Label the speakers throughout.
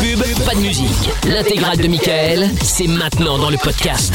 Speaker 1: pub, pas de musique. L'intégrale de Michael, c'est maintenant dans le podcast.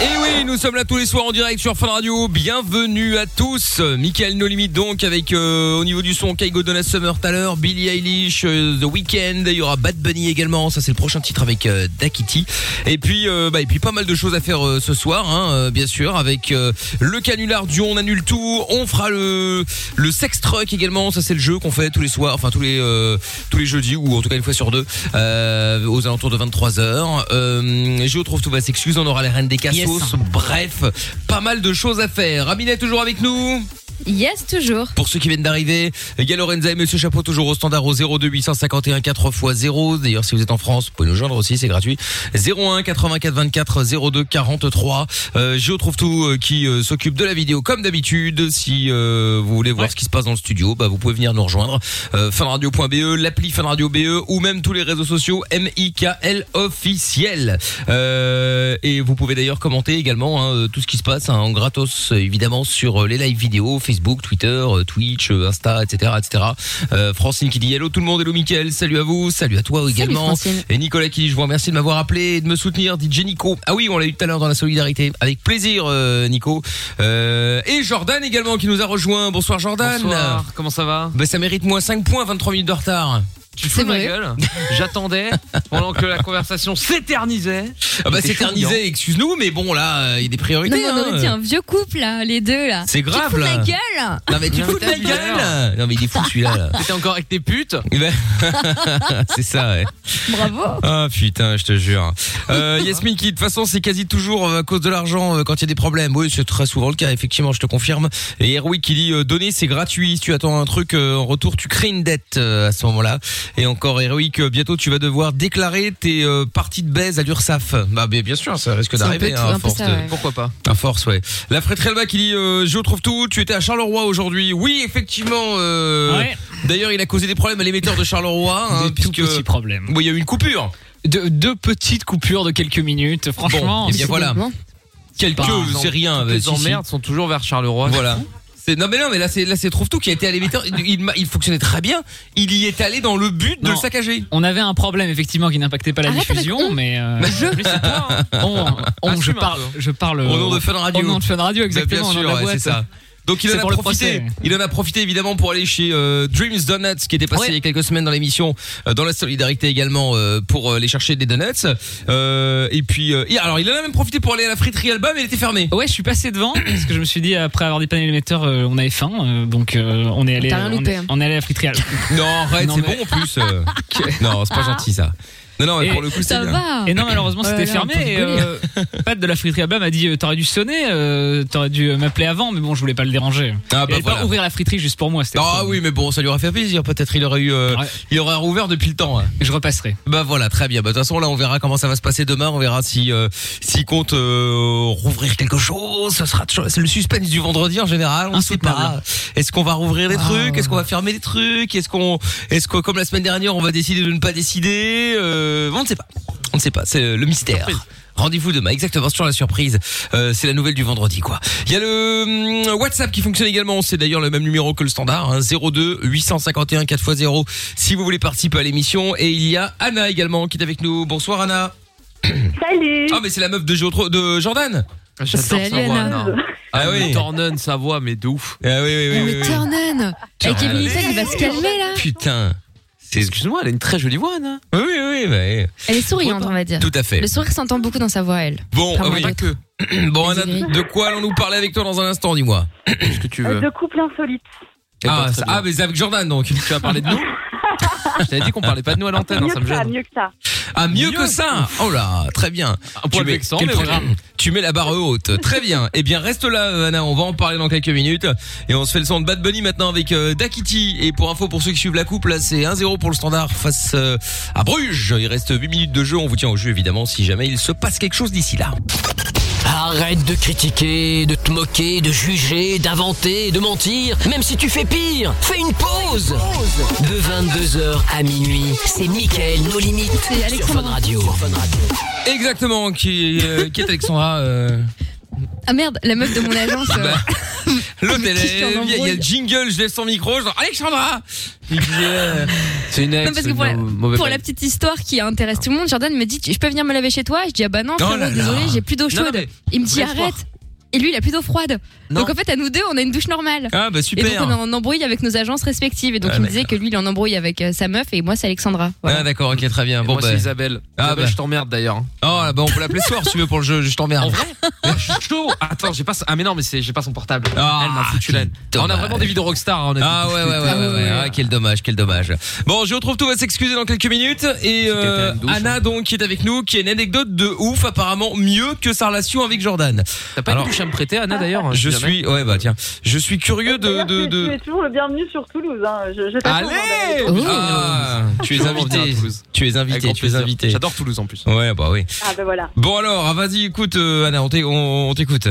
Speaker 2: Et oui, nous sommes là tous les soirs en direct sur Fun Radio. Bienvenue à tous. Michael No Limit donc avec euh, au niveau du son Kaigo Donna Summer tout à l'heure, Billie Eilish, euh, The Weeknd, il y aura Bad Bunny également. Ça c'est le prochain titre avec euh, Dakiti. Et puis euh, bah, et puis pas mal de choses à faire euh, ce soir, hein, euh, bien sûr, avec euh, le canular du on annule tout. On fera le le sex truck également. Ça c'est le jeu qu'on fait tous les soirs, enfin tous les euh, tous les jeudis ou en tout cas une fois sur deux euh, aux alentours de 23 h euh, Géo trouve tout va s'excuser. On aura les reines des cassos. Bref, pas mal de choses à faire. Amina est toujours avec nous.
Speaker 3: Yes, toujours.
Speaker 2: Pour ceux qui viennent d'arriver, il y a Lorenza et Monsieur Chapeau toujours au standard au 02 851 4 x 0. D'ailleurs, si vous êtes en France, vous pouvez nous joindre aussi, c'est gratuit. 01 84 24 02 43. Euh, Gio trouve tout euh, qui euh, s'occupe de la vidéo comme d'habitude. Si euh, vous voulez voir ce qui se passe dans le studio, bah, vous pouvez venir nous rejoindre. Euh, funradio.be, l'appli Funradio BE ou même tous les réseaux sociaux MIKL officiel. Euh, et vous pouvez d'ailleurs commenter également hein, euh, tout ce qui se passe hein, en gratos euh, évidemment sur euh, les live vidéo, Facebook, Twitter, euh, Twitch, euh, Insta, etc. etc. Euh, Francine qui dit hello tout le monde, hello Mickaël, salut à vous, salut à toi également.
Speaker 4: Francine.
Speaker 2: et Nicolas qui dit je vous remercie de m'avoir appelé et de me soutenir, dit Nico. Ah oui, on l'a eu tout à l'heure dans la solidarité. Avec plaisir euh, Nico. Euh, et Jordan également qui nous a rejoint. Bonsoir Jordan.
Speaker 5: Bonsoir, comment ça va
Speaker 2: Bah, ça mérite moins 5 points, 23 minutes de retard.
Speaker 5: Tu te fous de ma gueule J'attendais pendant que la conversation s'éternisait.
Speaker 2: Ah bah
Speaker 5: C'était chaud, hein.
Speaker 2: s'éterniser, excuse-nous, mais bon là, euh, il y a des
Speaker 3: Non,
Speaker 2: priorités.
Speaker 3: mais on aurait dit
Speaker 2: hein.
Speaker 3: un vieux couple là, les deux là.
Speaker 2: C'est grave,
Speaker 3: Tu te fous de
Speaker 2: là.
Speaker 3: la gueule.
Speaker 2: Non mais tu te fous de ma gueule Non mais il est fou celui-là. là.
Speaker 5: T'étais encore avec tes putes
Speaker 2: Eh ben, c'est ça, ouais.
Speaker 3: Bravo.
Speaker 2: Ah putain, je te jure. Euh, Yasmine qui, de toute façon, c'est quasi toujours euh, à cause de l'argent euh, quand il y a des problèmes. Oui, c'est très souvent le cas, effectivement, je te confirme. Et Erwick qui dit, euh, donner, c'est gratuit. Si tu attends un truc euh, en retour, tu crées une dette euh, à ce moment-là. Et encore Erwick, euh, bientôt tu vas devoir déclarer tes euh, parties de baise à l'URSAF. Bah bien bien sûr, ça risque
Speaker 5: C'est un
Speaker 2: d'arriver.
Speaker 5: peu-
Speaker 2: hein,
Speaker 5: un
Speaker 2: à
Speaker 5: peu
Speaker 2: force
Speaker 5: ça,
Speaker 2: de-
Speaker 5: ouais. Pourquoi pas
Speaker 2: À force, ouais. La frétrelle Elba qui dit euh, Je trouve tout, tu étais à Charleroi aujourd'hui. Oui, effectivement. euh,
Speaker 6: Ouais.
Speaker 2: D'ailleurs, il a causé des problèmes à l'émetteur de Charleroi. Hein,
Speaker 6: Des tout
Speaker 2: puisque-
Speaker 6: petits problèmes.
Speaker 2: Bon, il y a eu une coupure.
Speaker 6: De, deux petites coupures de quelques minutes, franchement. Bah,
Speaker 2: Bon, eh bien voilà. Quelques, c'est rien. euh,
Speaker 5: Les
Speaker 2: si, si.
Speaker 5: emmerdes sont toujours vers Charleroi.
Speaker 2: Voilà. C'est- Non mais non mais là c'est là c'est trouve tout qui a été à l'émetteur il, il m'a- il fonctionnait très bien il y est allé dans le but de
Speaker 6: Non.
Speaker 2: le saccager
Speaker 6: On avait un problème effectivement qui n'impactait pas la
Speaker 3: Arrête avec
Speaker 6: diffusion, mais euh,
Speaker 5: Mais c'est toi, hein.
Speaker 6: on, on- je
Speaker 5: Assume un
Speaker 6: parle, je parle
Speaker 2: Ah,
Speaker 6: euh,
Speaker 2: Au nom de Fun Radio.
Speaker 6: au nom de Fun Radio, exactement.
Speaker 2: Bah,
Speaker 6: au nom
Speaker 2: bien
Speaker 6: de
Speaker 2: sûr
Speaker 6: la
Speaker 2: ouais,
Speaker 6: boîte.
Speaker 2: c'est ça donc il
Speaker 6: C'est
Speaker 2: en
Speaker 6: pour
Speaker 2: a
Speaker 6: le
Speaker 2: profité
Speaker 6: procès.
Speaker 2: il en a profité évidemment pour aller chez euh, Dreams Donuts qui était passé
Speaker 6: Ouais.
Speaker 2: il y a quelques semaines dans l'émission euh, dans la solidarité également euh, pour euh, aller chercher des donuts Euh, et puis euh, et alors il en a même profité pour aller à la friterie Alba mais elle était fermée
Speaker 6: Ouais, je suis passé devant parce que je me suis dit après avoir dépanné l'émetteur, euh, on avait faim, euh, donc euh, on est allé,
Speaker 4: T'as rien
Speaker 6: on,
Speaker 4: loupé,
Speaker 6: est,
Speaker 4: hein.
Speaker 6: on est allé à la friterie.
Speaker 2: non arrête
Speaker 6: Non,
Speaker 2: c'est
Speaker 6: mais-
Speaker 2: bon en plus euh. non c'est pas gentil ça non non mais
Speaker 6: Et
Speaker 2: pour le coup c'est
Speaker 3: Ça
Speaker 2: bien
Speaker 3: va.
Speaker 6: Et non, malheureusement,
Speaker 3: Oh là
Speaker 6: c'était
Speaker 3: là,
Speaker 6: fermé.
Speaker 3: on peut
Speaker 6: Et,
Speaker 3: se gauler.
Speaker 6: euh, Pat de la friterie à bas m'a dit euh, T'aurais dû sonner, euh, t'aurais dû m'appeler avant, mais bon, je voulais pas le déranger.
Speaker 2: Ah, bah,
Speaker 6: Il allait
Speaker 2: voilà.
Speaker 6: pas ouvrir la friterie juste pour moi. c'était
Speaker 2: Ah
Speaker 6: le problème.
Speaker 2: oui, mais bon, ça lui aurait fait plaisir. Peut-être il aurait eu, euh,
Speaker 6: Ouais.
Speaker 2: il aurait rouvert depuis le temps. hein.
Speaker 6: Je repasserai.
Speaker 2: Bah voilà, très bien. Bah, De toute façon, là, on verra comment ça va se passer demain. On verra si, euh, s'il compte euh, rouvrir quelque chose. Ce sera, toujours- c'est le suspense du vendredi en général. On sait pas.
Speaker 6: Insoutenable.
Speaker 2: Est-ce qu'on va rouvrir des
Speaker 6: Ah.
Speaker 2: trucs Est-ce qu'on va fermer des trucs Est-ce qu'on, est-ce que comme la semaine dernière, on va décider de ne pas décider Euh, On ne sait pas. On ne sait pas. C'est euh, le mystère. Rendez-vous demain, exactement, sur la surprise. Euh, c'est la nouvelle du vendredi, quoi. Il y a le hum, WhatsApp qui fonctionne également. C'est d'ailleurs le même numéro que le standard, hein, 02 851 4x0. Si vous voulez participer à l'émission, et il y a Anna également qui est avec nous. Bonsoir Anna.
Speaker 7: Salut
Speaker 2: Ah mais c'est la meuf de, Jotro- de Jordan.
Speaker 5: Ah, J'adore
Speaker 3: Salut,
Speaker 5: sa voix.
Speaker 3: Anna.
Speaker 5: non.
Speaker 2: Ah oui.
Speaker 5: Tornon, sa voix, mais de ouf.
Speaker 2: Ah oui, oui, oui,
Speaker 3: Oh,
Speaker 2: oui,
Speaker 3: mais
Speaker 2: oui.
Speaker 3: turn on. Et Kevin Mitchell, il va se calmer là.
Speaker 2: Putain. C'est-
Speaker 5: Excuse-moi, elle a une très jolie voix, Anna.
Speaker 2: Oui, oui, oui, oui.
Speaker 3: Elle est souriante, on va dire.
Speaker 2: Tout à fait.
Speaker 3: Le sourire s'entend beaucoup dans sa voix, elle.
Speaker 2: Bon,
Speaker 3: Pas
Speaker 2: ah
Speaker 3: moi
Speaker 2: oui.
Speaker 3: pas que.
Speaker 2: Bon, Anna,
Speaker 3: Vas-y, Greg.
Speaker 2: de quoi allons-nous parler avec toi dans un instant, dis-moi
Speaker 5: Qu'est-ce que tu veux
Speaker 7: Euh, De couple hein. insolite.
Speaker 5: Euh, Eh ben,
Speaker 2: ah,
Speaker 5: très
Speaker 2: ça-
Speaker 5: bien.
Speaker 2: ah, mais c'est avec Jordan, donc.
Speaker 5: Tu vas parler de nous Je t'avais dit qu'on parlait pas de nous à l'antenne, hein,
Speaker 7: mieux
Speaker 5: ça me
Speaker 7: que ça,
Speaker 5: gêne.
Speaker 7: mieux que ça.
Speaker 2: Ah, mieux que ça Oh là, très bien.
Speaker 5: Un poil
Speaker 2: mets-
Speaker 5: vexant,
Speaker 2: quel
Speaker 5: mais
Speaker 2: programme
Speaker 5: voilà.
Speaker 2: Tu mets la barre haute. Très bien. Eh bien, reste là, Anna. On va en parler dans quelques minutes. Et on se fait le son de Bad Bunny maintenant avec euh, Dakiti. Et pour info, pour ceux qui suivent la coupe, là, c'est 1-0 pour le standard face euh, à Bruges. Il reste 8 minutes de jeu. On vous tient au jeu, évidemment, si jamais il se passe quelque chose d'ici là.
Speaker 1: Arrête de critiquer, de te moquer, de juger, d'inventer, de mentir. Même si tu fais pire, fais une pause. De 22h à minuit, c'est Mickaël, nos limites.
Speaker 3: C'est
Speaker 1: Sur Fun
Speaker 3: Alexandra.
Speaker 1: Radio.
Speaker 2: Exactement. Qui, euh, qui est Alexandra euh, Bah,
Speaker 3: Ah merde, la meuf de mon agence. euh,
Speaker 2: L'autre,
Speaker 3: Mais
Speaker 2: elle
Speaker 3: qu'est-ce qu'il y en
Speaker 2: est- il y a- il y a
Speaker 3: embrouille
Speaker 2: le jingle, je lève son micro, je dis Alexandra Il dit, euh, C'est une ex,
Speaker 3: Non, parce que pour, la,
Speaker 2: mauvais
Speaker 3: pour
Speaker 2: père.
Speaker 3: la petite histoire qui intéresse tout le monde, Jordan me dit Tu- Je peux venir me laver chez toi Je dis Ah bah non, frérot,
Speaker 2: Oh là là.
Speaker 3: désolé, j'ai plus d'eau
Speaker 5: Non,
Speaker 3: chaude.
Speaker 5: non, mais-
Speaker 3: Il me dit
Speaker 5: vrai espoir.
Speaker 3: Arrête Et lui, il a plus d'eau froide.
Speaker 5: Non.
Speaker 3: Donc en fait, à nous deux, on a une douche normale.
Speaker 2: Ah bah
Speaker 3: Et donc
Speaker 2: super
Speaker 3: on est en embrouille avec nos agences respectives. Et donc
Speaker 2: Ah,
Speaker 3: il me disait que lui, il est en embrouille avec euh, sa meuf et moi, c'est Alexandra. Voilà.
Speaker 2: Ah d'accord, ok, très bien.
Speaker 5: Et
Speaker 2: Bon,
Speaker 5: moi,
Speaker 2: bah...
Speaker 5: c'est Isabelle.
Speaker 2: Ah,
Speaker 5: Isabelle,
Speaker 2: bah.
Speaker 5: je t'emmerde d'ailleurs. hein.
Speaker 2: Oh, bah on peut l'appeler ce soir si tu veux pour le jeu, je
Speaker 5: En
Speaker 2: t'emmerde.
Speaker 5: vrai Moi, Je suis chaud. Attends, j'ai pas. Ah, mais non, mais c'est- j'ai pas son portable.
Speaker 2: Ah,
Speaker 5: Elle m'a foutu la. On a
Speaker 2: dommage.
Speaker 5: vraiment des vies de rockstar. hein, on a
Speaker 2: Ah
Speaker 5: dit-
Speaker 2: ouais ouais ouais, ouais,
Speaker 3: Ah,
Speaker 2: ouais,
Speaker 3: ouais, ouais.
Speaker 2: Ah, quel dommage quel dommage. Bon je retrouve tout va s'excuser dans quelques minutes et euh,
Speaker 5: qu'elle était à une douche,
Speaker 2: Anna donc qui est avec nous qui a une anecdote de ouf apparemment mieux que sa relation avec Jordan.
Speaker 5: T'as pas
Speaker 2: Alors-
Speaker 5: une touche à me prêter, Anna d'ailleurs hein,
Speaker 2: Je
Speaker 5: si jamais.
Speaker 2: suis ouais bah tiens je suis curieux de
Speaker 5: euh,
Speaker 7: D'ailleurs,
Speaker 2: de,
Speaker 7: tu, tu
Speaker 2: de...
Speaker 7: es toujours le bienvenu sur Toulouse. Hein. Je, je t'attends,
Speaker 5: Allez
Speaker 7: hein, dans la-
Speaker 3: Oh.
Speaker 2: Ah, tu es
Speaker 5: Je vais revenir
Speaker 2: invité
Speaker 5: à Toulouse.
Speaker 2: tu es
Speaker 5: Avec
Speaker 2: invité
Speaker 5: grand
Speaker 2: tu es
Speaker 5: plaisir.
Speaker 2: invité.
Speaker 5: J'adore Toulouse en plus.
Speaker 2: Ouais bah oui.
Speaker 7: Ah ben voilà.
Speaker 2: Bon alors ah, vas-y écoute euh, Anna on t'é- on- on t'écoute.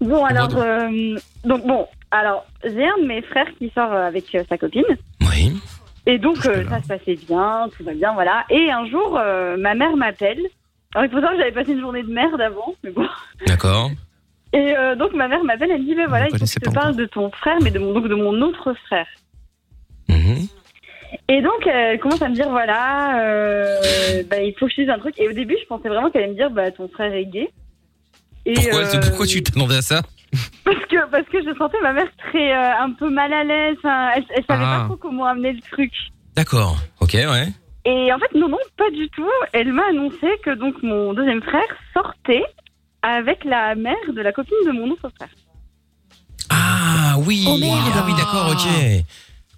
Speaker 7: Bon alors,
Speaker 5: Pardon.
Speaker 7: euh, donc bon, alors j'ai un de mes frères qui sort euh, avec euh, sa copine.
Speaker 2: Oui.
Speaker 7: Et donc euh, ça se passait bien, tout va bien, voilà. Et un jour, euh, ma mère m'appelle. Alors il faut savoir que j'avais passé une journée de merde avant, mais bon.
Speaker 2: D'accord.
Speaker 7: Et euh, donc ma mère m'appelle, elle me dit, ben voilà, il faut que je
Speaker 5: connaissez
Speaker 7: te
Speaker 5: pas
Speaker 7: parle de ton frère, mais de mon, donc de mon autre frère.
Speaker 2: Mhm.
Speaker 7: Et donc, euh, elle commence à me dire, voilà, euh, bah, il faut que je te dise un truc. Et au début, je pensais vraiment qu'elle allait me dire, bah, ton frère est gay. Et,
Speaker 2: Pourquoi
Speaker 7: euh,
Speaker 2: c'est- pourquoi tu t'attendais à ça
Speaker 7: parce que, parce que je sentais ma mère très euh, un peu mal à l'aise. Enfin, elle, elle savait
Speaker 5: Ah.
Speaker 7: pas trop comment amener le truc.
Speaker 2: D'accord. Ok
Speaker 5: Oh,
Speaker 2: ouais.
Speaker 7: Et en fait, non, non, pas du tout. Elle m'a annoncé que donc mon deuxième frère sortait avec la mère de la copine de mon autre frère.
Speaker 2: Ah oui.
Speaker 3: Oh, merde.
Speaker 2: Ah oui d'accord ok.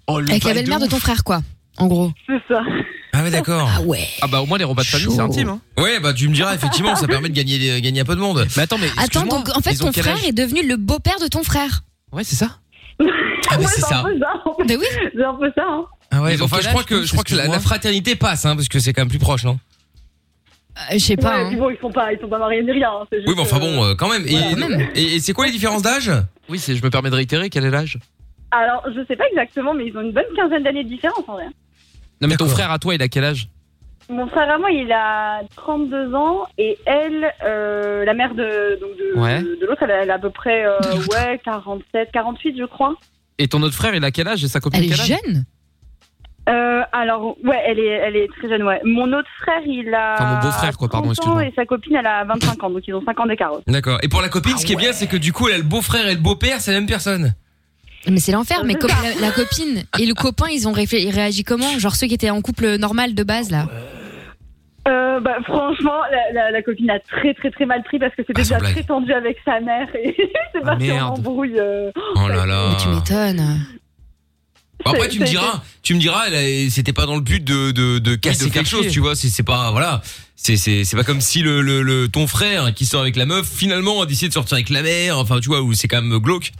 Speaker 5: Oh,
Speaker 3: Avec la belle-mère de ton frère, quoi. En gros.
Speaker 7: C'est ça.
Speaker 2: Ah oui d'accord.
Speaker 3: ouais.
Speaker 5: Ah bah au moins les repas de famille
Speaker 3: Chaud. Ah
Speaker 5: c'est intime. Hein.
Speaker 2: Ouais, bah tu me diras, effectivement, ça permet de gagner, euh, gagner un peu de monde.
Speaker 5: Mais attends mais
Speaker 3: Attends,
Speaker 5: excuse-moi,
Speaker 3: donc en fait,
Speaker 5: ils ont
Speaker 3: ton
Speaker 5: quel
Speaker 3: frère
Speaker 5: âge
Speaker 3: est devenu le beau-père de ton frère.
Speaker 5: Ouais c'est ça.
Speaker 2: Ah, mais
Speaker 7: Ouais,
Speaker 2: c'est
Speaker 7: un
Speaker 2: ça.
Speaker 7: peu ça. en fait.
Speaker 3: Bah oui.
Speaker 7: C'est un peu ça. Hein.
Speaker 2: Ah ouais,
Speaker 5: Ils ont
Speaker 2: enfin,
Speaker 5: quel
Speaker 2: je crois
Speaker 5: âge,
Speaker 2: que, je
Speaker 5: tous,
Speaker 2: crois que la, la
Speaker 5: excuse-moi
Speaker 2: fraternité passe, hein, parce que c'est quand même plus proche, non
Speaker 3: Euh, Je sais pas.
Speaker 7: Ouais,
Speaker 3: hein.
Speaker 7: puis bon, ils sont pas, ils sont pas mariés ni rien. hein, c'est
Speaker 2: Oui,
Speaker 7: juste,
Speaker 2: mais enfin
Speaker 7: euh,
Speaker 2: bon, euh, quand même. Et,
Speaker 7: voilà,
Speaker 3: même.
Speaker 2: et- et c'est quoi les différences d'âge
Speaker 5: Oui c'est je me permets de réitérer quel est l'âge
Speaker 7: Alors, je sais pas exactement, mais ils ont une bonne quinzaine d'années de différence en vrai.
Speaker 5: Non mais ton
Speaker 2: D'accord.
Speaker 5: frère à toi il a quel âge
Speaker 7: Mon frère à moi, il a 32 ans et elle, euh, la mère de, donc de,
Speaker 5: Ouais.
Speaker 7: de l'autre, elle, a- elle a à peu près euh, ouais, 47, 48, je crois.
Speaker 5: Et ton autre frère il a quel âge et sa copine
Speaker 3: Elle est
Speaker 5: quel âge
Speaker 3: jeune.
Speaker 7: Euh, alors, ouais, elle est, elle est très jeune, ouais. Mon autre frère, il a.
Speaker 5: Enfin, mon beau-frère, quoi, pardon,
Speaker 7: 30 ans
Speaker 5: excuse-moi.
Speaker 7: Et sa copine, elle a 25 ans, donc ils ont 5 ans d'écart. eux.
Speaker 2: D'accord. Et pour la
Speaker 3: Ah
Speaker 2: copine, ce qui est bien, c'est que du coup, elle a le beau-frère et le beau-père, c'est la même personne.
Speaker 3: Mais c'est l'enfer. Mais
Speaker 7: C'est
Speaker 3: comme la, la copine et le copain, ils ont réflé- ils réagi comment Genre ceux qui étaient en couple normal de base, là.
Speaker 7: Euh, bah, franchement, la, la- la copine a très, très, très mal pris parce que c'était
Speaker 2: Ah, sans
Speaker 7: déjà
Speaker 2: blague.
Speaker 7: très tendu avec sa mère et c'est
Speaker 5: Ah,
Speaker 7: parti en
Speaker 5: merde.
Speaker 7: embrouille. euh.
Speaker 2: Oh là là.
Speaker 3: Mais tu m'étonnes.
Speaker 2: Bon, après, tu me diras, tu me diras, elle a- c'était pas dans le but de, de, de casser
Speaker 5: de faire
Speaker 2: quelque chose,
Speaker 5: chier.
Speaker 2: tu vois. C'est c'est pas, voilà. C'est, c'est, c'est pas comme si le, le, le- ton frère qui sort avec la meuf, finalement, a décidé de sortir avec la mère. Enfin, tu vois, où c'est quand même glauque.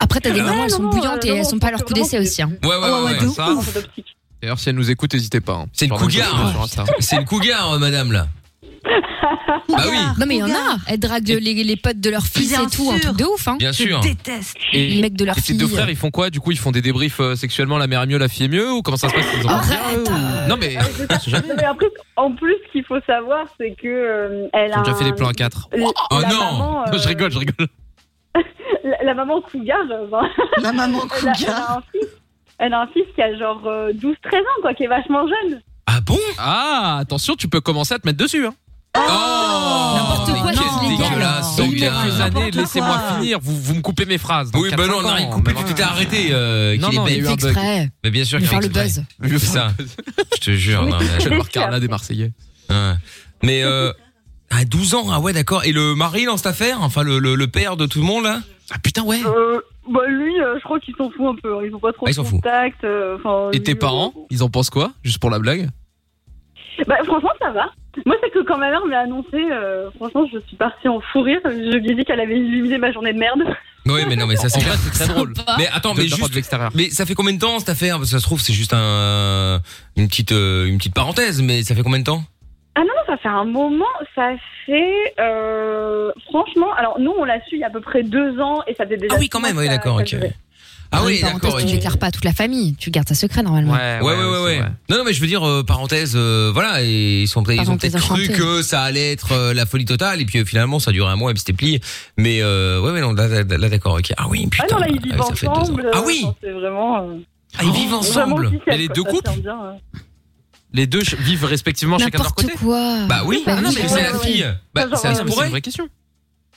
Speaker 3: Après, t'as des
Speaker 7: Ah,
Speaker 3: mamans, elles sont
Speaker 7: non,
Speaker 3: bouillantes
Speaker 7: euh,
Speaker 3: et
Speaker 7: non,
Speaker 3: elles sont pas à
Speaker 7: non,
Speaker 3: leur coup
Speaker 7: vraiment,
Speaker 3: d'essai aussi. hein.
Speaker 2: Ouais, ouais, ouais. Oh, ouais.
Speaker 5: de ça.
Speaker 7: Un peu toxique.
Speaker 5: D'ailleurs si elle nous écoute n'hésitez pas. hein.
Speaker 2: C'est une
Speaker 5: Genre, nous
Speaker 2: cougar.
Speaker 5: écoutons sur Insta.
Speaker 2: C'est une cougar, euh, madame, là. bah oui,
Speaker 3: Non, mais il y en a. Elles draguent les, les potes de leur fils
Speaker 4: Bien
Speaker 3: et tout, un
Speaker 4: sûr.
Speaker 3: truc de ouf. Hein.
Speaker 2: bien
Speaker 4: Je
Speaker 2: sûr.
Speaker 4: déteste.
Speaker 3: Les
Speaker 5: Et
Speaker 3: mecs de euh. leur
Speaker 5: et tes
Speaker 3: fille.
Speaker 5: deux frères ils font quoi du coup ils font des débriefs euh, sexuellement la mère est mieux la fille est mieux ou comment ça se passe ils
Speaker 7: Oh
Speaker 5: ont-
Speaker 3: Arrête
Speaker 5: Non mais
Speaker 7: Ouais, Ah, c'est ça. Non, mais après, en plus, ce qu'il faut savoir, c'est que euh, elle
Speaker 5: ils
Speaker 7: a.
Speaker 5: ont déjà fait des
Speaker 7: un-
Speaker 5: plans à 4
Speaker 7: Euh, La,
Speaker 2: Oh
Speaker 7: la
Speaker 2: non.
Speaker 7: maman, euh,
Speaker 5: Je rigole je rigole.
Speaker 7: La, la maman cougar, euh, ben,
Speaker 4: La maman
Speaker 7: elle, a, elle a un fils. Elle a un fils qui a genre 12-13 ans, quoi, qui est vachement jeune.
Speaker 2: Ah bon
Speaker 5: Ah attention tu peux commencer à te mettre dessus hein.
Speaker 2: Oh
Speaker 3: N'importe quoi,
Speaker 2: mais
Speaker 3: c'est
Speaker 2: quel
Speaker 3: illégal.
Speaker 2: dégueulasse,
Speaker 5: Dans
Speaker 2: ce
Speaker 5: quelques
Speaker 2: gars.
Speaker 4: N'importe
Speaker 5: années,
Speaker 4: quoi.
Speaker 5: laissez-moi finir. Vous, vous me coupez mes phrases. Dans
Speaker 2: Oui, bah
Speaker 5: quatre,
Speaker 2: non,
Speaker 5: cinq
Speaker 2: on a rien
Speaker 5: ans,
Speaker 2: coupé,
Speaker 5: même
Speaker 2: tu t'étais arrêté, euh,
Speaker 5: Non,
Speaker 2: qu'il est
Speaker 5: non, il y
Speaker 2: bête.
Speaker 5: a eu
Speaker 3: Fait
Speaker 5: un bug.
Speaker 3: exprès
Speaker 2: Mais bien sûr
Speaker 3: de
Speaker 2: qu'il y a
Speaker 3: faire le
Speaker 2: exprès.
Speaker 3: buzz.
Speaker 5: Je vais
Speaker 2: C'est
Speaker 5: faire-
Speaker 2: Je te jure. non, mais-
Speaker 5: Je vais le regarder là des Marseillais.
Speaker 2: Ouais. Mais euh, à 12 ans, ah ouais, d'accord. Et le mari dans cette affaire, enfin le, le, le père de tout le monde là
Speaker 5: Ah putain, ouais.
Speaker 7: Euh, bah, lui, euh, je crois qu'il s'en fout un peu. hein. Ils ont pas trop
Speaker 2: Ah, ils
Speaker 7: de
Speaker 2: s'en fout.
Speaker 7: contact. euh, enfin,
Speaker 5: Et
Speaker 7: lui,
Speaker 5: tes
Speaker 7: euh,
Speaker 5: parents, ils en pensent quoi Juste pour la blague
Speaker 7: Bah, franchement, ça va. Moi, c'est que quand ma mère m'a annoncé, euh, franchement, je suis partie en fou rire. Je lui ai dit qu'elle avait illuminé ma journée de merde.
Speaker 2: Oui, mais non, mais ça c'est
Speaker 5: En vrai,
Speaker 2: clair.
Speaker 5: c'est très drôle.
Speaker 3: Sympa.
Speaker 2: Mais attends,
Speaker 5: De
Speaker 2: mais
Speaker 5: la part de
Speaker 2: juste.
Speaker 5: l'extérieur.
Speaker 2: Mais ça fait combien de temps cette affaire Parce que ça se trouve, c'est juste un, une petite euh, une petite parenthèse, mais ça fait combien de temps
Speaker 7: Ah non, non, ça fait un moment, ça fait... euh, franchement, alors nous, on l'a su il y a à peu près deux ans et ça faisait déjà...
Speaker 2: Ah oui, quand
Speaker 7: six mois
Speaker 2: même, oui,
Speaker 7: que ça-
Speaker 2: d'accord,
Speaker 7: ça
Speaker 2: ok.
Speaker 7: durait.
Speaker 2: Ah
Speaker 3: En
Speaker 2: oui,
Speaker 3: une parenthèse,
Speaker 2: d'accord,
Speaker 3: Tu
Speaker 2: ok.
Speaker 3: déclares pas à toute la famille. Tu gardes ça secret normalement.
Speaker 5: Euh, Ouais,
Speaker 2: Ouais, ouais, ouais, ouais. Non, non, mais je veux dire, euh, parenthèse, euh, voilà, et ils, sont, peut- ils ont
Speaker 3: Parenthèse
Speaker 2: peut-être cru
Speaker 3: enchantée.
Speaker 2: que ça allait être euh, la folie totale, et puis euh, finalement, ça a duré un mois, et puis c'était plié. Mais euh, ouais, mais non, là, là, là, d'accord, ok. Ah oui, putain.
Speaker 7: ah non, là, ils
Speaker 2: ah oui,
Speaker 7: vivent
Speaker 2: ça fait deux ans.
Speaker 7: ensemble. euh,
Speaker 2: Ah oui,
Speaker 7: enfin, C'est vraiment. euh,
Speaker 2: ah, ils vivent
Speaker 7: vraiment
Speaker 2: ensemble.
Speaker 7: officiel,
Speaker 5: les
Speaker 7: quoi,
Speaker 5: deux
Speaker 7: ça
Speaker 5: couples
Speaker 7: tient bien, euh.
Speaker 5: Les deux ch- vivent respectivement chacun de leur
Speaker 3: N'importe
Speaker 5: côté.
Speaker 3: quoi.
Speaker 2: Bah oui,
Speaker 3: Bah
Speaker 2: ah non,
Speaker 3: oui,
Speaker 2: mais
Speaker 7: mais
Speaker 2: c'est
Speaker 7: ouais,
Speaker 2: la
Speaker 7: ouais.
Speaker 2: fille. Bah,
Speaker 7: Genre, euh,
Speaker 2: ça
Speaker 5: Ah,
Speaker 2: se
Speaker 5: non, mais c'est
Speaker 2: pourrait.
Speaker 5: une vraie question.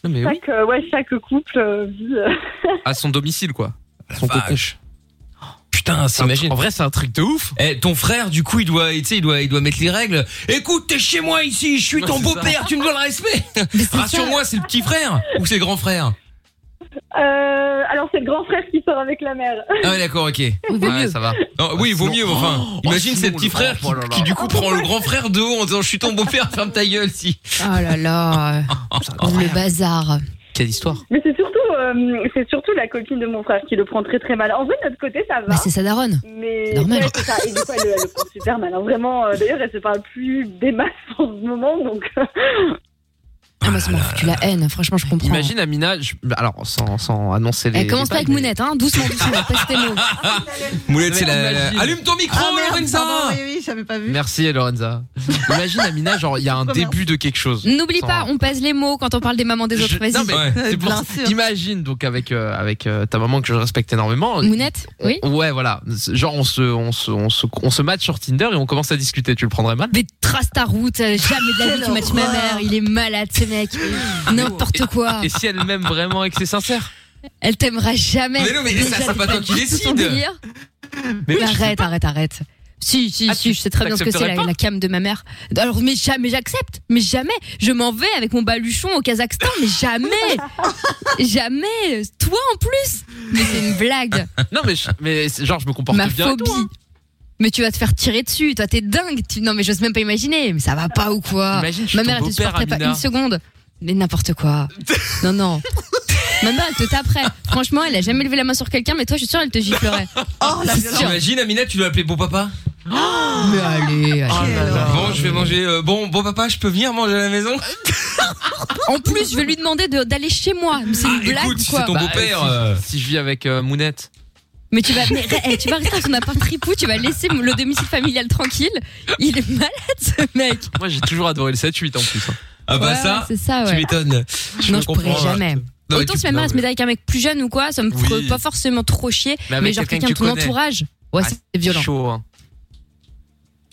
Speaker 5: Non, mais oui.
Speaker 7: Chaque, euh, ouais, chaque couple euh, vit. euh,
Speaker 5: À son domicile, quoi.
Speaker 2: La
Speaker 5: Son copain.
Speaker 2: vache. Putain, t'imagines.
Speaker 5: En vrai, Oh, c'est un truc de ouf.
Speaker 2: Eh, ton frère, du coup, il doit, tu sais, il doit, il doit mettre les règles. Écoute, t'es chez moi ici, je suis
Speaker 5: Ouais,
Speaker 2: ton
Speaker 5: c'est ça.
Speaker 2: beau-père, tu me dois le respect.
Speaker 3: Mais c'est
Speaker 2: Rassure-moi, c'est le petit frère ou c'est le grand frère
Speaker 7: euh, alors, c'est le grand frère qui sort avec la mère.
Speaker 2: Ah ouais, d'accord, ok.
Speaker 5: Ouais, ça va.
Speaker 2: Non, oui, il vaut mieux,
Speaker 5: sinon-
Speaker 2: mais enfin.
Speaker 5: Oh,
Speaker 2: imagine,
Speaker 5: sinon,
Speaker 2: c'est le petit
Speaker 5: le-
Speaker 2: frère qui,
Speaker 5: oh là là.
Speaker 2: qui, du coup, prend le grand frère de haut en disant, je suis ton beau-père, ferme ta gueule, si.
Speaker 3: ça. Oh là là. euh,
Speaker 5: Ah,
Speaker 3: Le bazar.
Speaker 5: Quelle histoire.
Speaker 7: Mais c'est surtout, euh, c'est surtout la copine de mon frère qui le prend très très mal. En vrai, de notre côté, ça va.
Speaker 3: Bah, c'est sa daronne.
Speaker 7: Mais
Speaker 3: C'est normal.
Speaker 7: ouais, c'est ça. Et du coup, elle, elle le prend super mal. hein. Vraiment, euh, d'ailleurs, elle se parle plus des masses en ce moment. Donc,
Speaker 3: Ah, moi, ça m'en fout. Tu la haine. Franchement, je comprends.
Speaker 5: Imagine Amina, je- bah, alors sans, sans annoncer les.
Speaker 3: Eh,
Speaker 5: les
Speaker 3: commence pas avec
Speaker 5: bails,
Speaker 3: Mounette, hein. Doucement, doucement. Passe tes mots.
Speaker 2: Moulette, c'est la,
Speaker 5: Imagine.
Speaker 2: allume ton micro,
Speaker 4: Ah merde, pardon,
Speaker 2: Lorenza!
Speaker 4: oui, oui, j'avais pas
Speaker 6: Hmm.
Speaker 5: mais-
Speaker 4: vu.
Speaker 5: Merci Lorenza. Imagine Amina, genre il y a un
Speaker 4: Comment
Speaker 5: début de quelque chose.
Speaker 3: N'oublie
Speaker 5: Sans-
Speaker 3: pas, on pèse les mots quand on parle des mamans des
Speaker 5: Je-
Speaker 3: autres. Vas-y.
Speaker 5: non, mais
Speaker 2: Ouais.
Speaker 5: c'est pour
Speaker 4: Bien
Speaker 5: ça.
Speaker 4: sûr.
Speaker 5: Imagine donc avec euh, avec euh, ta maman que je respecte énormément. Euh,
Speaker 3: Mounette, oui.
Speaker 5: Ouais, voilà. Genre on se on se on se on se match sur Tinder et on commence à discuter. Tu le prendrais mal
Speaker 3: Mais trace ta route, euh, jamais de la vie
Speaker 4: Quelle
Speaker 3: tu matches ma
Speaker 4: horreur.
Speaker 3: mère, il est malade ce mec. N'importe quoi.
Speaker 5: Ah, Et si elle m'aime vraiment et que c'est sincère
Speaker 3: Elle t'aimera jamais.
Speaker 2: Mais non, mais
Speaker 3: Déjà,
Speaker 2: ça, c'est
Speaker 3: t'es
Speaker 2: pas toi
Speaker 3: du
Speaker 2: qui
Speaker 3: tout
Speaker 2: décide.
Speaker 3: son délire.
Speaker 5: Mais
Speaker 3: Mais arrête, arrête, arrête. Si, si,
Speaker 5: Ah, tu-
Speaker 3: si, je sais très bien ce que c'est
Speaker 5: t'accepterais
Speaker 3: la,
Speaker 5: pas
Speaker 3: la cam de ma mère. Alors, mais jamais, j'accepte. Mais jamais. Je m'en vais avec mon baluchon au Kazakhstan, mais jamais. jamais. Toi en plus. Mais c'est une blague.
Speaker 5: Non mais je- mais c'est- genre je me comporte
Speaker 3: Ma
Speaker 5: bien. et tout,
Speaker 3: phobie.
Speaker 5: hein.
Speaker 3: Mais tu vas te faire tirer dessus. Toi, t'es dingue. Tu- Non, mais j'ose même pas imaginer. Mais ça va pas ou quoi
Speaker 5: Imagine, je suis
Speaker 3: Ma
Speaker 5: ton
Speaker 3: mère, elle te
Speaker 5: beau-père,
Speaker 3: supporterait pas
Speaker 5: Amina.
Speaker 3: une seconde. Mais n'importe quoi. Non, non. Ma mère, elle te taperait. Franchement, elle a jamais levé la main sur quelqu'un, mais toi, je suis sûre, elle te giflerait.
Speaker 4: Oh la
Speaker 3: C'est
Speaker 4: violence.
Speaker 3: sûr.
Speaker 2: T'imagines, Amina, tu dois appeler beau papa?
Speaker 3: Mais allez, allez.
Speaker 4: Quelle Ah,
Speaker 5: Ah,
Speaker 4: horreur.
Speaker 2: Bon, je vais manger, euh, bon, beau papa, je peux venir manger à la
Speaker 3: Euh,
Speaker 2: maison?
Speaker 3: En plus, je vais lui demander de- d'aller chez moi. Mais C'est une
Speaker 2: Ah,
Speaker 3: blague
Speaker 2: écoute,
Speaker 3: ou
Speaker 2: si
Speaker 3: quoi
Speaker 2: c'est ton
Speaker 5: Bah,
Speaker 2: beau-père,
Speaker 5: si-
Speaker 2: euh,
Speaker 5: Si je vis avec euh, Mounette.
Speaker 3: Mais tu vas, mais, eh, tu vas rester dans ton appart tripou, tu vas laisser le domicile familial tranquille. Il est malade, ce mec.
Speaker 5: Moi j'ai toujours adoré le 7-8 en plus. hein.
Speaker 2: ah bah
Speaker 3: Ouais, ouais,
Speaker 2: ça,
Speaker 3: c'est ça,
Speaker 2: tu
Speaker 3: ouais.
Speaker 2: m'étonnes.
Speaker 3: non,
Speaker 2: me
Speaker 3: je pourrais
Speaker 2: comprends, là.
Speaker 3: jamais.
Speaker 2: Non, mais
Speaker 3: Autant
Speaker 2: tu-
Speaker 3: si ma mère elle se
Speaker 2: non,
Speaker 3: mettait avec un mec plus jeune ou quoi, ça me ferait
Speaker 5: Oui.
Speaker 3: pas forcément trop chier.
Speaker 5: Mais
Speaker 3: Mais,
Speaker 5: avec
Speaker 3: genre
Speaker 5: quelqu'un
Speaker 3: quelqu'un
Speaker 5: que
Speaker 3: de
Speaker 5: tu
Speaker 3: ton
Speaker 5: connais.
Speaker 3: entourage. Ouais,
Speaker 5: Ah,
Speaker 3: c'est violent.
Speaker 5: Chaud. hein.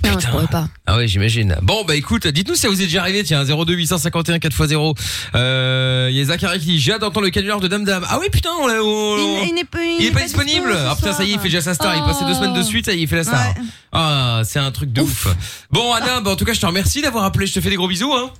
Speaker 3: Non, je
Speaker 2: Putain.
Speaker 3: pourrais pas.
Speaker 2: Ah ouais, j'imagine. Bon, bah écoute, dites-nous si ça vous est déjà arrivé. Tiens, 02 851 4x0. Euh, il y a Zachary qui dit, j'ai hâte d'entendre le canular de Dame Dame. Ah oui, putain, on l'a, on- on-
Speaker 4: Il, n'est pas,
Speaker 2: Oh. il, est pas disponible. Ah putain, ça y est, il fait déjà sa star. Il
Speaker 3: Oh.
Speaker 2: passait deux semaines de suite, ça y est, il fait la star.
Speaker 4: Ouais.
Speaker 2: Ah, c'est un truc de ouf. Bon, Anna, bah, en tout cas, je te remercie d'avoir appelé. Je te fais des gros bisous, hein.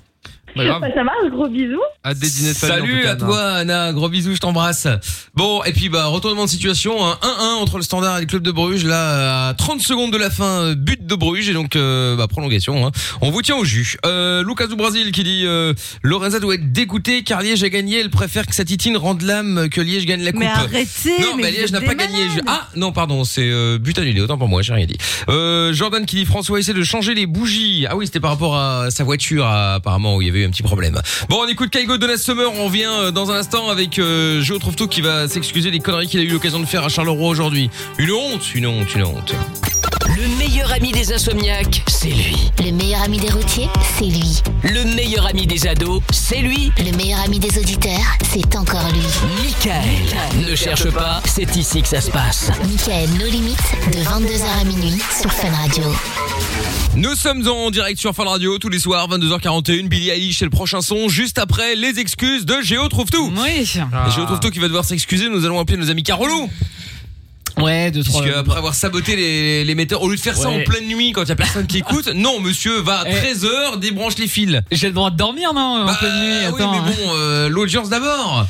Speaker 5: Bah, grave.
Speaker 7: ça marche, gros bisous.
Speaker 5: Hâte des dîners de famille, en tout
Speaker 2: Salut
Speaker 5: cas,
Speaker 2: à
Speaker 5: Anna.
Speaker 2: toi, Anna. Gros bisous, je t'embrasse. Bon, et puis, bah, retournement de situation. hein. 1-1 entre le standard et le club de Bruges. Là, à 30 secondes de la fin, euh, but de Bruges. Et donc, euh, bah, prolongation. hein. On vous tient au jus. Euh, Lucas du Brésil qui dit euh, Lorenza doit être dégoûtée car Liège a gagné. Elle préfère que sa titine rende l'âme que Liège gagne la coupe.
Speaker 4: Mais arrêtez.
Speaker 2: Non,
Speaker 4: mais
Speaker 2: bah,
Speaker 4: vous
Speaker 2: Liège
Speaker 4: êtes
Speaker 2: n'a
Speaker 4: des
Speaker 2: pas gagné.
Speaker 4: malades.
Speaker 2: Je- Ah, non, pardon, c'est euh, but annulé. Autant pour moi, j'ai rien dit. Euh, Jordan qui dit François essaie de changer les bougies. Ah oui, c'était par rapport à sa voiture, à- apparemment, où il y avait eu un petit problème. Bon, on écoute Kaigo Donna Summer. On revient euh, dans un instant avec euh, Joe Trouveto qui va s'excuser des conneries qu'il a eu l'occasion de faire à Charleroi aujourd'hui. Une honte, une honte, une honte.
Speaker 1: Le meilleur ami des insomniaques, c'est lui.
Speaker 8: Le meilleur ami des routiers, c'est lui.
Speaker 1: Le meilleur ami des ados, c'est lui.
Speaker 8: Le meilleur ami des auditeurs, c'est encore lui.
Speaker 1: Michael. Ne cherche pas, c'est ici que ça se passe.
Speaker 8: Michael, nos limites, de 22h à minuit sur Fun Radio.
Speaker 2: Nous sommes en direct sur Fun Radio tous les soirs, 22h41. Billy Eilish, c'est le prochain son. Juste après, les excuses de Géo Trouveto.
Speaker 6: Oui.
Speaker 5: Ah.
Speaker 2: Géo Trouveto qui va devoir s'excuser. Nous allons appeler nos amis Carolo.
Speaker 6: Ouais, deux, trois.
Speaker 2: Puisque après avoir saboté les, les metteurs, au lieu de faire ça en
Speaker 6: Ouais.
Speaker 2: pleine nuit quand il y a personne qui écoute, non, monsieur va à
Speaker 6: Eh.
Speaker 2: 13h, débranche les fils.
Speaker 6: J'ai le droit de dormir, non En
Speaker 2: Bah,
Speaker 6: pleine nuit,
Speaker 2: oui,
Speaker 6: attends.
Speaker 2: mais bon, euh, l'audience d'abord.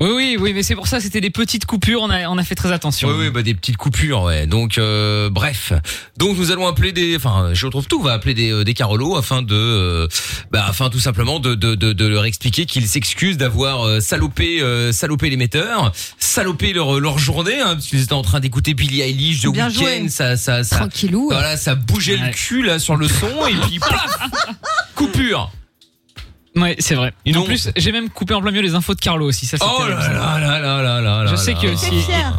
Speaker 6: Oui, oui, oui, mais c'est pour ça, c'était des petites coupures, on a, on a fait très attention.
Speaker 2: Oui, oui, bah des petites coupures, ouais. Donc, euh, bref. Donc, nous allons appeler des, enfin, je retrouve tout, on va appeler des, euh, des Carolos afin de, euh, bah, afin tout simplement de, de, de, de leur expliquer qu'ils s'excusent d'avoir euh, salopé, euh, salopé les metteurs, salopé leur, leur journée, hein, parce qu'ils étaient en train d'écouter Billie Eilish de
Speaker 4: Bien
Speaker 2: week-end,
Speaker 4: joué.
Speaker 2: ça, ça, ça,
Speaker 3: Tranquillou.
Speaker 2: Voilà, ça bougeait le
Speaker 6: Ouais.
Speaker 2: cul là sur le son et puis paf Coupure.
Speaker 6: Ouais, c'est vrai.
Speaker 2: Une
Speaker 6: en
Speaker 2: honte.
Speaker 6: plus, j'ai même coupé en plein mieux les infos de Carlo aussi, ça c'est
Speaker 2: Oh
Speaker 6: terrible,
Speaker 2: là Oh
Speaker 6: ça.
Speaker 2: là là là là là là.
Speaker 6: je sais
Speaker 2: là
Speaker 6: que
Speaker 2: là.
Speaker 6: si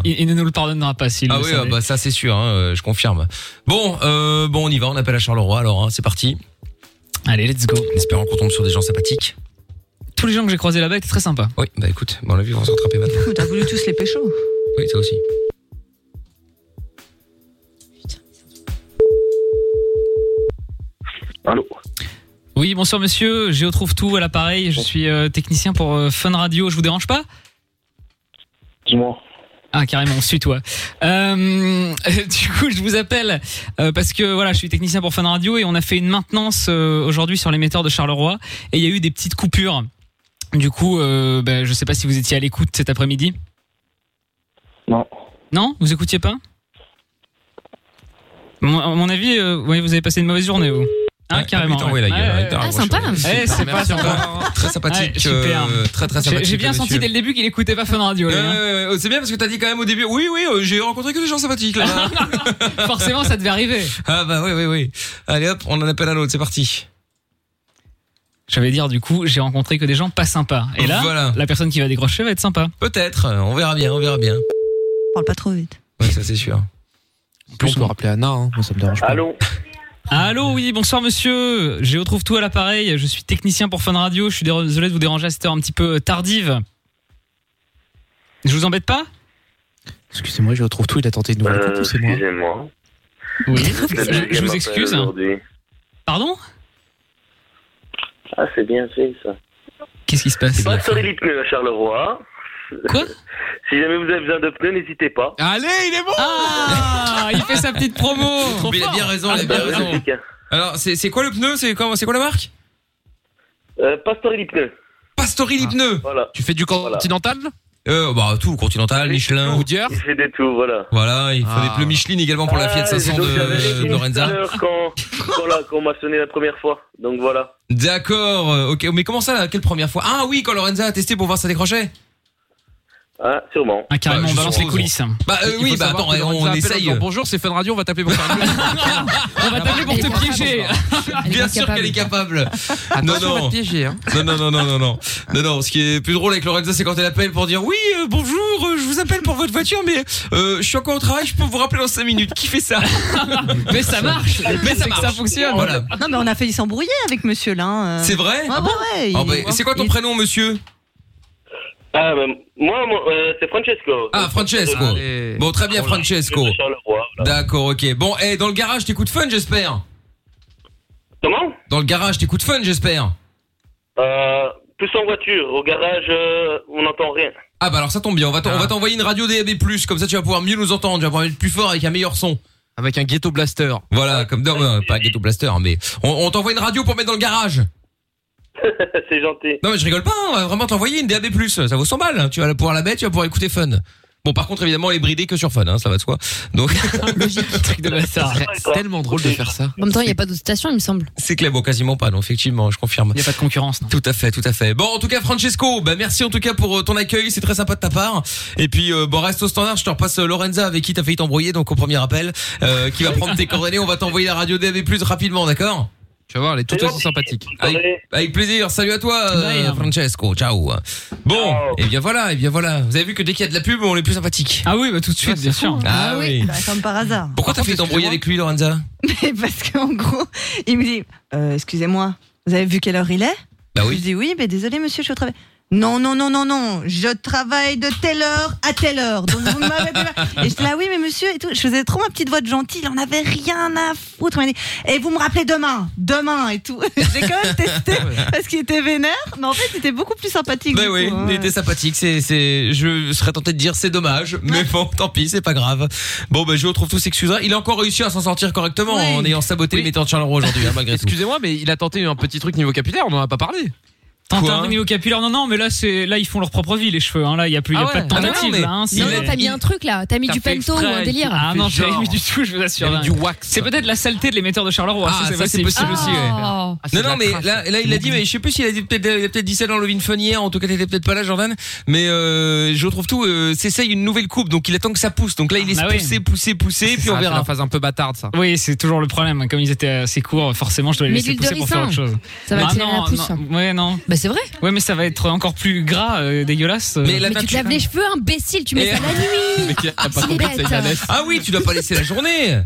Speaker 6: il, il ne nous le pardonnera pas s'il
Speaker 2: Ah
Speaker 6: le
Speaker 2: oui,
Speaker 6: savait.
Speaker 2: ah bah ça c'est sûr, hein, euh, je confirme. Bon, euh, bon, on y va, on appelle à Charleroi alors, hein, c'est parti.
Speaker 6: Allez, let's go.
Speaker 2: En espérant qu'on tombe sur des gens sympathiques.
Speaker 6: Tous les gens que j'ai croisés là-bas étaient très sympas.
Speaker 2: Oui, bah écoute, bon, la vie, on va se rattraper maintenant.
Speaker 4: T'as voulu tous les pécho
Speaker 2: Oui, ça aussi.
Speaker 9: Allô
Speaker 6: Oui, bonsoir monsieur, Géo trouve tout à l'appareil, je suis euh, technicien pour euh, Fun Radio, je vous dérange pas
Speaker 9: Dis-moi.
Speaker 6: Ah carrément, on suit toi. Euh, du coup, je vous appelle euh, parce que voilà, je suis technicien pour Fun Radio et on a fait une maintenance euh, aujourd'hui sur l'émetteur de Charleroi et il y a eu des petites coupures. Du coup, euh, ben, je sais pas si vous étiez à l'écoute cet après-midi.
Speaker 9: Non.
Speaker 6: Non, vous écoutiez pas Mon- À mon avis, euh, ouais, vous avez passé une mauvaise journée vous. Hein,
Speaker 2: Ouais,
Speaker 6: carrément.
Speaker 2: ah, putain, ouais, la gueule,
Speaker 6: Ouais,
Speaker 2: ouais,
Speaker 6: ouais.
Speaker 2: putain,
Speaker 3: Ah,
Speaker 2: moi,
Speaker 3: sympa.
Speaker 2: je suis-
Speaker 6: Eh, c'est pas
Speaker 2: Merci,
Speaker 6: sympa.
Speaker 2: quoi. Très sympathique.
Speaker 6: Ouais, Ah, super.
Speaker 2: euh, très très
Speaker 6: J'ai
Speaker 2: sympathique. Euh,
Speaker 6: j'ai bien
Speaker 2: le
Speaker 6: senti
Speaker 2: monsieur.
Speaker 6: dès le début qu'il écoutait pas Fun Radio. lui,
Speaker 2: Ouais,
Speaker 6: hein.
Speaker 2: ouais, ouais, c'est bien parce que t'as dit quand même au début, oui, oui, euh, j'ai rencontré que des gens sympathiques là.
Speaker 6: Forcément, ça devait arriver.
Speaker 2: ah bah oui, oui, oui. Allez hop, on en appelle un autre, c'est parti.
Speaker 6: J'allais dire, du coup, j'ai rencontré que des gens pas sympas. Et là,
Speaker 2: Voilà.
Speaker 6: la personne qui va décrocher va être sympa.
Speaker 2: Peut-être, euh, on verra bien, on verra bien.
Speaker 4: Parle pas trop vite.
Speaker 2: Ouais, ça c'est sûr.
Speaker 5: En plus, on peut rappeler Anna, hein, moi, ça me dérange pas.
Speaker 9: Allô
Speaker 6: Allô, oui, bonsoir monsieur. Géo trouve tout à l'appareil. Je suis technicien pour Fun Radio. Je suis dé- désolé de vous déranger à cette heure un petit peu euh, tardive. Je vous embête pas
Speaker 5: Excusez-moi, je retrouve tout, il a tenté de nous raconter,
Speaker 9: euh,
Speaker 5: c'est moi.
Speaker 9: Excusez-moi.
Speaker 6: Oui.
Speaker 9: La deuxième
Speaker 6: je vous
Speaker 9: appel
Speaker 6: excuse.
Speaker 9: aujourd'hui.
Speaker 6: Pardon
Speaker 9: Ah, c'est bien fait ça.
Speaker 6: Qu'est-ce qui se passe
Speaker 9: Pas sur les pneus à Charleroi.
Speaker 6: Quoi
Speaker 9: Si jamais vous avez besoin de pneus, n'hésitez pas.
Speaker 5: Allez, Eh, il est bon
Speaker 6: Ah Il fait sa petite promo
Speaker 2: Mais il a bien raison, il a bien raison.
Speaker 9: Magnifique, hein.
Speaker 2: Alors, c'est c'est quoi le pneu C'est quoi, c'est quoi la marque
Speaker 9: Euh, Pastori les pneus.
Speaker 2: Pastori les pneus.
Speaker 9: Voilà.
Speaker 5: Ah. Tu fais du continental
Speaker 2: Euh, bah tout, Continental, Michelin.
Speaker 5: Goodyear
Speaker 9: Il fait des tours, voilà.
Speaker 2: Voilà, il faut
Speaker 5: Ah.
Speaker 2: des pneus Michelin également pour la Fiat
Speaker 9: Ah,
Speaker 2: 500
Speaker 9: donc, j'avais
Speaker 2: de,
Speaker 9: réfléchi
Speaker 2: de
Speaker 9: tout à
Speaker 2: Lorenza.
Speaker 9: l'heure Quand, quand, là, quand on m'a sonné la première fois. Donc voilà.
Speaker 2: D'accord, euh, ok. Mais comment ça, la- quelle première fois Ah oui, quand Lorenza a testé pour voir si ça décrochait.
Speaker 9: Ah, sûrement.
Speaker 6: Ah, carrément,
Speaker 2: Bah,
Speaker 6: on
Speaker 2: je
Speaker 6: balance les
Speaker 2: suppose.
Speaker 6: coulisses.
Speaker 2: Bah euh,
Speaker 5: Il faut
Speaker 2: oui, bah
Speaker 5: savoir
Speaker 2: attends,
Speaker 5: que Lorenza
Speaker 2: on
Speaker 5: appelle en
Speaker 2: essaye.
Speaker 5: disant, Bonjour, c'est Fun Radio, on va t'appeler pour faire un truc.
Speaker 6: On va t'appeler pour
Speaker 5: Ah,
Speaker 3: Elle est
Speaker 6: te
Speaker 3: capable,
Speaker 6: piéger.
Speaker 3: Elle est
Speaker 2: Bien
Speaker 3: pas
Speaker 2: sûr
Speaker 3: capable.
Speaker 2: qu'elle est capable. non,
Speaker 5: Attention, on va
Speaker 2: non.
Speaker 5: te piéger. Hein.
Speaker 2: Non, non, non, non, non, non. Non, non, ce qui est plus drôle avec Lorenza, c'est quand elle appelle pour dire oui, euh, bonjour, euh, je vous appelle pour votre voiture, mais euh, je suis encore au travail, je peux vous rappeler dans 5 minutes. Qui fait ça
Speaker 6: Mais ça marche Mais ça, ça fonctionne
Speaker 2: Voilà.
Speaker 4: Ah, Non, mais on a failli s'embrouiller avec monsieur là. hein.
Speaker 2: C'est vrai
Speaker 4: Ah, bah ouais.
Speaker 2: Oh,
Speaker 4: il-
Speaker 2: bah, C'est quoi ton
Speaker 4: il-
Speaker 2: prénom, monsieur
Speaker 9: Ah, bah, moi, moi, euh, c'est Francesco.
Speaker 2: Ah, Francesco.
Speaker 5: Allez.
Speaker 2: Bon, très bien,
Speaker 9: Voilà.
Speaker 2: Francesco.
Speaker 9: De Charleroi. voilà.
Speaker 2: D'accord, ok. Bon, et dans le garage, t'écoutes fun, j'espère.
Speaker 9: Comment
Speaker 2: Dans le garage, t'écoutes fun, j'espère.
Speaker 9: euh, Plus en voiture. Au garage, euh, on n'entend rien.
Speaker 2: Ah bah alors ça tombe bien, on va t'en- on va t'envoyer une radio DAB+, comme ça tu vas pouvoir mieux nous entendre, tu vas pouvoir être plus fort avec un meilleur son.
Speaker 5: Avec un ghetto blaster.
Speaker 2: Voilà, comme dans, euh, pas Ghetto Blaster, mais on, on t'envoie une radio pour mettre dans le garage.
Speaker 9: c'est gentil.
Speaker 2: Non mais je rigole pas, hein, on va vraiment t'envoyer une DAB+, ça vaut 100 balles, hein. tu vas pouvoir la mettre, tu vas pouvoir écouter fun. Bon par contre évidemment elle est bridée que sur fun, hein, ça va de soi. Donc
Speaker 6: Truc de
Speaker 5: Ça
Speaker 6: bâtard.
Speaker 5: serait tellement drôle de faire ça.
Speaker 3: En même temps, il n'y a pas d'autre station, il me semble.
Speaker 2: c'est clair, bon quasiment pas, non effectivement, je confirme.
Speaker 6: Il n'y a pas de concurrence, non
Speaker 2: Tout à fait, tout à fait. Bon, en tout cas, Francesco, bah merci en tout cas pour euh, ton accueil, c'est très sympa de ta part. Et puis, euh, bon, reste au standard. Je te repasse euh, Lorenza avec qui t'as failli t'embrouiller, donc au premier appel, euh, qui va prendre tes coordonnées. On va t'envoyer la radio DAB+ rapidement, d'accord
Speaker 5: Tu vas voir, elle est tout
Speaker 9: C'est
Speaker 5: aussi sympathique.
Speaker 2: Avec-
Speaker 9: Attendez.
Speaker 2: Avec plaisir. Salut à toi, euh,
Speaker 6: Bye.
Speaker 2: Francesco. Ciao. Bon,
Speaker 9: Ciao.
Speaker 2: et bien voilà, et bien voilà. Vous avez vu que dès qu'il y a de la pub, on est plus sympathique.
Speaker 6: Ah oui, bah tout de suite, bien sûr.
Speaker 2: Ah, oui.
Speaker 4: Bah, Comme par hasard.
Speaker 2: Pourquoi t'as failli t'embrouiller avec lui, Lorenza
Speaker 4: Mais parce qu'en gros, il me dit euh, Excusez-moi, vous avez vu quelle heure il est
Speaker 2: Bah
Speaker 4: Je
Speaker 2: oui.
Speaker 4: dis Oui, mais désolé, monsieur, je suis au travail. Non, non, non, non, non, je travaille de telle heure à telle heure. Donc vous ne m'avez pas. Et je dis là, Bah oui, mais monsieur, et tout. Je faisais trop ma petite voix de gentille, il en avait rien à foutre. Il m'a dit, et vous me rappelez demain, demain et tout. J'ai quand même testé parce qu'il était vénère, mais en fait, il était beaucoup plus sympathique.
Speaker 2: Bah
Speaker 4: du
Speaker 2: oui,
Speaker 4: coup, hein.
Speaker 2: il était sympathique, c'est, c'est, je serais tenté de dire c'est dommage, mais bon, tant pis, c'est pas grave. Bon, ben, je retrouve tout s'excusera. Il a encore réussi à s'en sortir correctement
Speaker 4: Oui.
Speaker 2: en ayant saboté
Speaker 5: Oui.
Speaker 2: les metteurs de Charleroi aujourd'hui, hein, malgré tout.
Speaker 5: Excusez-moi, mais il a tenté un petit truc niveau capillaire, on n'en a pas parlé.
Speaker 6: Tenter
Speaker 2: Quoi
Speaker 6: un niveau capillaire, non, non, mais là, c'est, là, ils font leur propre vie, les cheveux, hein. Là, il n'y a plus, il y a
Speaker 5: Ah
Speaker 6: pas de
Speaker 5: ouais.
Speaker 2: Ah non,
Speaker 6: tentative,
Speaker 2: mais
Speaker 6: là, hein. C'est-
Speaker 3: Non,
Speaker 2: Il
Speaker 3: non,
Speaker 2: est-
Speaker 3: t'as mis
Speaker 2: il-
Speaker 3: un truc là, t'as mis
Speaker 5: T'as
Speaker 3: du
Speaker 5: fait
Speaker 3: pento ou
Speaker 5: exprès,
Speaker 3: un délire.
Speaker 5: il-
Speaker 6: Ah non, j'ai
Speaker 5: Genre.
Speaker 6: mis du tout, je vous
Speaker 5: Il y
Speaker 6: assure.
Speaker 5: avait du wax.
Speaker 6: C'est peut-être la saleté de l'émetteur de
Speaker 5: Oh,
Speaker 6: Charleroi.
Speaker 2: Ah, ça, c'est possible aussi, ouais.
Speaker 3: Oh.
Speaker 5: Ah, c'est
Speaker 2: Non,
Speaker 5: de la
Speaker 2: non, mais
Speaker 5: crasse.
Speaker 2: là, là, il a dit, mais je sais plus s'il a dit peut-être, il a peut-être dit ça dans le Fun hier, en tout cas, t'étais peut-être pas là, Jordan, mais, euh, je retrouve tout, euh, s'essaye une nouvelle coupe, donc il attend que ça pousse, donc là, il laisse
Speaker 6: Ah oui.
Speaker 2: pousser, pousser, pousser, puis
Speaker 5: Ça,
Speaker 2: on
Speaker 5: bah c'est
Speaker 2: verra.
Speaker 5: la phase un peu bâtarde, ça.
Speaker 6: Oui, c'est toujours le problème. Comme ils étaient assez courts, forcément, je dois les
Speaker 3: Mais
Speaker 6: laisser
Speaker 3: l'huile de
Speaker 6: pousser pour faire autre
Speaker 3: ricin.
Speaker 6: chose.
Speaker 3: Ça va
Speaker 6: Ah
Speaker 3: accélérer
Speaker 6: non,
Speaker 3: la pousse.
Speaker 6: non, ouais, non.
Speaker 3: Bah, ça c'est vrai.
Speaker 6: Ouais, mais ça va être encore plus gras, euh, dégueulasse.
Speaker 2: Mais la
Speaker 3: Mais tu te laves les cheveux, imbécile, tu mets
Speaker 2: Et-
Speaker 3: ça la nuit.
Speaker 2: Mais qui a pas
Speaker 3: si,
Speaker 2: compris que
Speaker 3: bête.
Speaker 2: c'était la nef. Ah oui, tu dois pas laisser la journée.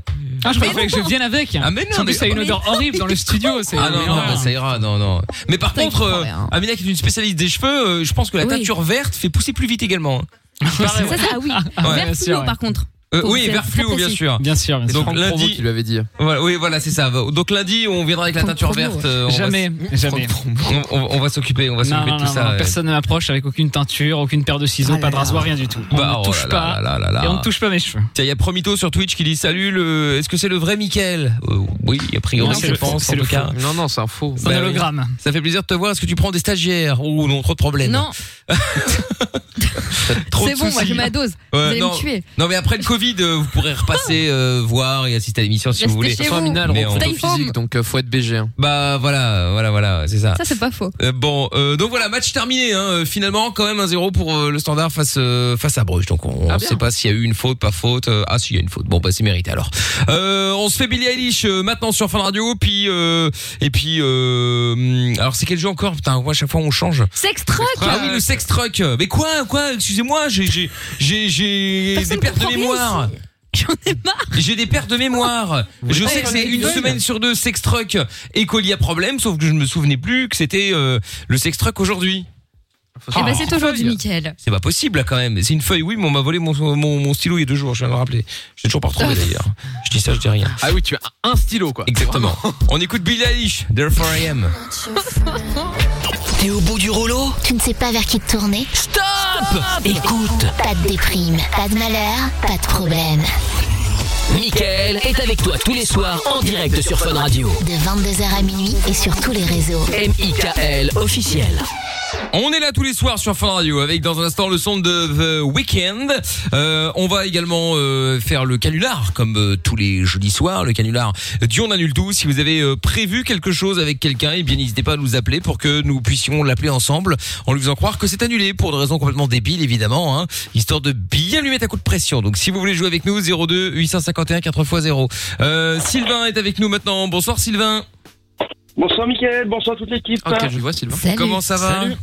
Speaker 6: Ah, je préfère que je vienne avec.
Speaker 2: Ah, mais non,
Speaker 6: Sans doute,
Speaker 2: mais-
Speaker 6: ça a une odeur horrible dans le studio. c'est-
Speaker 2: Ah non, non, bah, ça ira, non, non. Mais par
Speaker 3: Putain, il
Speaker 2: contre,
Speaker 3: comprend
Speaker 2: euh,
Speaker 3: rien.
Speaker 2: Amina qui est une spécialiste des cheveux, euh, je pense que la
Speaker 3: hein. Oui.
Speaker 2: teinture verte fait pousser plus vite également. hein.
Speaker 3: Ça, ça, ah oui.
Speaker 6: bien
Speaker 3: Vert
Speaker 6: sûr,
Speaker 3: fluo,
Speaker 6: ouais.
Speaker 3: par contre.
Speaker 2: Euh,
Speaker 3: Faut-
Speaker 2: oui,
Speaker 3: c'est
Speaker 2: vert
Speaker 3: très
Speaker 2: fluo, bien
Speaker 3: précis.
Speaker 2: sûr.
Speaker 6: Bien sûr, bien
Speaker 2: Et
Speaker 6: sûr.
Speaker 2: donc
Speaker 5: Franck Provost
Speaker 2: lundi,
Speaker 5: qui lui avait dit.
Speaker 2: voilà, oui, voilà, c'est ça. Donc lundi, on viendra avec la
Speaker 3: Franck
Speaker 2: teinture
Speaker 3: Provost,
Speaker 2: verte. euh, on va
Speaker 6: Jamais,
Speaker 2: s-
Speaker 6: jamais.
Speaker 2: On, on- on va s'occuper, on va
Speaker 6: Non,
Speaker 2: s'occuper
Speaker 6: non,
Speaker 2: de tout
Speaker 6: non,
Speaker 2: ça.
Speaker 6: non,
Speaker 2: ouais.
Speaker 6: personne ne m'approche avec aucune teinture, aucune paire de ciseaux, pas de rasoir, rien du tout. On
Speaker 2: Bah,
Speaker 6: ne
Speaker 2: oh
Speaker 6: touche
Speaker 2: là là
Speaker 6: pas.
Speaker 2: là là là.
Speaker 6: Et on ne touche pas mes cheveux.
Speaker 2: Tiens, il y a Promito sur Twitch qui dit Salut, le... est-ce que c'est le vrai Mickaël Euh, Oui, a priori,
Speaker 6: Non,
Speaker 2: je
Speaker 6: c'est le-
Speaker 2: pense,
Speaker 6: c'est
Speaker 2: en
Speaker 6: le
Speaker 2: tout cas.
Speaker 6: faux.
Speaker 5: Non, non, c'est un faux.
Speaker 6: C'est
Speaker 2: Bah
Speaker 6: un
Speaker 2: oui.
Speaker 6: hologramme.
Speaker 2: Ça fait plaisir de te voir. Est-ce que tu prends des stagiaires ou non Trop de problèmes.
Speaker 3: Non,
Speaker 2: Trop
Speaker 3: c'est
Speaker 2: de
Speaker 3: bon, moi
Speaker 2: soucis.
Speaker 3: j'ai ma dose. Vous
Speaker 2: Ouais,
Speaker 3: allez
Speaker 2: non.
Speaker 3: me tuer.
Speaker 2: Non, mais après le Covid, euh, vous pourrez repasser, euh, voir et assister à l'émission si
Speaker 3: Restez
Speaker 2: vous voulez.
Speaker 3: chez
Speaker 5: Sans
Speaker 3: vous.
Speaker 5: Amina, elle
Speaker 2: Mais
Speaker 5: reprend
Speaker 2: on-
Speaker 5: ton
Speaker 3: Stay home.
Speaker 5: physique, donc euh, faut être BG. hein.
Speaker 2: Bah voilà, voilà, voilà, c'est ça.
Speaker 3: Ça, c'est pas faux.
Speaker 2: Euh, bon, euh, donc voilà, match terminé. Hein, Euh, finalement, quand même 1-0 pour euh, le Standard face euh, face à Bruges. Donc on ne
Speaker 5: Ah, bien.
Speaker 2: sait pas s'il y a eu une faute, pas faute. Euh, ah, s'il y a une faute, bon bah c'est mérité alors. Euh, on se fait Billy Eilish euh, maintenant sur Fun Radio, puis euh, et puis euh, hum, alors c'est quel jeu encore Putain, moi à chaque fois on change.
Speaker 3: Sex truck
Speaker 2: Ah oui, le sex truck. Mais quoi, quoi Excusez-moi, j'ai j'ai j'ai j'ai des
Speaker 3: Personne
Speaker 2: pertes de
Speaker 3: comprend rien
Speaker 2: mémoire.
Speaker 3: J'en ai marre.
Speaker 2: J'ai des pertes de mémoire. Je
Speaker 5: voulez
Speaker 2: sais
Speaker 5: pas
Speaker 2: que
Speaker 5: qu'on
Speaker 2: c'est
Speaker 5: ait
Speaker 2: une
Speaker 5: une
Speaker 2: semaine sur deux sex truck et colis à problème, sauf que je ne me souvenais plus que c'était euh, le sex truck aujourd'hui.
Speaker 5: Faut
Speaker 3: Eh
Speaker 5: savoir.
Speaker 3: ben, c'est aujourd'hui, Mickaël.
Speaker 2: C'est pas possible là, quand même. C'est une feuille. Oui, mais on m'a volé mon, mon, mon stylo il y a deux jours. Je viens de le rappeler. Je l'ai toujours pas
Speaker 3: Ah.
Speaker 2: retrouvé d'ailleurs. Je dis ça, je dis rien.
Speaker 5: Ah oui, tu as un stylo quoi.
Speaker 2: Exactement. On écoute Billie Eilish. Therefore I am.
Speaker 1: T'es au bout du rouleau
Speaker 8: Tu ne sais pas vers qui te tourner
Speaker 1: Stop Écoute,
Speaker 8: Pas de déprime, pas de malheur, pas de problème.
Speaker 1: Mickaël est avec toi tous les soirs en direct sur Fun Radio.
Speaker 8: De 22h à minuit et sur tous les réseaux.
Speaker 1: M.I.K.L. officiel.
Speaker 2: On est là tous les soirs sur Fun Radio avec dans un instant le son de The Weeknd. Euh, on va également euh, faire le canular comme euh, tous les jeudis soirs, le canular du on annule tout. Si vous avez euh, prévu quelque chose avec quelqu'un, eh bien n'hésitez pas à nous appeler pour que nous puissions l'appeler ensemble en lui faisant croire que c'est annulé pour des raisons complètement débiles évidemment, hein, histoire de bien lui mettre un coup de pression. Donc si vous voulez jouer avec nous 02 851 4x0. Euh, Sylvain est avec nous maintenant. Bonsoir Sylvain.
Speaker 9: Bonsoir Mickaël, bonsoir toute l'équipe.
Speaker 5: Ok, je le vois Sylvain.
Speaker 3: Salut.
Speaker 2: Comment ça va
Speaker 5: Salut.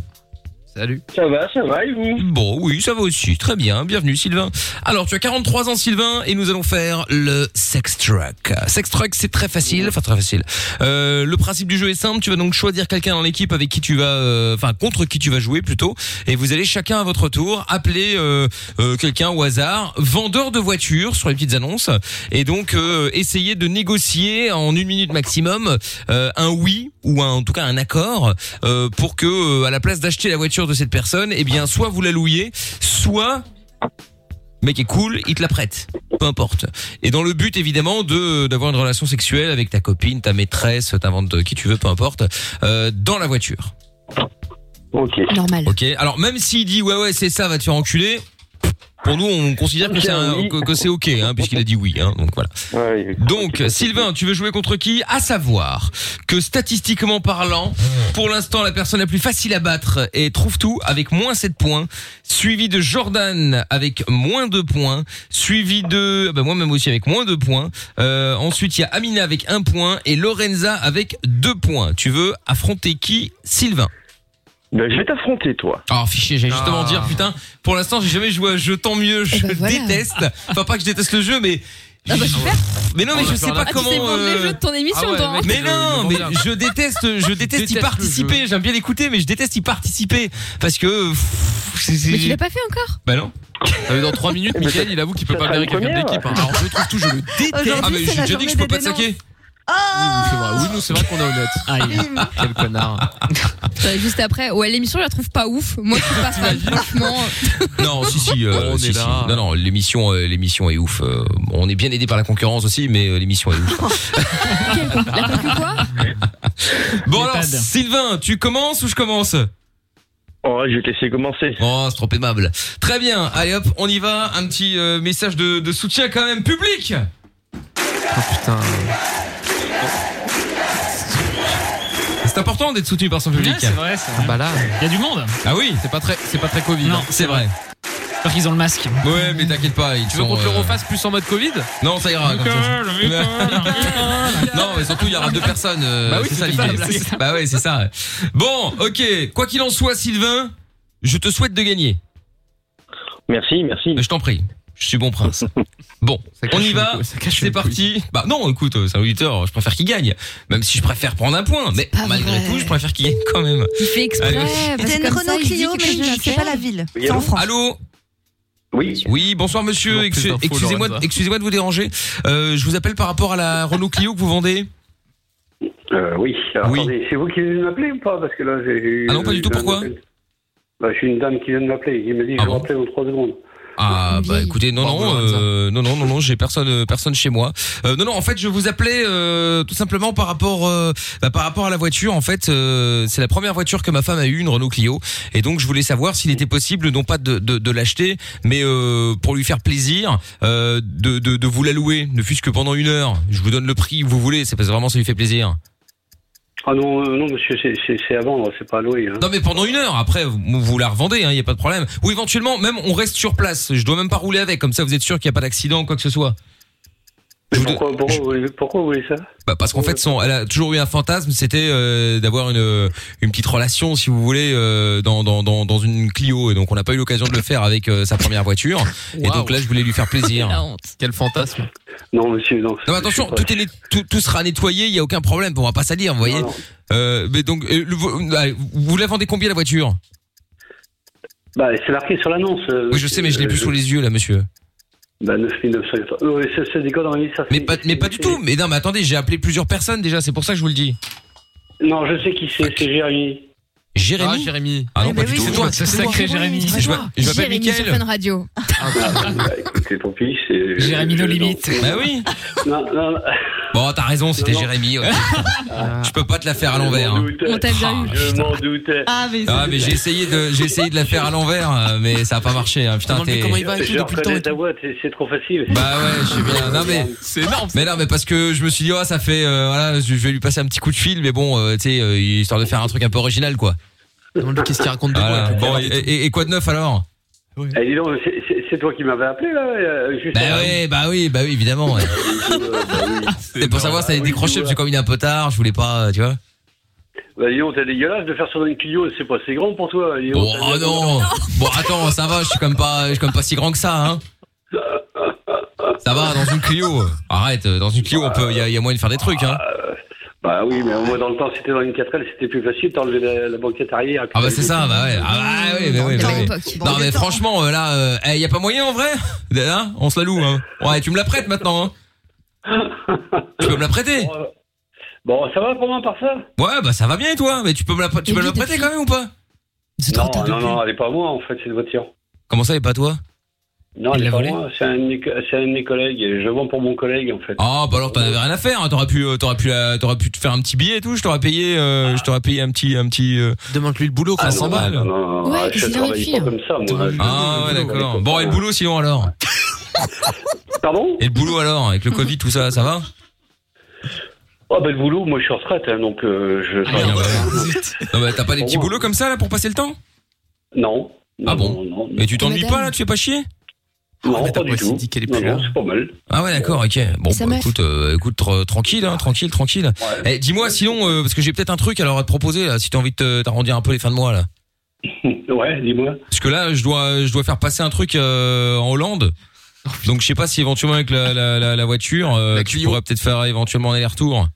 Speaker 5: Salut.
Speaker 9: Ça va, ça va et vous
Speaker 2: Bon, oui, ça va aussi. Très bien. Bienvenue, Sylvain. Alors, tu as 43 ans, Sylvain, et nous allons faire le sex truck. Sex truck, c'est très facile. Enfin, très facile. Euh, le principe du jeu est simple. Tu vas donc choisir quelqu'un dans l'équipe avec qui tu vas, euh, enfin, contre qui tu vas jouer plutôt. Et vous allez chacun à votre tour appeler euh, euh, quelqu'un au hasard, vendeur de voitures sur les petites annonces. Et donc, euh, essayer de négocier en une minute maximum euh, un oui ou un, en tout cas un accord euh, pour que euh, à la place d'acheter la voiture de cette personne, eh bien soit vous la louiez, soit le mec est cool, il te la prête, peu importe. Et dans le but évidemment de d'avoir une relation sexuelle avec ta copine, ta maîtresse, ta vente qui tu veux, peu importe, euh, dans la voiture.
Speaker 9: Ok.
Speaker 3: Normal.
Speaker 2: Ok. Alors même s'il dit ouais ouais c'est ça, va te faire enculer. Pour nous, on considère que c'est un- que, que c'est ok, hein, puisqu'il a dit oui. hein, donc voilà.
Speaker 9: Ouais,
Speaker 2: Donc,
Speaker 9: ok.
Speaker 2: Sylvain, tu veux jouer contre qui À savoir que statistiquement parlant, pour l'instant, la personne la plus facile à battre est Trouve Tout avec moins 7 points, suivi de Jordan avec moins 2 points, suivi de bah, moi-même aussi avec moins 2 points. Euh, ensuite, il y a Amina avec 1 point et Lorenza avec 2 points. Tu veux affronter qui, Sylvain
Speaker 9: Ben, je vais t'affronter toi.
Speaker 2: Oh fiché, j'allais justement
Speaker 5: Ah.
Speaker 2: dire putain, pour l'instant, j'ai jamais joué à un jeu tant mieux, je
Speaker 3: ben, voilà.
Speaker 2: déteste. Enfin pas que je déteste le jeu mais
Speaker 3: Ah bah super.
Speaker 2: mais non, mais
Speaker 5: On a
Speaker 2: je sais
Speaker 5: peur
Speaker 2: pas
Speaker 5: d'un-
Speaker 3: Ah, tu
Speaker 2: comment
Speaker 3: sais vendre les
Speaker 2: euh,
Speaker 3: jeux de ton émission,
Speaker 5: ah ouais,
Speaker 3: toi. hein.
Speaker 5: mec.
Speaker 2: mais
Speaker 5: Le-
Speaker 2: non,
Speaker 5: le
Speaker 2: mais
Speaker 5: vendeur.
Speaker 2: je déteste, je déteste
Speaker 5: déteste
Speaker 2: y
Speaker 5: le
Speaker 2: participer. J'aime bien l'écouter, mais je déteste y participer parce que. pff, c'est- c'est-
Speaker 3: Mais tu l'as pas fait encore
Speaker 2: Bah non.
Speaker 5: Ah, mais dans 3 minutes, Mickaël, il avoue qu'il peut
Speaker 9: Ça
Speaker 5: pas
Speaker 9: sera
Speaker 5: blairer
Speaker 9: une
Speaker 5: quelqu'un de
Speaker 9: première.
Speaker 5: l'équipe. hein. Alors je trouve tout, je le déteste. Oui,
Speaker 4: Aujourd'hui,
Speaker 2: Ah mais
Speaker 4: c'est
Speaker 2: j'ai
Speaker 4: la
Speaker 2: déjà dit que je peux pas
Speaker 4: journée
Speaker 2: te
Speaker 4: des dénonces.
Speaker 2: saquer.
Speaker 5: oui, c'est vrai.
Speaker 4: Oh
Speaker 5: Oui, nous, c'est vrai qu'on est honnête.
Speaker 3: Ah,
Speaker 6: Aïe.
Speaker 4: Bim.
Speaker 5: Quel connard.
Speaker 3: Ouais, Euh, Juste après. Ouais, l'émission, je la trouve pas ouf. Moi, je passe pas franchement.
Speaker 2: Non, si si, euh,
Speaker 5: Oh, on
Speaker 2: si,
Speaker 5: est
Speaker 2: si.
Speaker 5: là.
Speaker 2: Non non, l'émission, euh, l'émission est ouf. Euh, on est bien aidé par la concurrence aussi, mais euh, l'émission est ouf.
Speaker 3: Quel- La conclu quoi
Speaker 2: Bon alors,
Speaker 6: Méthode.
Speaker 2: Sylvain, tu commences ou je commence
Speaker 9: Oh, je vais te laisser commencer.
Speaker 2: Oh, c'est trop aimable. Très bien. Allez hop, on y va. Un petit euh, message de, de soutien quand même public.
Speaker 5: Oh putain.
Speaker 2: C'est important d'être soutenu par son public.
Speaker 6: Ouais, c'est vrai, c'est vrai.
Speaker 5: Bah là,
Speaker 6: Il y a du monde.
Speaker 2: ah oui.
Speaker 5: c'est pas très, c'est pas très Covid.
Speaker 6: Non.
Speaker 5: hein.
Speaker 2: C'est vrai.
Speaker 6: Parce qu'ils ont le masque.
Speaker 2: Ouais, mais t'inquiète pas, ils
Speaker 5: Tu veux qu'on te le
Speaker 2: euh,
Speaker 5: refasse plus en mode Covid
Speaker 2: Non, ça ira. comme ça.
Speaker 5: Nicole.
Speaker 2: non, mais surtout, il y aura deux personnes. euh,
Speaker 5: Bah oui,
Speaker 2: c'est ça
Speaker 5: c'était ça,
Speaker 2: l'idée.
Speaker 5: la blague.
Speaker 2: Bah ouais, c'est ça. Bon, ok. Quoi qu'il en soit, Sylvain, je te souhaite de gagner.
Speaker 9: Merci, merci.
Speaker 2: Je t'en prie. Je suis bon prince. Bon, on y va. C'est parti. Bah non, écoute, euh, c'est un auditeur. Je préfère qu'il gagne. Même si je préfère prendre un point. Mais
Speaker 3: pas
Speaker 2: malgré
Speaker 3: vrai.
Speaker 2: tout, je préfère qu'il gagne quand même.
Speaker 3: Il fait
Speaker 5: Ah
Speaker 3: exprès.
Speaker 2: Allez.
Speaker 3: parce
Speaker 4: C'est
Speaker 3: que
Speaker 4: une
Speaker 3: comme ça,
Speaker 4: Renault
Speaker 3: il dit
Speaker 4: Clio,
Speaker 3: quelque
Speaker 4: mais
Speaker 3: chose
Speaker 4: je ne
Speaker 3: qu'il
Speaker 4: sais
Speaker 3: fait.
Speaker 4: pas la ville.
Speaker 9: Oui,
Speaker 4: C'est en
Speaker 9: allô
Speaker 4: France.
Speaker 2: Allô
Speaker 9: Oui.
Speaker 2: Oui, bonsoir monsieur.
Speaker 5: Toujours plus
Speaker 2: Excu-
Speaker 5: d'infos,
Speaker 2: Excusez-moi
Speaker 5: Lorenza.
Speaker 2: excusez de vous déranger. Euh, je vous appelle par rapport à la Renault Clio que vous vendez.
Speaker 9: Euh, oui. Alors,
Speaker 2: Oui.
Speaker 9: Attendez, c'est vous qui venez de m'appeler ou pas Parce que là, j'ai eu.
Speaker 2: Ah non, pas du tout,
Speaker 9: j'ai eu un
Speaker 2: pourquoi
Speaker 9: appel. bah, Je suis une dame qui vient de m'appeler. Il me dit,
Speaker 2: Ah
Speaker 9: je vous
Speaker 2: bon
Speaker 9: rappelle dans 3 secondes.
Speaker 2: Ah bah écoutez non
Speaker 5: Bravo,
Speaker 2: non euh, non non non non j'ai personne euh, personne chez moi Euh, non non en fait je vous appelais euh, tout simplement par rapport euh, bah, par rapport à la voiture en fait euh, c'est la première voiture que ma femme a eue une Renault Clio et donc je voulais savoir s'il était possible non pas de de, de l'acheter mais euh, pour lui faire plaisir euh, de, de de vous la louer ne fût-ce que pendant une heure je vous donne le prix que vous voulez c'est parce que vraiment ça lui fait plaisir
Speaker 9: Ah non, euh, non, monsieur, c'est- c'est c'est à vendre, c'est pas à louer. Hein.
Speaker 2: non mais pendant une heure après vous, vous la revendez il hein, y a pas de problème ou éventuellement même on reste sur place je dois même pas rouler avec comme ça vous êtes sûr qu'il y a pas d'accident quoi que ce soit
Speaker 9: Mais
Speaker 2: Je vous
Speaker 9: pourquoi,
Speaker 2: donne-
Speaker 9: pourquoi,
Speaker 2: je-
Speaker 9: vous voulez- pourquoi vous voulez ça
Speaker 2: Bah, parce qu'en fait, son, elle a toujours eu un fantasme, c'était euh, d'avoir une, une petite relation, si vous voulez, euh, dans, dans, dans, dans une Clio. Et donc, on n'a pas eu l'occasion de le faire avec euh, sa première voiture. Et donc là, je voulais lui faire plaisir.
Speaker 3: La
Speaker 2: non,
Speaker 3: honte.
Speaker 5: Quel fantasme.
Speaker 9: Non, monsieur, non.
Speaker 2: mais attention,
Speaker 9: je sais pas.
Speaker 2: tout, est, net- tout, tout sera nettoyé, il y a aucun problème, on va pas salir, vous voyez.
Speaker 9: Non, non.
Speaker 2: Euh, mais donc, euh, le- vous, euh, vous la vendez combien la voiture
Speaker 9: Bah, c'est marqué sur l'annonce. euh,
Speaker 2: Oui, je sais, mais je l'ai
Speaker 9: euh,
Speaker 2: plus sous les yeux là, monsieur.
Speaker 9: Bah, 9900. Oui, Euh, c'est c'est des conneries, ça.
Speaker 2: Mais
Speaker 9: c'est-
Speaker 2: pas, mais pas du
Speaker 9: c'est-
Speaker 2: tout. Mais non, mais attendez, j'ai appelé plusieurs personnes déjà, c'est pour ça que je vous le dis.
Speaker 9: Non, je sais qui c'est, c'est Jérémy.
Speaker 5: Ah,
Speaker 2: Jérémy
Speaker 5: Jérémy.
Speaker 2: Ah non,
Speaker 4: Eh
Speaker 2: pas
Speaker 4: ben
Speaker 2: du
Speaker 4: oui,
Speaker 2: tout.
Speaker 4: c'est
Speaker 2: C'est toi.
Speaker 6: Ce sacré Jérémy.
Speaker 2: Je m'a- je m'appelle
Speaker 3: Jérémy sur
Speaker 2: Mickaël.
Speaker 3: Fun Radio.
Speaker 9: Bah, écoutez, tant pis. c'est-
Speaker 6: Jérémy
Speaker 9: je-
Speaker 6: No
Speaker 9: non.
Speaker 6: Limite.
Speaker 2: Bah oui.
Speaker 9: Non, non, non.
Speaker 2: Bon, t'as raison, c'était
Speaker 9: Non, non.
Speaker 2: Jérémy. ouais. Je peux pas te la faire à l'envers.
Speaker 9: Je
Speaker 2: hein.
Speaker 9: m'en doutais.
Speaker 3: On t'a déjà eu.
Speaker 9: Je m'en doutais.
Speaker 4: Ah, mais
Speaker 2: Ah mais j'ai essayé de j'ai essayé de la faire à l'envers euh, mais ça a pas marché hein. putain
Speaker 5: Demande-lui
Speaker 2: t'es
Speaker 5: comment il va et tout
Speaker 9: Je
Speaker 5: depuis le temps.
Speaker 9: reconnais
Speaker 5: et
Speaker 9: ta
Speaker 5: tout.
Speaker 9: voix, c'est c'est trop facile.
Speaker 2: bah ouais je sais bien non mais
Speaker 5: C'est énorme.
Speaker 2: mais non mais parce que je me suis dit oh ça fait euh, voilà je je vais lui passer un petit coup de fil mais bon euh, tu sais euh, histoire de faire un truc un peu original quoi
Speaker 5: Demande-lui qu'est-ce qu'il raconte de
Speaker 2: voilà.
Speaker 5: quoi.
Speaker 2: bon et, et- et quoi de neuf alors
Speaker 9: Eh, dis donc, c'est- c'est- c'est toi qui m'avais appelé, là, euh, juste
Speaker 2: bah
Speaker 9: avant.
Speaker 2: oui bah oui bah oui évidemment ouais.
Speaker 9: Euh, bah oui.
Speaker 2: c'est pour savoir si ça allait
Speaker 9: oui,
Speaker 2: décroché
Speaker 9: oui,
Speaker 2: parce que comme il est un peu tard je voulais pas euh, tu vois
Speaker 9: Bah, dis donc, c'est dégueulasse de faire ça dans une Clio, c'est pas assez grand pour toi. dis donc,
Speaker 2: bon
Speaker 9: t'as
Speaker 2: oh
Speaker 9: bien-
Speaker 2: non bon attends ça va je suis comme pas je suis comme pas si grand que ça hein ça va dans une Clio arrête euh, dans une Clio on peut il y, a- il y a moyen de faire des trucs hein
Speaker 9: Bah oui, mais au moins dans le temps, c'était dans une 4L, c'était plus facile, t'enlever la, la banquette arrière.
Speaker 2: Ah bah c'est ça, bah ouais. Ah bah ouais, mais ouais,
Speaker 3: Dans
Speaker 2: bah ouais.
Speaker 3: l'époque.
Speaker 2: Non mais franchement euh, là, euh, eh, y a pas moyen en vrai Hein On se la loue. Hein. Ouais, tu me la prêtes maintenant. Hein. tu peux me la prêter
Speaker 9: Bon, euh, Bon, ça va pour moi par ça
Speaker 2: Ouais, bah ça va bien et toi. Mais tu peux me la, tu peux me la prêter quand même ou pas
Speaker 6: C'est trop
Speaker 9: Non,
Speaker 6: tard.
Speaker 9: non, non, elle est pas à moi, en fait, cette voiture.
Speaker 2: Comment ça, et pas toi
Speaker 9: Non,
Speaker 6: Il
Speaker 9: elle
Speaker 6: l'a
Speaker 9: est pas à
Speaker 6: volée
Speaker 9: moi, c'est un, de mes co- c'est un de mes collègues, et je vends pour mon collègue, en fait.
Speaker 2: Ah bah alors t'en avais rien à faire. hein. T'aurais pu, euh, t'aurais pu, la- t'aurais pu te faire un petit billet et tout. Je t'aurais payé, euh, je t'aurais payé un petit, un petit. euh,
Speaker 5: Demande-lui le boulot,
Speaker 9: Ah,
Speaker 5: quoi.
Speaker 9: non,
Speaker 2: 100 balles.
Speaker 9: Non, non, non,
Speaker 3: Ouais,
Speaker 9: ah, je
Speaker 3: et c'est dans une
Speaker 9: travaille
Speaker 3: fille.
Speaker 9: pas comme ça, moi. Je-
Speaker 2: Ah ouais, d'accord. Bon et le boulot sinon alors
Speaker 9: Pardon
Speaker 2: Et le boulot alors avec le Covid tout ça, ça va
Speaker 9: Ah bah le boulot, moi je suis en retraite, hein, donc euh, je
Speaker 2: Ah,
Speaker 9: travaille.
Speaker 2: bah, Non mais t'as pas des petits boulots comme ça là pour passer le temps
Speaker 9: Non. non,
Speaker 2: Ah bon
Speaker 9: Non, non,
Speaker 2: Mais tu t'ennuies
Speaker 3: Madame.
Speaker 2: pas là Ah, Tu fais pas chier
Speaker 9: non,
Speaker 5: mais t'as
Speaker 9: pas du
Speaker 5: pas aussi
Speaker 9: tout.
Speaker 5: dit qu'elle est
Speaker 9: non,
Speaker 5: plus
Speaker 9: non,
Speaker 5: là.
Speaker 9: c'est pas mal.
Speaker 2: Ah ouais d'accord ok bon
Speaker 3: Ça
Speaker 2: bah,
Speaker 3: meuf.
Speaker 2: écoute euh, écoute tra- tranquille hein, tranquille tranquille
Speaker 9: Ouais.
Speaker 2: Eh, dis-moi sinon euh, parce que j'ai peut-être un truc alors à te proposer là, si t'as envie de te- t'arrondir un peu les fins de mois là
Speaker 9: Ouais, dis-moi.
Speaker 2: parce que là je dois je dois faire passer un truc euh, en Hollande donc je sais pas si éventuellement avec la la, la, la voiture euh,
Speaker 5: La
Speaker 2: tu
Speaker 5: Clio.
Speaker 2: pourrais peut-être faire éventuellement un aller-retour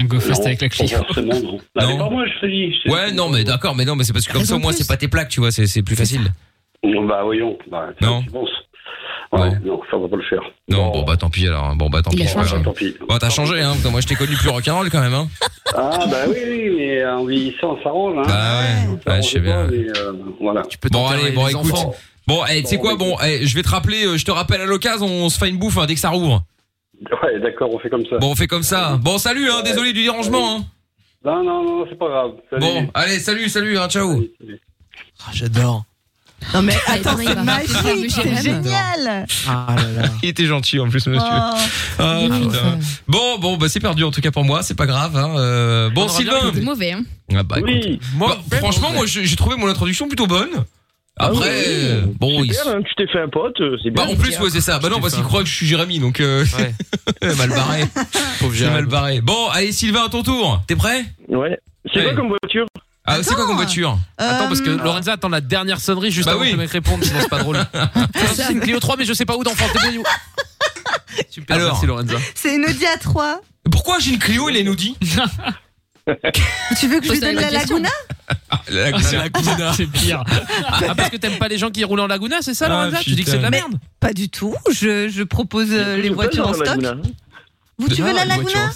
Speaker 6: Un go fast
Speaker 9: Non,
Speaker 6: avec la
Speaker 9: pas
Speaker 6: Clio.
Speaker 9: Forcément, non. Ah,
Speaker 2: Non.
Speaker 9: mais pas moi, je te dis. je te
Speaker 2: ouais
Speaker 9: dis.
Speaker 2: non mais d'accord mais non mais c'est parce que comme
Speaker 3: Raison
Speaker 2: ça au moins
Speaker 3: plus.
Speaker 2: c'est pas tes plaques tu vois c'est c'est plus facile
Speaker 9: Bon, Bah voyons. Bah, c'est
Speaker 2: Non.
Speaker 9: ce que tu penses. Ouais, non, ça on va pas le faire.
Speaker 2: non bon bah tant pis alors hein. bon bah tant
Speaker 3: Il
Speaker 2: pis
Speaker 3: a
Speaker 2: c'est pas
Speaker 3: changé.
Speaker 2: grave.
Speaker 9: Tant pis.
Speaker 2: Bon, t'as changé hein moi je t'ai connu plus rock'n'roll quand même hein
Speaker 9: Ah bah oui, oui, mais en vieillissant, ça roule. Hein.
Speaker 2: bah ouais
Speaker 9: Ça
Speaker 2: ouais je sais
Speaker 9: roule pas,
Speaker 2: bien
Speaker 9: mais, euh, voilà.
Speaker 5: Tu peux
Speaker 2: Bon,
Speaker 5: t'enterrer
Speaker 2: allez, bon,
Speaker 5: les
Speaker 2: écoute.
Speaker 5: enfants.
Speaker 2: bon eh tu sais quoi bon eh, je vais te rappeler euh, je te rappelle à l'occasion on se fait une bouffe hein, dès que ça rouvre
Speaker 9: Ouais, d'accord, on fait comme ça.
Speaker 2: Bon, on fait comme ça. Bon, salut, hein, désolé du dérangement. Hein.
Speaker 9: Non, non, non, c'est pas grave. Salut.
Speaker 2: Bon, allez, salut, salut, hein, ciao.
Speaker 5: Ah, J'adore.
Speaker 4: Non, mais
Speaker 3: Allez,
Speaker 4: attends,
Speaker 3: attends, il
Speaker 4: c'est
Speaker 3: va
Speaker 4: magique,
Speaker 3: faire le
Speaker 4: c'est
Speaker 3: Jérémy.
Speaker 4: génial.
Speaker 5: Ah là là.
Speaker 2: Il était gentil en plus, monsieur.
Speaker 4: Oh,
Speaker 2: Ah,
Speaker 3: Ouf.
Speaker 2: putain. Bon, bon, bah c'est perdu en tout cas pour moi, c'est pas grave. Hein. euh, bon,
Speaker 5: On aura bien
Speaker 2: Sylvain.
Speaker 3: C'était mauvais, hein.
Speaker 2: Ah, bah, écoute.
Speaker 9: Oui.
Speaker 2: Bah, franchement, moi, j'ai j'ai trouvé mon introduction plutôt bonne.
Speaker 9: Ah
Speaker 2: Après, euh, bon, il
Speaker 9: Super,
Speaker 2: s-
Speaker 9: hein, tu t'es fait un pote, euh, c'est bien.
Speaker 2: bah, en plus, ouais, c'est ça. Bah non, parce qu'il croit que je suis Jérémy, donc euh, mal barré. C'est mal barré. Bon, allez, Sylvain, à ton tour. T'es prêt
Speaker 9: Ouais. C'est quoi
Speaker 2: Ouais.
Speaker 9: comme voiture
Speaker 2: Ah, c'est quoi comme
Speaker 4: Attends.
Speaker 2: voiture
Speaker 5: Attends, parce que
Speaker 4: Euh,
Speaker 5: Lorenza attend la dernière sonnerie juste
Speaker 2: Bah
Speaker 5: avant
Speaker 2: oui.
Speaker 5: que le mec réponde, sinon c'est pas drôle. C'est une Clio 3, mais je sais pas où d'enfant. débrouillez-vous. Super,
Speaker 2: Alors.
Speaker 5: merci Lorenza.
Speaker 4: C'est une Audi A3.
Speaker 2: Pourquoi j'ai une Clio, elle nous dit
Speaker 4: Tu veux que je
Speaker 3: Ça,
Speaker 4: lui
Speaker 3: c'est
Speaker 4: donne
Speaker 3: la
Speaker 4: la
Speaker 3: question.
Speaker 4: Laguna
Speaker 2: La
Speaker 6: Ah, c'est la Laguna, c'est pire.
Speaker 5: Ah, ah, parce que t'aimes pas les gens qui roulent en Laguna, c'est ça
Speaker 2: Ah,
Speaker 5: Lorenza Tu dis que c'est de la
Speaker 4: putain.
Speaker 5: merde
Speaker 4: Pas du tout. Je, je propose euh, les
Speaker 9: Je peux
Speaker 4: voitures en
Speaker 9: avoir la
Speaker 4: stock.
Speaker 9: Laguna. hein.
Speaker 4: Vous, tu veux la Laguna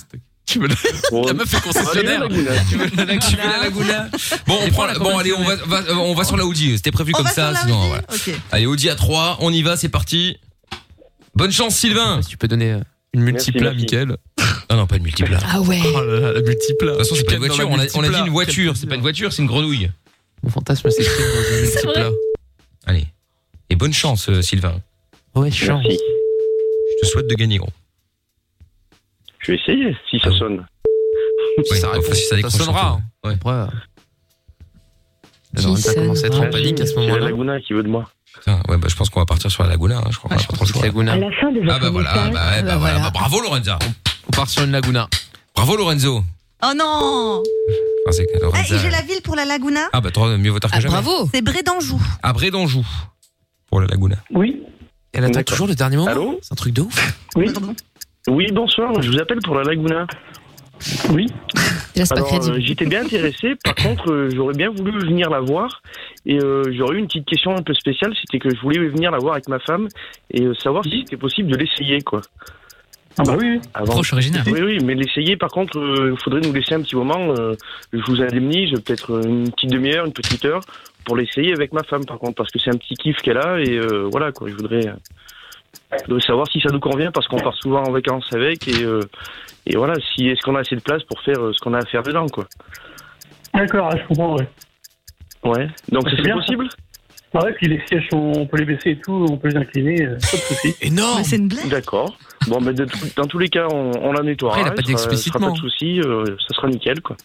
Speaker 2: Tu veux la,
Speaker 9: Ouais.
Speaker 2: la meuf est
Speaker 9: Allez, la
Speaker 2: concessionnaire.
Speaker 9: Laguna.
Speaker 2: Tu veux la, tu veux la Laguna Bon, on prend, la- bon allez, on va, va- euh, on va sur la Audi. C'était prévu
Speaker 4: On
Speaker 2: comme
Speaker 4: va sur
Speaker 2: ça.
Speaker 4: la
Speaker 2: sinon,
Speaker 4: Audi
Speaker 2: voilà.
Speaker 4: Ok.
Speaker 2: Allez, Audi à 3, on y va, c'est parti. Bonne chance, Sylvain.
Speaker 5: Si tu peux donner euh, une multiple à
Speaker 9: merci.
Speaker 5: Mickaël.
Speaker 2: Non, non, pas une multiple. De
Speaker 3: Ah ouais.
Speaker 5: Oh là là, la multiple. De
Speaker 2: toute façon, c'est pas une voiture. On a, on a dit une voiture. C'est pas une voiture, c'est une grenouille.
Speaker 5: Mon fantasme, c'est écrit dans une multiple.
Speaker 3: vrai.
Speaker 2: Allez. Et bonne chance, euh, Sylvain.
Speaker 5: Ouais, chance.
Speaker 9: Merci.
Speaker 2: Je te souhaite de gagner, gros.
Speaker 9: Je vais essayer si ça
Speaker 2: Ah.
Speaker 9: sonne.
Speaker 2: Ouais,
Speaker 5: ça,
Speaker 2: enfin, si ça décroche,
Speaker 5: sonnera.
Speaker 2: surtout. Ouais.
Speaker 5: Après, euh,
Speaker 3: Qui
Speaker 5: Lorenza commence à être en
Speaker 3: sonnera
Speaker 5: panique à ce
Speaker 9: C'est la
Speaker 5: moment-là.
Speaker 9: Laguna qui veut de moi.
Speaker 2: Putain, ouais, bah, je pense qu'on va partir sur la Laguna. hein, je crois qu'on va
Speaker 5: Ouais, je pense
Speaker 2: partir
Speaker 5: que
Speaker 2: sur
Speaker 5: c'est
Speaker 2: la-
Speaker 5: Laguna.
Speaker 7: la fin des
Speaker 2: Ah, bah voilà. Bah, ouais, bah,
Speaker 3: bah,
Speaker 2: voilà.
Speaker 3: voilà.
Speaker 2: Bah, bravo, Lorenza.
Speaker 5: On part sur une Laguna.
Speaker 2: Bravo, Lorenzo.
Speaker 4: Oh
Speaker 2: Enfin,
Speaker 4: non
Speaker 2: c'est que
Speaker 4: Eh,
Speaker 2: Lorenza-
Speaker 4: Et j'ai la ville pour la Laguna.
Speaker 2: Ah, bah, toi, mieux vaut tard que
Speaker 3: Ah,
Speaker 2: jamais.
Speaker 3: bravo.
Speaker 4: C'est Brédanjou.
Speaker 2: À Brédanjou. Pour la Laguna.
Speaker 9: Oui.
Speaker 5: Elle attend
Speaker 9: D'accord.
Speaker 5: toujours le dernier moment.
Speaker 9: Allô
Speaker 5: C'est un truc de ouf.
Speaker 9: Oui. Oui, bonsoir. Je vous appelle pour la Laguna. Oui.
Speaker 3: Déjà, c'est pas
Speaker 9: Alors, euh,
Speaker 3: crédible.
Speaker 9: j'étais bien intéressé. Par contre, euh, j'aurais bien voulu venir la voir. Et euh, j'aurais eu une petite question un peu spéciale. C'était que je voulais venir la voir avec ma femme et euh, savoir si c'était possible de l'essayer, quoi. Ah bah oui. Avant.
Speaker 6: Proche original.
Speaker 9: Oui, oui, mais l'essayer, par contre, euh, il faudrait nous laisser un petit moment. euh, je vous indemnise, peut-être euh, une petite demi-heure, une petite heure, pour l'essayer avec ma femme, par contre, parce que c'est un petit kiff qu'elle a. Et euh, voilà, quoi, je voudrais, euh, je voudrais savoir si ça nous convient, parce qu'on part souvent en vacances avec. Et, euh, et voilà, si est-ce qu'on a assez de place pour faire euh, ce qu'on a à faire dedans, quoi.
Speaker 10: D'accord, je comprends, ouais. Bah,
Speaker 9: Ouais. Donc,
Speaker 10: C'est
Speaker 9: Oh, c'est
Speaker 10: bien, ça.
Speaker 9: possible
Speaker 10: Ah ouais, puis les sièges, sont- on peut les baisser et tout, on peut les incliner, euh, pas de souci.
Speaker 5: Énorme.
Speaker 4: Mais C'est une blague.
Speaker 9: D'accord. Bon, mais de tout- dans tous les cas, on, on la nettoiera.
Speaker 5: Après, il a pas
Speaker 9: ce sera- ce sera
Speaker 5: d'explicitement.
Speaker 9: pas de souci, euh, ça sera nickel, quoi.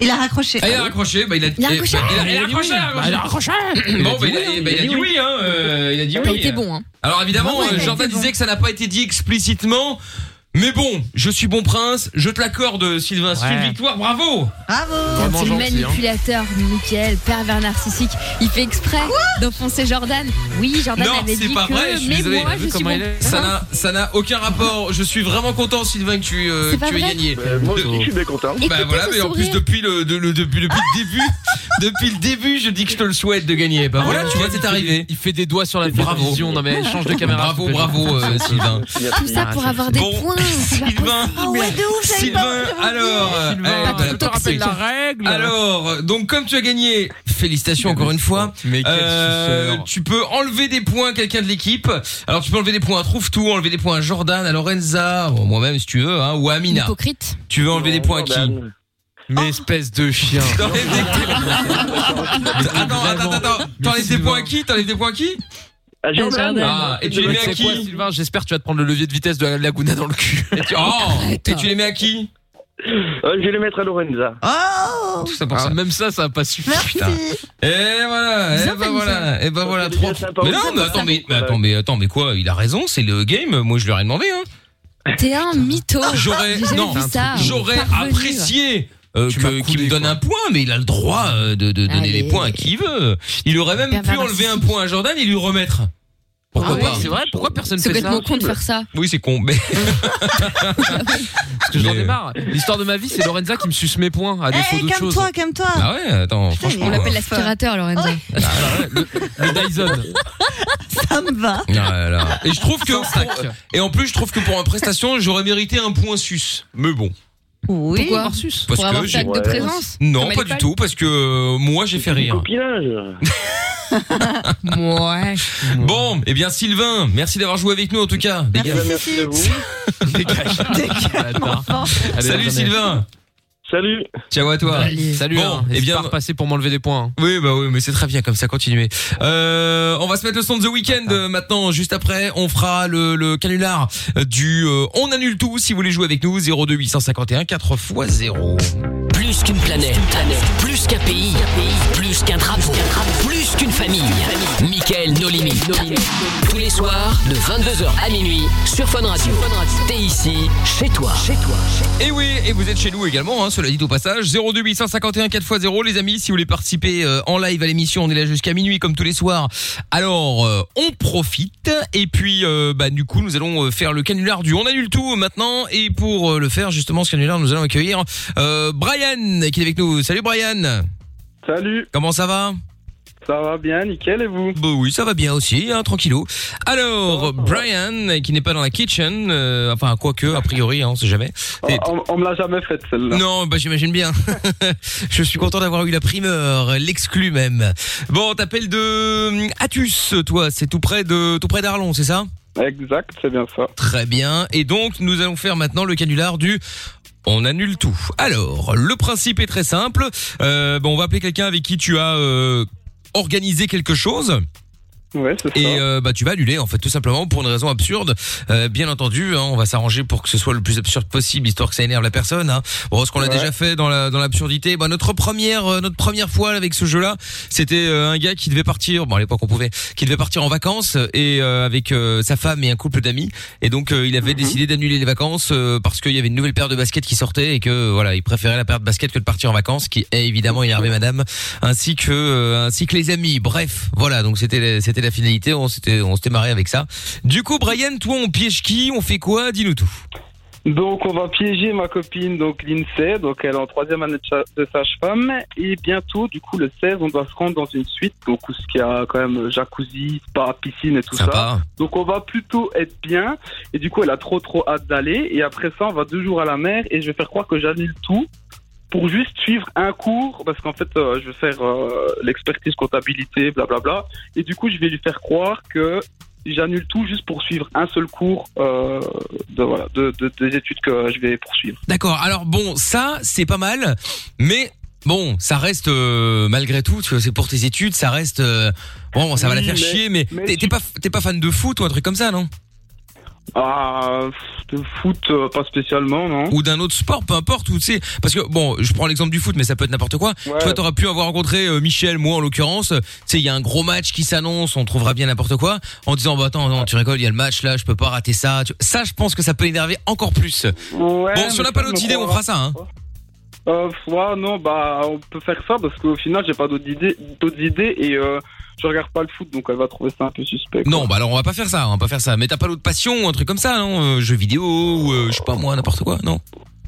Speaker 4: Il a raccroché.
Speaker 2: Ah, il a raccroché, bah il a
Speaker 3: Il a raccroché.
Speaker 2: bah, il a- il a
Speaker 6: dit oui.
Speaker 2: raccroché, il a
Speaker 6: Bah, il a
Speaker 2: raccroché.
Speaker 6: raccroché.
Speaker 2: Bon, bah, il a- bah, il a dit oui, hein, euh, il a dit
Speaker 3: T'as
Speaker 2: oui.
Speaker 3: été bon, hein.
Speaker 2: Alors évidemment,
Speaker 4: Ouais, ouais,
Speaker 2: euh,
Speaker 4: ouais,
Speaker 2: Jordan
Speaker 4: c'est bon.
Speaker 2: disait que ça n'a pas été dit explicitement. Mais bon, je suis bon prince, je te l'accorde, Sylvain. C'est une
Speaker 5: Ouais.
Speaker 2: victoire, bravo!
Speaker 4: Bravo
Speaker 5: Vraiment
Speaker 3: C'est le
Speaker 5: gentil. hein.
Speaker 3: manipulateur, Michael, pervers narcissique. Il fait exprès d'enfoncer Jordan. Oui, Jordan
Speaker 2: Non,
Speaker 3: avait
Speaker 2: c'est
Speaker 3: dit
Speaker 2: pas
Speaker 3: que.
Speaker 2: vrai, je suis
Speaker 3: mais
Speaker 2: désolé,
Speaker 3: moi,
Speaker 5: vu
Speaker 3: je suis
Speaker 5: comment
Speaker 3: bon.
Speaker 5: il est.
Speaker 2: Ça n'a, ça n'a aucun rapport. Je suis vraiment content, Sylvain, que tu, euh,
Speaker 3: C'est
Speaker 2: que
Speaker 3: pas
Speaker 2: tu aies
Speaker 3: vrai
Speaker 2: gagné.
Speaker 9: Euh, moi aussi,
Speaker 5: Oh.
Speaker 9: je suis bien content.
Speaker 3: Écoutez
Speaker 2: bah voilà,
Speaker 3: ce
Speaker 2: mais en plus
Speaker 3: sourire.
Speaker 2: depuis le, de- le- depuis, depuis le début, depuis le début, je dis que je te le souhaite de gagner. Bah voilà, tu vois, c'est arrivé.
Speaker 5: Il fait des doigts sur la
Speaker 2: Bravo.
Speaker 5: télévision. Non mais change de caméra.
Speaker 2: Bravo,
Speaker 5: s'il te plaît.
Speaker 2: bravo,
Speaker 3: Ah.
Speaker 2: euh, Sylvain.
Speaker 3: Tout ça pour avoir des
Speaker 2: Bon,
Speaker 3: points. c'est pas
Speaker 2: Sylvain,
Speaker 3: possible.
Speaker 4: Oh ouais, de ouf, j'avais pas
Speaker 2: Sylvain, alors, euh, eh,
Speaker 5: Sylvain,
Speaker 2: bah,
Speaker 5: je te
Speaker 2: parfait.
Speaker 5: rappelle la règle.
Speaker 2: Alors, euh, donc comme tu as gagné, félicitations encore une fois.
Speaker 5: Mais quel
Speaker 2: Euh,
Speaker 5: suceur.
Speaker 2: tu peux enlever des points à quelqu'un de l'équipe. Alors tu peux enlever des points à Trouve Tout, enlever des points à Jordan, à Lorenza, ou moi-même si tu veux, hein, ou à Amina.
Speaker 3: Hypocrite.
Speaker 2: Tu veux enlever des points à qui
Speaker 9: Jordan.
Speaker 5: Mais espèce de chien.
Speaker 2: T'enlèves des- Ah Attends, attends, attends. T'enlèves des points à qui T'enlèves des points à qui
Speaker 9: Ah, Jordan.
Speaker 2: Ah, et tu les mets à
Speaker 5: C'est quoi,
Speaker 2: qui
Speaker 5: Sylvain J'espère que tu vas te prendre le levier de vitesse de la Laguna dans le cul.
Speaker 2: et tu... Oh Et tu les mets à qui
Speaker 9: Euh, je vais les mettre à Lorenza.
Speaker 4: Oh
Speaker 2: Tout ça pour
Speaker 5: Ah,
Speaker 2: ça.
Speaker 5: Même ça, ça va pas suffire.
Speaker 4: Merci
Speaker 2: putain. Et voilà, et
Speaker 3: Bien
Speaker 2: bah
Speaker 3: fait,
Speaker 2: voilà, et bah voilà,
Speaker 9: Ok,
Speaker 2: trois.
Speaker 9: déjà, sympa.
Speaker 2: Mais non, mais attends, mais, mais attends, mais attends, mais quoi Il a raison, c'est le game. Moi, je lui ai rien demandé. Hein. Ah,
Speaker 3: T'es un mytho.
Speaker 2: J'aurais,
Speaker 3: J'ai jamais
Speaker 2: non,
Speaker 3: vu ça.
Speaker 2: j'aurais
Speaker 3: Parvenu.
Speaker 2: apprécié. euh,
Speaker 5: Tu
Speaker 2: que-
Speaker 5: m'as coulé,
Speaker 2: qu'il me donne
Speaker 5: quoi.
Speaker 2: un point, mais il a le droit euh, de, de donner
Speaker 3: Allez.
Speaker 2: les points à qui il veut. Il aurait même pu
Speaker 3: Pervers
Speaker 2: enlever un
Speaker 3: narcissique.
Speaker 2: point à Jordan et lui remettre. Pourquoi
Speaker 5: Ah
Speaker 2: pas
Speaker 5: ouais, C'est vrai, pourquoi personne
Speaker 3: C'est
Speaker 5: fait ça
Speaker 3: complètement con de faire ça.
Speaker 2: Oui, c'est con, mais
Speaker 5: Parce que j'en
Speaker 2: Mais-
Speaker 5: ai marre. L'histoire de ma vie, c'est Lorenza qui me suce mes points à
Speaker 4: Eh,
Speaker 5: défaut
Speaker 4: eh,
Speaker 5: d'autre chose.
Speaker 4: calme-toi, calme-toi
Speaker 2: ah ouais, attends, franchement.
Speaker 3: On l'appelle
Speaker 2: euh,
Speaker 3: l'aspirateur, Lorenza.
Speaker 5: Le Dyson.
Speaker 4: Ça me va
Speaker 2: ah là là. Et je trouve que pour- et en plus, je trouve que pour ma prestation, j'aurais mérité un point sus. Mais bon,
Speaker 4: Oui
Speaker 3: Pourquoi
Speaker 2: parce
Speaker 3: Pour avoir
Speaker 2: que
Speaker 3: fait
Speaker 2: j'ai
Speaker 3: acte de
Speaker 9: Ouais.
Speaker 3: présence
Speaker 2: non,
Speaker 3: Comme à
Speaker 2: pas du
Speaker 3: l'école
Speaker 2: tout, parce que euh, moi, j'ai fait rire.
Speaker 9: Copinage.
Speaker 3: Ouais.
Speaker 2: Bon, eh bien Sylvain, merci d'avoir joué avec nous en tout cas.
Speaker 9: Eh ben, Merci à vous.
Speaker 5: Dégage. Bâtard.
Speaker 2: Salut
Speaker 5: Allez, bonne journée.
Speaker 2: Sylvain.
Speaker 9: Salut.
Speaker 2: Ciao à toi.
Speaker 5: Salut.
Speaker 2: Bon,
Speaker 5: hein.
Speaker 2: eh
Speaker 5: N'hésite
Speaker 2: bien-
Speaker 5: pas à repasser pour m'enlever des points. hein.
Speaker 2: Oui, bah oui, mais c'est très bien comme ça, continuez. Euh, on va se mettre le son de The Weeknd euh, maintenant, juste après, on fera le, le canular du euh, On annule tout si vous voulez jouer avec nous, 02851 4 x 0.
Speaker 1: Plus Plus qu'une planète, plus qu'un pays, plus qu'un drapeau, plus qu'une famille. Mickaël nos limites. Tous les soirs, de 22h à minuit, sur Fun Radio. T'es ici, chez toi. Chez toi.
Speaker 2: Et oui, et vous êtes chez nous également, hein, cela dit au passage. 02851 4x0, les amis, si vous voulez participer euh, en live à l'émission, on est là jusqu'à minuit comme tous les soirs. Alors, euh, on profite. Et puis, euh, bah, du coup, nous allons euh, faire le canular du On annule tout maintenant. Et pour euh, le faire, justement, ce canular, nous allons accueillir euh, Brian qui est avec nous. Salut Brian
Speaker 10: Salut
Speaker 2: Comment ça va
Speaker 10: Ça va bien, nickel, et vous
Speaker 2: Bah oui, ça va bien aussi, hein, tranquillou. Alors, Brian, qui n'est pas dans la kitchen, euh, enfin, quoique, a priori, hein, on sait jamais.
Speaker 10: Oh, on, on me l'a jamais faite celle-là.
Speaker 2: Non, bah j'imagine bien. Je suis content d'avoir eu la primeur, l'exclu même. Bon, t'appelles de Atus, toi, c'est tout près de tout près d'Arlon, c'est ça
Speaker 10: Exact, c'est bien ça.
Speaker 2: Très bien. Et donc, nous allons faire maintenant le canular du. On annule tout. Alors, le principe est très simple. Euh, bon, on va appeler quelqu'un avec qui tu as euh, organisé quelque chose.
Speaker 10: Ouais, c'est ça.
Speaker 2: Et euh, bah tu vas annuler en fait tout simplement pour une raison absurde. Euh, bien entendu, hein, on va s'arranger pour que ce soit le plus absurde possible histoire que ça énerve la personne. Hein. Bon, ce qu'on a
Speaker 10: Ouais.
Speaker 2: déjà fait dans la dans l'absurdité. Bah notre première euh, notre première fois avec ce jeu-là, c'était euh, un gars qui devait partir. Bon à l'époque on pouvait, qui devait partir en vacances et euh, avec euh, sa femme et un couple d'amis. Et donc euh, il avait décidé d'annuler les vacances euh, parce qu'il y avait une nouvelle paire de baskets qui sortait et que euh, voilà il préférait la paire de baskets que de partir en vacances, qui est évidemment énervé madame ainsi que euh, ainsi que les amis. Bref, voilà, donc c'était la- c'était la finalité, on s'était on s'était marré avec ça. Du coup, Brian, toi on piège qui On fait quoi Dis-nous tout.
Speaker 10: Donc on va piéger ma copine, donc l'INSEE, donc elle est en troisième année de cha- de sage-femme, et bientôt, du coup, le 16, on doit se rendre dans une suite, donc où il y a quand même euh, jacuzzi, spa, piscine et tout ça. Donc on va plutôt être bien, et du coup, elle a trop trop hâte d'aller, et après ça, on va deux jours à la mer, et je vais faire croire que j'annule tout pour juste suivre un cours, parce qu'en fait, euh, je vais faire euh, l'expertise comptabilité, blablabla, et du coup, je vais lui faire croire que j'annule tout juste pour suivre un seul cours euh, de, voilà, de, de- des études que je vais poursuivre.
Speaker 2: D'accord. Alors bon, ça c'est pas mal, mais bon, ça reste euh, malgré tout, tu vois, c'est pour tes études, ça reste euh, bon, ça va la
Speaker 10: Oui,
Speaker 2: faire
Speaker 10: mais-
Speaker 2: chier, mais,
Speaker 10: mais
Speaker 2: t'es t'es pas t'es pas fan de foot ou un truc comme ça, non
Speaker 10: Ah, pff, de foot, euh, pas spécialement, non
Speaker 2: Ou d'un autre sport, peu importe, ou tu sais, parce que bon, je prends l'exemple du foot, mais ça peut être n'importe quoi.
Speaker 10: Ouais.
Speaker 2: Tu vois, t'aurais pu avoir rencontré euh, Michel, moi en l'occurrence. Tu sais, il y a un gros match qui s'annonce, on trouvera bien n'importe quoi, en disant bah attends, non, tu rigoles, il y a le match là, je peux pas rater ça. Tu- Ça, je pense que ça peut énerver encore plus. bon, si on n'a
Speaker 10: mais
Speaker 2: pas
Speaker 10: ça,
Speaker 2: d'autres
Speaker 10: je me
Speaker 2: idées, on fera
Speaker 10: crois.
Speaker 2: ça. Hein.
Speaker 10: Euh, pff, ouais, non, bah, on peut faire ça parce qu'au final, j'ai pas d'autres idées, d'autres idées et euh, je regarde pas le foot, donc elle va trouver ça un peu suspect. quoi.
Speaker 2: Non, bah alors on va pas faire ça, on va pas faire ça. Mais t'as pas d'autres passions ou un truc comme ça, non Euh, Jeux vidéo ou euh, je sais pas moi, n'importe quoi, non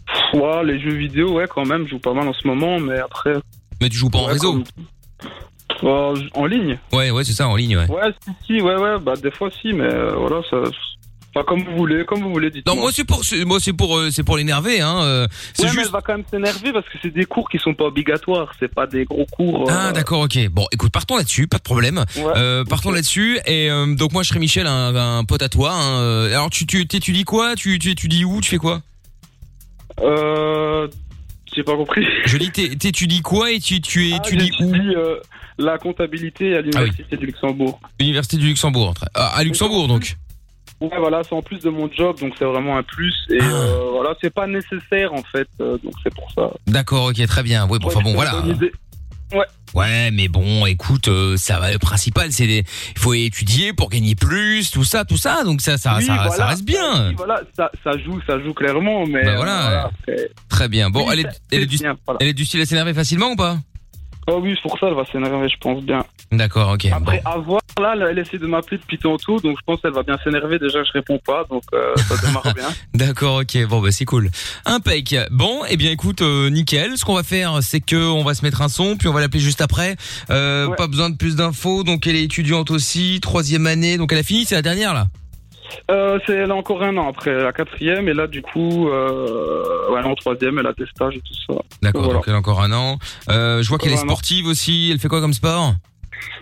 Speaker 10: Pff, ouais, les jeux vidéo, ouais, quand même, je joue pas mal en ce moment, mais après.
Speaker 2: Mais tu joues pas en réseau
Speaker 10: Euh, j- en ligne
Speaker 2: Ouais, ouais, c'est ça, en ligne, ouais.
Speaker 10: Ouais, si, si, ouais, ouais, bah, des fois, si, mais euh, voilà, ça. Enfin, comme vous voulez, comme vous voulez, dites-moi.
Speaker 2: Non, moi c'est pour, c'est- moi c'est pour, euh, c'est pour l'énerver, hein. euh, c'est
Speaker 10: Ouais, mais
Speaker 2: juste.
Speaker 10: elle va quand même s'énerver parce que c'est des cours qui sont pas obligatoires, c'est pas des gros cours. euh,
Speaker 2: Ah d'accord ok bon écoute partons là-dessus pas de problème Euh, partons là-dessus et euh, donc moi je serai Michel un, un pote à toi hein. Euh, alors tu tu t'étudies quoi tu tu étudies où tu fais quoi
Speaker 10: Euh. J'ai pas compris.
Speaker 2: Ah.
Speaker 10: Ah,
Speaker 2: je dis t'é- t'étudies quoi et tu tu étudies où Ah
Speaker 10: euh, la comptabilité à l'université du Luxembourg.
Speaker 2: Université du Luxembourg très- à, à Luxembourg donc
Speaker 10: Ouais, voilà, c'est en plus de mon job, donc c'est vraiment un plus. Et
Speaker 2: Ah.
Speaker 10: euh, voilà, c'est pas nécessaire en fait, euh, donc c'est pour ça.
Speaker 2: d'accord ok très bien oui bon, enfin bon voilà
Speaker 10: Ouais.
Speaker 2: Ouais, mais bon, écoute, euh, ça va. Le principal, c'est des- il faut étudier pour gagner plus, tout ça, tout ça. Donc ça, ça,
Speaker 10: Oui,
Speaker 2: Ah, ça,
Speaker 10: voilà.
Speaker 2: ça reste bien.
Speaker 10: Oui, voilà, ça, ça joue, ça joue clairement, mais.
Speaker 2: Bah
Speaker 10: euh,
Speaker 2: voilà.
Speaker 10: c'est-
Speaker 2: Très bien. Bon,
Speaker 10: Oui,
Speaker 2: elle est,
Speaker 10: c'est-
Speaker 2: elle est du,
Speaker 10: c'est bien, voilà.
Speaker 2: elle est du style à s'énerver facilement ou pas
Speaker 10: Oh oui, c'est pour ça, elle va s'énerver, je pense bien.
Speaker 2: D'accord, ok. bon.
Speaker 10: Après, à voir, là, elle essaie de m'appeler depuis tantôt, donc je pense qu'elle va bien s'énerver. Déjà, je réponds pas, donc euh, ça démarre bien.
Speaker 2: D'accord, ok. Bon, bah c'est cool. Impec. Bon, eh bien écoute, euh, nickel. Ce qu'on va faire, c'est que on va se mettre un son, puis on va l'appeler juste après. Euh, Pas besoin de plus d'infos. Donc elle est étudiante aussi, troisième année. Donc elle a fini, c'est la dernière là.
Speaker 10: Euh, c'est, elle a encore un an après la quatrième, et là, du coup, euh, ouais, elle est en troisième, elle a des stages et tout ça.
Speaker 2: D'accord.
Speaker 10: Voilà.
Speaker 2: Donc elle a encore un an. Euh, je vois qu'elle est
Speaker 10: Encore un an.
Speaker 2: sportive aussi. Elle fait quoi comme sport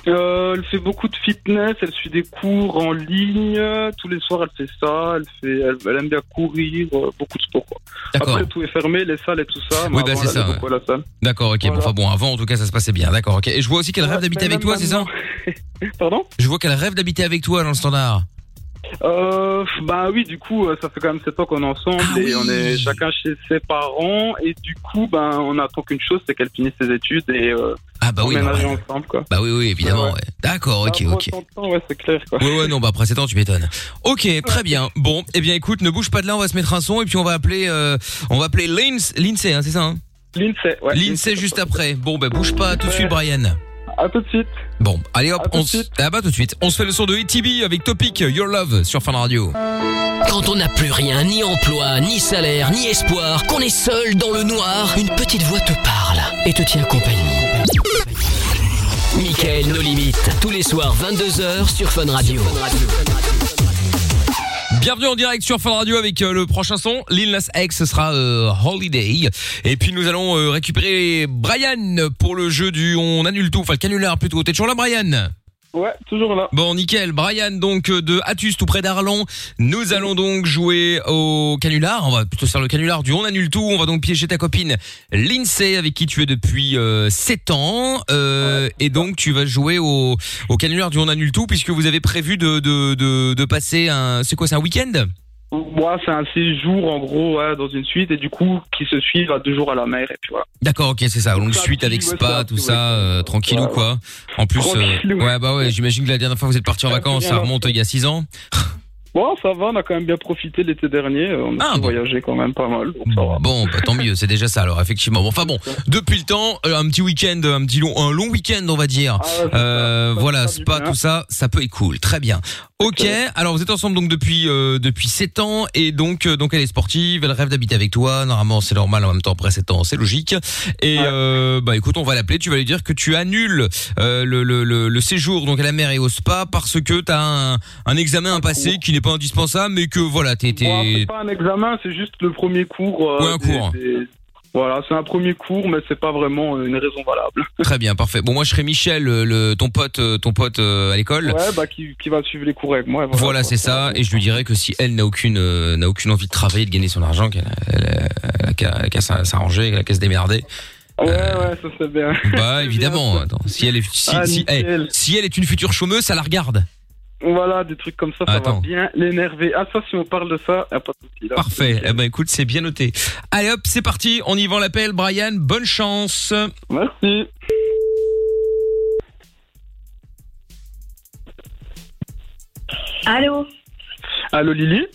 Speaker 10: Euh, elle fait beaucoup de fitness, elle suit des cours en ligne, tous les soirs elle fait ça, elle, fait, elle, elle aime bien courir, euh, beaucoup de sport. quoi.
Speaker 2: D'accord.
Speaker 10: Après tout est fermé, les salles et tout ça, mais
Speaker 2: Oui, bah,
Speaker 10: avant,
Speaker 2: c'est
Speaker 10: elle
Speaker 2: ça,
Speaker 10: allait
Speaker 2: ouais.
Speaker 10: beaucoup à la salle.
Speaker 2: D'accord, ok. Bon,
Speaker 10: Voilà.
Speaker 2: enfin bon, avant en tout cas ça se passait bien. D'accord, ok. Et je vois aussi qu'elle rêve d'habiter
Speaker 10: mais
Speaker 2: avec toi,
Speaker 10: même
Speaker 2: c'est ça
Speaker 10: Pardon
Speaker 2: Je vois qu'elle rêve d'habiter avec toi dans le standard.
Speaker 10: Euh, bah oui, du coup, euh, ça fait quand même 7 ans qu'on est ensemble
Speaker 2: Ah
Speaker 10: et on est chacun chez ses parents et du coup, ben, on attend qu'une chose, c'est qu'elle finisse ses études et euh,
Speaker 2: ah bah oui,
Speaker 10: emménager
Speaker 2: normal.
Speaker 10: ensemble quoi.
Speaker 2: Bah oui, oui, évidemment. ouais. D'accord, ok, ok.
Speaker 10: Bah, ouais, c'est clair quoi.
Speaker 2: Ouais, ouais, non, bah après 7 ans, tu m'étonnes. Ok, très bien. Bon, eh bien écoute, ne bouge pas de là, on va se mettre un son et puis on va appeler, euh, on va appeler Lindsay, Lindsay, hein, c'est ça hein
Speaker 10: L'INSEE, ouais.
Speaker 2: L'INSEE juste après. Bon, bah bouge pas tout de suite, Brian.
Speaker 10: À tout de suite.
Speaker 2: Bon, allez hop, on se. Ah bah tout de suite. On se fait le son de ETB avec Topic Your Love sur Fun Radio.
Speaker 1: Quand on n'a plus rien, ni emploi, ni salaire, ni espoir, qu'on est seul dans le noir, une petite voix te parle et te tient compagnie. Michael, nos limites, tous les soirs 22h sur Fun Radio.
Speaker 2: Bienvenue en direct sur Fun Radio avec euh, le prochain son. Lil Nas X, ce sera euh, Holiday. Et puis nous allons euh, récupérer Brian pour le jeu du On annule tout, enfin le canular plutôt. T'es toujours là Brian
Speaker 10: Ouais, toujours là.
Speaker 2: Bon, nickel. Brian, donc, euh, de Atus, tout près d'Arlon. Nous allons donc jouer au canular. On va plutôt faire le canular du On annule tout. On va donc piéger ta copine Lindsay, avec qui tu es depuis euh, 7 ans. Euh, et donc, tu vas jouer au, au canular du On annule tout, puisque vous avez prévu de, de, de, de passer un... C'est quoi, c'est un week-end
Speaker 10: Moi, c'est un séjour en gros ouais, dans une suite et du coup qui se suivent à deux jours à la mer et puis voilà.
Speaker 2: D'accord, ok, c'est ça. Longue
Speaker 10: Ça,
Speaker 2: suite
Speaker 10: petit,
Speaker 2: avec
Speaker 10: ouais,
Speaker 2: spa,
Speaker 10: ça,
Speaker 2: tout
Speaker 10: ouais.
Speaker 2: ça, euh, tranquillou
Speaker 10: Ouais.
Speaker 2: quoi. En plus, euh,
Speaker 10: Tranquillou.
Speaker 2: ouais, bah ouais, j'imagine que la dernière fois que vous êtes parti en vacances, ça remonte euh, il y a 6 ans.
Speaker 10: Bon, ça va, on a quand même bien profité l'été dernier. euh, On a pu voyagé quand même pas mal. donc ça va.
Speaker 2: Ah, Bon, bah, tant mieux, c'est déjà ça alors, effectivement. Bon, enfin bon, depuis le temps, euh, un petit week-end, un petit long, un long week-end, on va dire. Euh, voilà, spa, tout ça, ça peut être cool. Très bien. Ok, alors vous êtes ensemble donc depuis euh, depuis 7 ans et donc euh, donc elle est sportive, elle rêve d'habiter avec toi. Normalement, c'est normal en même temps après 7 ans, c'est logique. Et euh, bah écoute, on va l'appeler, tu vas lui dire que tu annules euh, le, le, le, le séjour donc à la mer et au spa parce que t'as un, un examen à passer qui n'est pas indispensable mais que voilà, t'es t'es-
Speaker 10: Bon, c'est pas un examen, c'est juste le premier cours. euh,
Speaker 2: Ouais, un
Speaker 10: des-
Speaker 2: cours.
Speaker 10: des- Voilà, c'est un premier cours, mais c'est pas vraiment euh, une raison valable.
Speaker 2: Très bien, parfait. Bon, moi je serai Michel, le, le- ton pote, euh, ton pote euh, à l'école.
Speaker 10: Ouais, bah qui, qui va suivre les cours avec moi.
Speaker 2: Voilà, c'est ça. Et je lui dirais que si elle n'a aucune, euh, n'a aucune envie de travailler, de gagner son argent, qu'elle, elle, elle a qu'à- elle a qu'à s'ar- s'arranger, qu'elle a qu'à se démerder.
Speaker 10: Ouais, ouais, ça c'est bien.
Speaker 2: Euh, Bah évidemment. Attends, si elle est, si,
Speaker 10: Ah,
Speaker 2: si- hey,
Speaker 10: nickel.
Speaker 2: si elle est une future chômeuse, ça la regarde.
Speaker 10: Voilà, des trucs comme ça, ça
Speaker 2: Attends.
Speaker 10: va bien l'énerver. Ah, ça, si on parle de ça, y a pas de souci. là.
Speaker 2: Parfait. Eh ben écoute, c'est bien noté. Allez hop, c'est parti. On y va on l'appelle. Brian, bonne chance.
Speaker 10: Merci.
Speaker 7: Allô
Speaker 10: Allô, Lily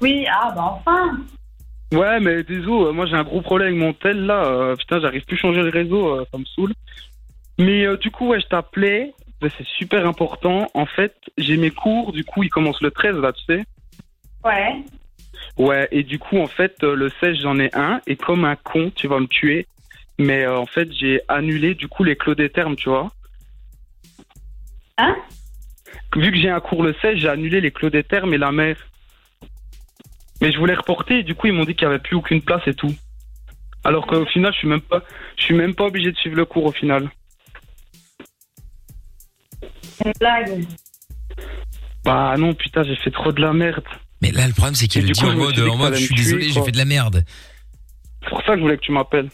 Speaker 7: Oui, ah bah enfin
Speaker 10: Ouais, mais désolé, euh, moi j'ai un gros problème avec mon tel là. euh, putain, j'arrive plus à changer le réseau, euh, ça me saoule. Mais euh, du coup, ouais, je t'appelais. ouais, c'est super important. En fait, j'ai mes cours, du coup, ils commencent le 13 là, tu sais.
Speaker 7: Ouais.
Speaker 10: Ouais, et du coup, en fait, euh, le 16, j'en ai un. Et comme un con, tu vas me tuer. Mais euh, en fait, j'ai annulé du coup les clos des termes, tu vois.
Speaker 7: Hein
Speaker 10: Vu que j'ai un cours le 16, j'ai annulé les clos des termes et la mer. Mais je voulais reporter, et du coup, ils m'ont dit qu'il n'y avait plus aucune place et tout. Alors qu'au final, je suis même pas, je suis même pas obligé de suivre le cours au final.
Speaker 7: C'est une blague.
Speaker 10: Bah non, putain, j'ai fait trop de la merde.
Speaker 2: Mais là, le problème, c'est
Speaker 10: Et
Speaker 2: qu'elle
Speaker 10: du
Speaker 2: dit
Speaker 10: coup,
Speaker 2: en
Speaker 10: je me
Speaker 2: mode,
Speaker 10: suis dit
Speaker 2: en
Speaker 10: que
Speaker 2: mode,
Speaker 10: ça
Speaker 2: je suis
Speaker 10: allait me tuer,
Speaker 2: désolé, j'ai
Speaker 10: quoi.
Speaker 2: fait de la merde.
Speaker 10: C'est pour ça que je voulais que tu m'appelles.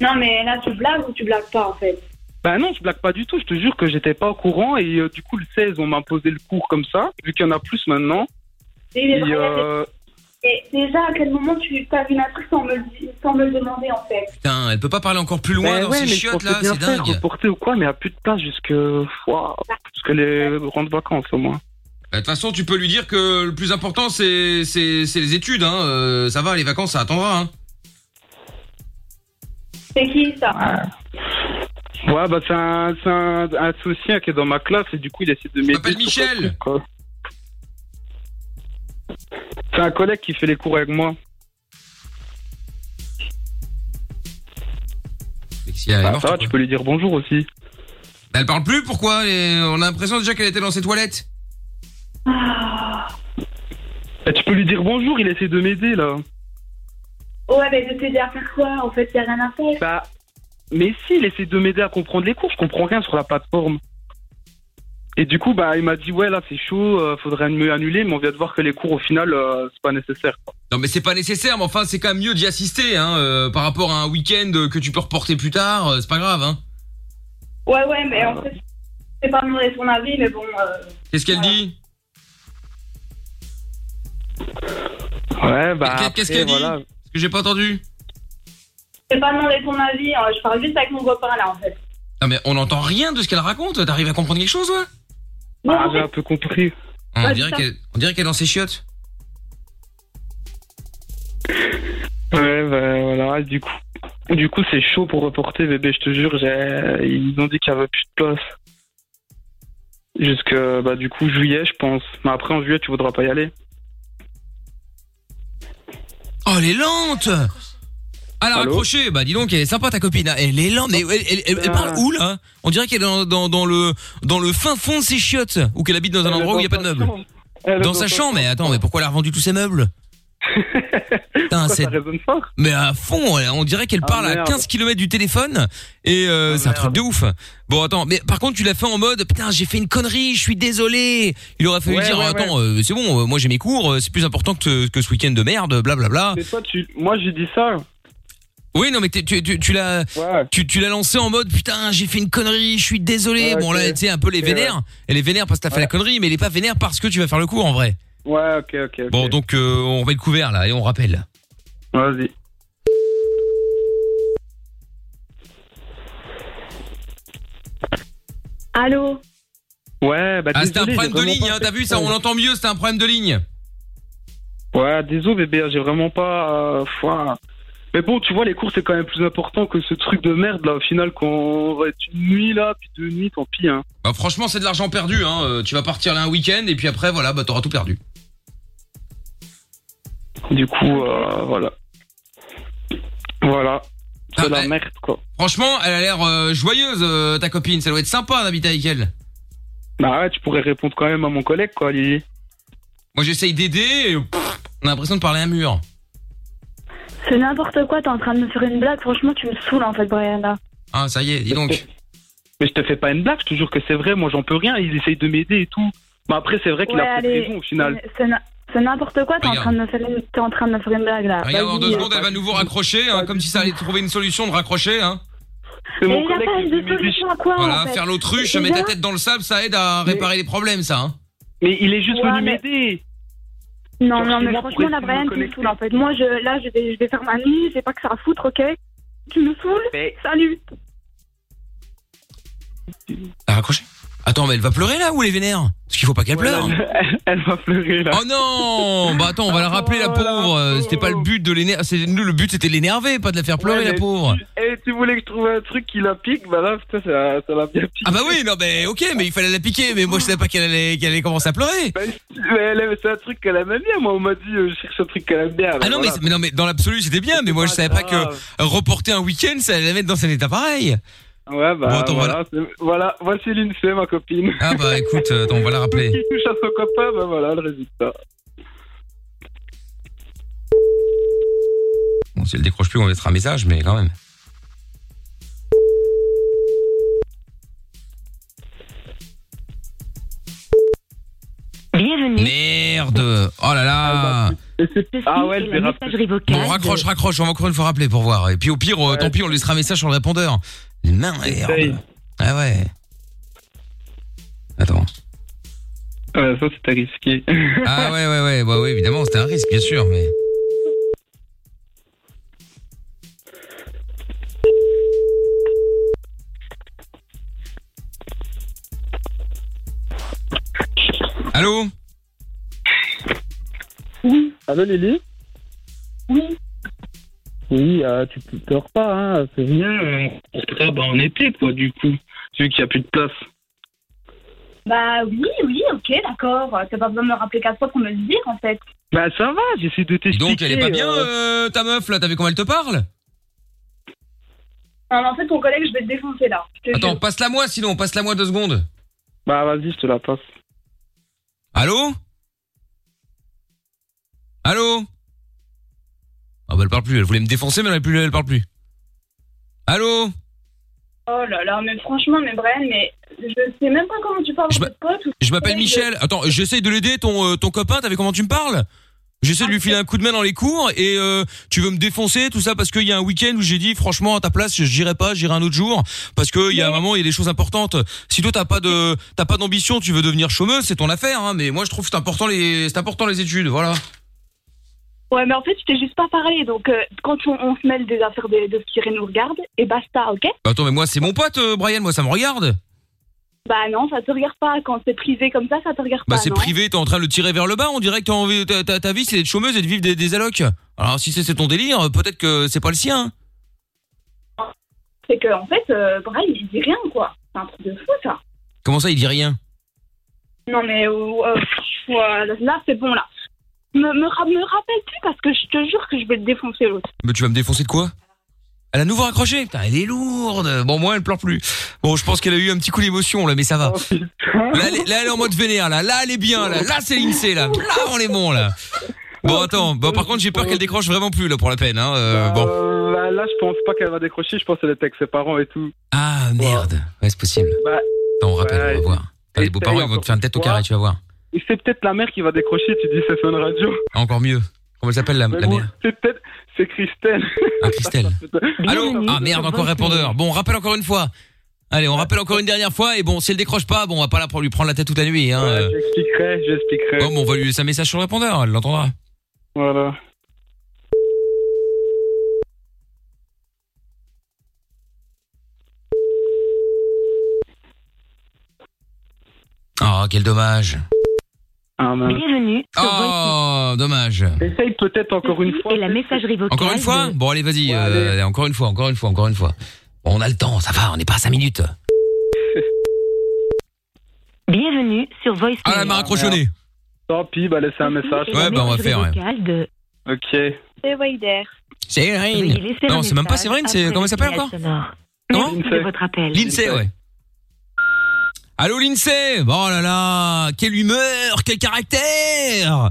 Speaker 7: Non mais là tu blagues ou tu blagues pas en fait
Speaker 10: Bah non, je blague pas du tout. Je te jure que j'étais pas au courant et euh, du coup, le 16, on m'a posé le cours comme ça, vu qu'il y en a plus maintenant.
Speaker 7: Et,
Speaker 10: Et,
Speaker 7: mais Brian,
Speaker 10: euh,
Speaker 7: et déjà à quel moment tu t'as une intrigue sans me, le di- sans me le demander en fait
Speaker 2: Putain, elle peut pas parler encore plus loin
Speaker 10: bah
Speaker 2: dans
Speaker 10: ouais,
Speaker 2: ces
Speaker 10: mais je
Speaker 2: chiottes
Speaker 10: pensais
Speaker 2: là,
Speaker 10: bien
Speaker 2: c'est
Speaker 10: faire,
Speaker 2: dingue.
Speaker 10: reporter ou quoi, mais il y a plus de place jusque, Ouah, jusque les grandes vacances au moins.
Speaker 2: Bah, De toute façon, tu peux lui dire que le plus important, c'est c'est- c'est les études. Hein. Euh, ça va, les vacances, ça attendra. Hein.
Speaker 7: C'est qui ça
Speaker 10: Ouais, bah c'est un, c'est un, un soutien qui est dans ma classe et du coup il essaie de m'aider.
Speaker 2: M'appelle
Speaker 10: sur
Speaker 2: Michel.
Speaker 10: un truc, quoi. C'est un collègue qui fait les cours avec moi.
Speaker 2: elle est
Speaker 10: Bah,
Speaker 2: morte,
Speaker 10: ça va, tu peux lui dire bonjour aussi.
Speaker 2: Bah, Elle parle plus, pourquoi Et On a l'impression déjà qu'elle était dans ses toilettes.
Speaker 7: Ah.
Speaker 10: Bah, tu peux lui dire bonjour, il essaie de m'aider là.
Speaker 7: Ouais mais de t'aider à faire quoi en fait y a rien à faire
Speaker 10: Bah mais si, il essaie de m'aider à comprendre les cours, je comprends rien sur la plateforme. Et du coup, bah il m'a dit ouais là c'est chaud, euh, faudrait me annuler, mais on vient de voir que les cours au final euh, c'est pas nécessaire. quoi.
Speaker 2: Non, mais c'est pas nécessaire, mais enfin, c'est quand même mieux d'y assister hein, euh, par rapport à un week-end que tu peux reporter plus tard. euh, c'est pas grave. Hein.
Speaker 7: Ouais ouais mais en fait c'est pas demander son avis mais bon euh,
Speaker 2: Qu'est-ce qu'elle dit
Speaker 10: Ouais, bah.
Speaker 2: Qu'est- Qu'est-ce
Speaker 10: après,
Speaker 2: qu'elle dit
Speaker 10: voilà.
Speaker 2: Parce que j'ai pas entendu.
Speaker 7: Je vais pas demander ton avis, hein, je parle juste avec mon copain là en fait.
Speaker 2: Non mais on n'entend rien de ce qu'elle raconte. T'arrives à comprendre quelque chose, ouais
Speaker 10: Ah, j'ai un peu compris.
Speaker 2: On
Speaker 7: Ouais,
Speaker 2: dirait
Speaker 7: c'est ça.
Speaker 2: qu'elle on dirait qu'elle est dans ses chiottes.
Speaker 10: Ouais, bah voilà, du coup. Du coup, c'est chaud pour reporter, bébé, je te jure. j'ai- Ils ont dit qu'il n'y avait plus de place. Jusque, bah, du coup, juillet, je pense. Mais après, en juillet, tu voudras pas y aller.
Speaker 2: Oh, elle est lente Elle a
Speaker 10: Allô
Speaker 2: raccroché Bah dis donc, elle est sympa ta copine. hein. Elle est lente, mais elle, elle- elle- elle
Speaker 10: Euh.
Speaker 2: parle où là hein On dirait qu'elle est dans, dans- dans le, dans le fin fond de ses chiottes, ou qu'elle habite dans un
Speaker 10: Elle est
Speaker 2: endroit où il n'y a
Speaker 10: dans
Speaker 2: pas de
Speaker 10: sa
Speaker 2: meubles.
Speaker 10: chambre. Elle est
Speaker 2: Dans
Speaker 10: dans
Speaker 2: sa
Speaker 10: sa
Speaker 2: chambre, mais attends, mais pourquoi elle a revendu tous ses meubles Putain,
Speaker 10: Pourquoi
Speaker 2: c'est-
Speaker 10: ça résonne fort
Speaker 2: Mais à fond, elle- on dirait qu'elle
Speaker 10: Ah,
Speaker 2: parle à
Speaker 10: merde. Ah,
Speaker 2: 15 km du téléphone, et euh, c'est un truc de ouf. Bon attends, mais par contre tu l'as fait en mode, putain j'ai fait une connerie, je suis désolé. Il aurait fallu
Speaker 10: Ouais,
Speaker 2: dire,
Speaker 10: ouais,
Speaker 2: attends, euh, c'est bon, euh, moi j'ai mes cours, euh, c'est plus important que, que ce week-end de merde, blablabla.
Speaker 10: Mais toi, tu... moi, j'ai dit ça.
Speaker 2: Oui, non, mais t'es- tu, tu, tu l'as, tu, tu l'as lancé en mode putain, j'ai fait une connerie, je suis désolé.
Speaker 10: Ouais,
Speaker 2: bon,
Speaker 10: ok.
Speaker 2: là, tu sais, un peu les
Speaker 10: Ok,
Speaker 2: vénères.
Speaker 10: ouais.
Speaker 2: Elle est vénère parce que t'as fait la connerie, mais elle est pas vénère parce que tu vas faire le cours en vrai.
Speaker 10: Ouais, ok, ok. ok.
Speaker 2: Bon, donc, euh, on remet le couvert là et on rappelle.
Speaker 10: Vas-y.
Speaker 7: Allô
Speaker 10: Ouais, bah
Speaker 2: Ah, c'était un
Speaker 10: désolé,
Speaker 2: problème
Speaker 10: j'ai
Speaker 2: de
Speaker 10: vraiment
Speaker 2: ligne,
Speaker 10: pas
Speaker 2: hein,
Speaker 10: fait
Speaker 2: t'as vu
Speaker 10: ça.
Speaker 2: ça, on l'entend mieux, c'était un problème de ligne.
Speaker 10: Ouais, désolé bébé, hein, j'ai vraiment pas. euh, foin. Mais bon, tu vois, les cours c'est quand même plus important que ce truc de merde là. Au final, qu'on va être une nuit là, puis deux nuits, tant pis. Hein.
Speaker 2: Bah, franchement, c'est de l'argent perdu, hein. Euh, Tu vas partir là un week-end et puis après, voilà, bah, t'auras tout perdu.
Speaker 10: Du coup, euh, voilà. Voilà. C'est la merde quoi.
Speaker 2: Ah, bah, Franchement, elle a l'air euh, joyeuse, euh, ta copine. Ça doit être sympa d'habiter avec elle.
Speaker 10: Bah ouais, tu pourrais répondre quand même à mon collègue quoi, Lily.
Speaker 2: Moi, j'essaye d'aider et pff, on a l'impression de parler à un mur.
Speaker 7: C'est n'importe quoi, t'es en train de me faire une blague, franchement tu me saoules en fait Brian là.
Speaker 2: Ah, ça y est, dis donc.
Speaker 10: Mais je te fais pas une blague, je te jure que c'est vrai, moi j'en peux rien, il essaye de m'aider et tout. Mais après, c'est vrai qu'il
Speaker 7: Ouais,
Speaker 10: a peut-être
Speaker 7: allez,
Speaker 10: raison au final.
Speaker 7: c'est- c'est na- C'est n'importe quoi, t'es en,
Speaker 2: Regarde.
Speaker 7: train de me faire une- t'es en train de me faire une blague là.
Speaker 2: Regarde, en
Speaker 7: Vas-y,
Speaker 2: deux
Speaker 7: euh,
Speaker 2: secondes, elle va nous vous raccrocher, hein, comme si ça allait trouver une solution de raccrocher. Hein.
Speaker 10: C'est
Speaker 7: Mais
Speaker 10: mon
Speaker 7: il a
Speaker 10: collègue
Speaker 7: pas
Speaker 10: qui
Speaker 7: de
Speaker 10: me dit,
Speaker 7: solution à quoi
Speaker 2: Voilà,
Speaker 7: en fait.
Speaker 2: faire l'autruche,
Speaker 7: C'est
Speaker 2: mettre la
Speaker 7: bizarre.
Speaker 2: tête dans le sable, ça aide à réparer les problèmes, ça. Hein.
Speaker 10: Mais il est juste
Speaker 7: Ouais,
Speaker 10: venu
Speaker 7: mais-
Speaker 10: m'aider.
Speaker 7: Non, non, mais
Speaker 10: Excuse-moi,
Speaker 7: franchement, la
Speaker 10: pourrais-tu me
Speaker 7: Brian, tu me
Speaker 10: connecter
Speaker 7: saoules en fait. Moi, je, là, je vais, je vais faire ma nuit, j'ai pas que ça à foutre, ok Tu me saoules
Speaker 10: Mais-
Speaker 7: Salut
Speaker 2: Elle a raccroché Attends, mais elle va pleurer là ou elle est vénère Parce qu'il faut pas qu'elle pleure.
Speaker 10: Elle, elle va pleurer là.
Speaker 2: Oh non Bah attends, on va la rappeler la
Speaker 10: Oh, la
Speaker 2: pauvre. Euh, C'était pas le but de l'énerver. Le but c'était de l'énerver, pas de la faire pleurer
Speaker 10: Ouais,
Speaker 2: la
Speaker 10: mais
Speaker 2: pauvre.
Speaker 10: tu- Eh, tu voulais que je trouve un truc qui la pique, bah là, putain, ça ça l'a bien piqué.
Speaker 2: Ah bah oui, non mais ok, mais il fallait la piquer, mais moi je savais pas qu'elle allait, qu'elle allait commencer à pleurer.
Speaker 10: Bah, mais elle aime- c'est un truc qu'elle aime bien, moi, on m'a dit, euh, je cherche un truc qu'elle aime bien.
Speaker 2: Ah non mais, mais non mais dans l'absolu c'était bien, mais
Speaker 10: Ah,
Speaker 2: moi je savais pas que reporter un week-end ça allait la mettre dans un état pareil.
Speaker 10: Ouais, bah,
Speaker 2: Bon, attends,
Speaker 10: voilà. c'est- Voilà, voici l'INSEE, ma copine.
Speaker 2: Ah bah écoute, euh, attends, on va la
Speaker 10: Tout ce
Speaker 2: rappeler.
Speaker 10: qui touche à son copain, bah voilà le résultat.
Speaker 2: Bon, si elle décroche plus, on laissera un message, mais quand même.
Speaker 11: Bienvenue.
Speaker 2: Merde Oh là là
Speaker 10: Et c'est- Ah ouais, je vais rappeler.
Speaker 11: Messagerie vocale.
Speaker 2: Bon, raccroche, raccroche, on va encore une fois rappeler pour voir. Et puis au pire, euh, tant pis, on laissera un message sur le répondeur. Merde
Speaker 10: Essaye.
Speaker 2: Ah ouais Attends.
Speaker 10: Ouais, Euh, ça, c'était risqué.
Speaker 2: Ah ouais, ouais, ouais, bah ouais, évidemment, c'était un risque, bien sûr, mais... Allô
Speaker 10: Allô, Lily
Speaker 7: Oui.
Speaker 10: Oui, euh, tu tu pleures pas, hein, c'est rien. On se crée, bah, en été, quoi, du coup. Vu qu'il n'y a plus de place.
Speaker 7: Bah oui, oui, ok, d'accord. T'as pas besoin de me rappeler quatre fois pour me le dire en fait.
Speaker 10: Bah ça va, j'essaie de
Speaker 2: Dis
Speaker 10: t'expliquer.
Speaker 2: donc, elle est pas bien,
Speaker 10: euh,
Speaker 2: euh, ta meuf, là, t'as vu comment elle te parle
Speaker 7: Non, mais en fait, ton collègue, je vais te défoncer là. Je te
Speaker 2: Attends,
Speaker 7: jure.
Speaker 2: passe-la moi, sinon, passe-la moi deux secondes.
Speaker 10: Bah vas-y, je te la passe.
Speaker 2: Allô Allô Ah bah elle parle plus, elle voulait me défoncer mais elle, plus, elle parle plus. Allô
Speaker 7: Oh là là, mais franchement, mais Brian, mais je sais même pas comment tu parles
Speaker 2: Je
Speaker 7: de tes potes. ou-
Speaker 2: Je m'appelle
Speaker 7: Oui,
Speaker 2: Michel. Attends, j'essaye de l'aider ton euh, ton copain, t'as vu comment tu me parles J'essaie de lui filer un coup de main dans les cours et euh, tu veux me défoncer tout ça parce qu'il y a un week-end où j'ai dit franchement à ta place j'irai pas j'irai un autre jour parce que il y a un moment il y a des choses importantes si toi t'as pas de t'as pas d'ambition tu veux devenir chômeuse c'est ton affaire hein, mais moi je trouve que c'est important les c'est important les études voilà
Speaker 7: Ouais, mais en fait, je t'ai juste pas parlé. Donc, euh, quand on, on se mêle des affaires de, de ce qui nous regarde, et basta, ok
Speaker 2: Bah, attends, mais moi, c'est mon pote, euh, Brian, moi, ça me regarde.
Speaker 7: Bah non, ça te regarde pas. Quand c'est privé comme ça, ça te regarde
Speaker 2: Bah,
Speaker 7: pas.
Speaker 2: c'est
Speaker 7: non
Speaker 2: privé, t'es en train de le tirer vers le bas, on dirait que t'as envie, ta, ta- ta vie, c'est d'être chômeuse et de vivre des, des allocs. Alors, si c'est c'est ton délire, peut-être que c'est pas le sien.
Speaker 7: C'est que, en fait, euh, Brian, il dit rien, quoi. C'est un truc de fou, ça.
Speaker 2: Comment ça, il dit rien
Speaker 7: Non, mais euh, euh, voilà, là, c'est bon, là. Me, me, ra- me rappelle plus parce que je te jure que je vais le défoncer, l'autre.
Speaker 2: Mais tu vas me défoncer de quoi Elle a nouveau raccroché Putain, elle est lourde Bon, moi, elle pleure plus. Bon, je pense qu'elle a eu un petit coup d'émotion, là, mais ça va.
Speaker 10: Oh,
Speaker 2: Là, elle est, là, elle est en mode vénère, là. Là, elle est bien, là. Là, c'est l'INSEE, là. Là, on est bon, là. Bon, attends. Bon, par contre, j'ai peur qu'elle décroche vraiment plus, là, pour la peine, hein. Euh, bon.
Speaker 10: Euh, là, là, je pense pas qu'elle va décrocher. Je pense qu'elle était avec ses parents et tout.
Speaker 2: Ah merde. Ouais, c'est possible.
Speaker 10: Bah,
Speaker 2: Attends, on rappelle, on va voir. Ah, les beaux-parents, ils vont te faire une tête au carré, tu vas voir.
Speaker 10: et c'est peut-être la mère qui va décrocher. Tu dis, c'est Fun Radio.
Speaker 2: Encore mieux. Comment elle s'appelle, la,
Speaker 10: Mais
Speaker 2: la
Speaker 10: bon,
Speaker 2: mère
Speaker 10: c'est peut-être, c'est Christelle.
Speaker 2: Ah, Christelle. Allô Ah merde, encore répondeur. Bon, on rappelle encore une fois. Allez, on rappelle encore une dernière fois. Et bon, si elle décroche pas, bon, on va pas la prendre- lui prendre la tête toute la nuit, hein. euh.
Speaker 10: J'expliquerai, j'expliquerai.
Speaker 2: Bon, bon, on va lui laisser un message sur le répondeur, elle l'entendra.
Speaker 10: Voilà.
Speaker 2: Ah, quel dommage.
Speaker 10: Ah, mince.
Speaker 11: Bienvenue.
Speaker 2: Oh, dommage.
Speaker 10: Essaye peut-être encore une fois.
Speaker 11: Et la messagerie vocale.
Speaker 2: Encore une fois Bon, allez, vas-y. euh, allez, encore une fois, encore une fois, encore une fois. Bon, on a le temps, ça va, on n'est pas à 5 minutes.
Speaker 11: Bienvenue sur Voice.
Speaker 2: Ah, elle m'a raccroché au nez.
Speaker 10: Tant pis, bah laissez un message.
Speaker 2: Ouais, bah, on va faire, ouais.
Speaker 10: Ok.
Speaker 7: C'est Wilder.
Speaker 2: C'est
Speaker 11: Veuillez
Speaker 2: Irene.
Speaker 11: laisser un
Speaker 2: Non, c'est même pas
Speaker 11: message
Speaker 2: Séverine, c'est.
Speaker 11: après
Speaker 2: Comment elle s'appelle
Speaker 11: le
Speaker 2: encore
Speaker 11: signal sonore.
Speaker 2: Comment
Speaker 11: Merci de votre appel.
Speaker 2: L'INSEE, ouais. Allô, l'INSEE Oh là là Quelle humeur Quel caractère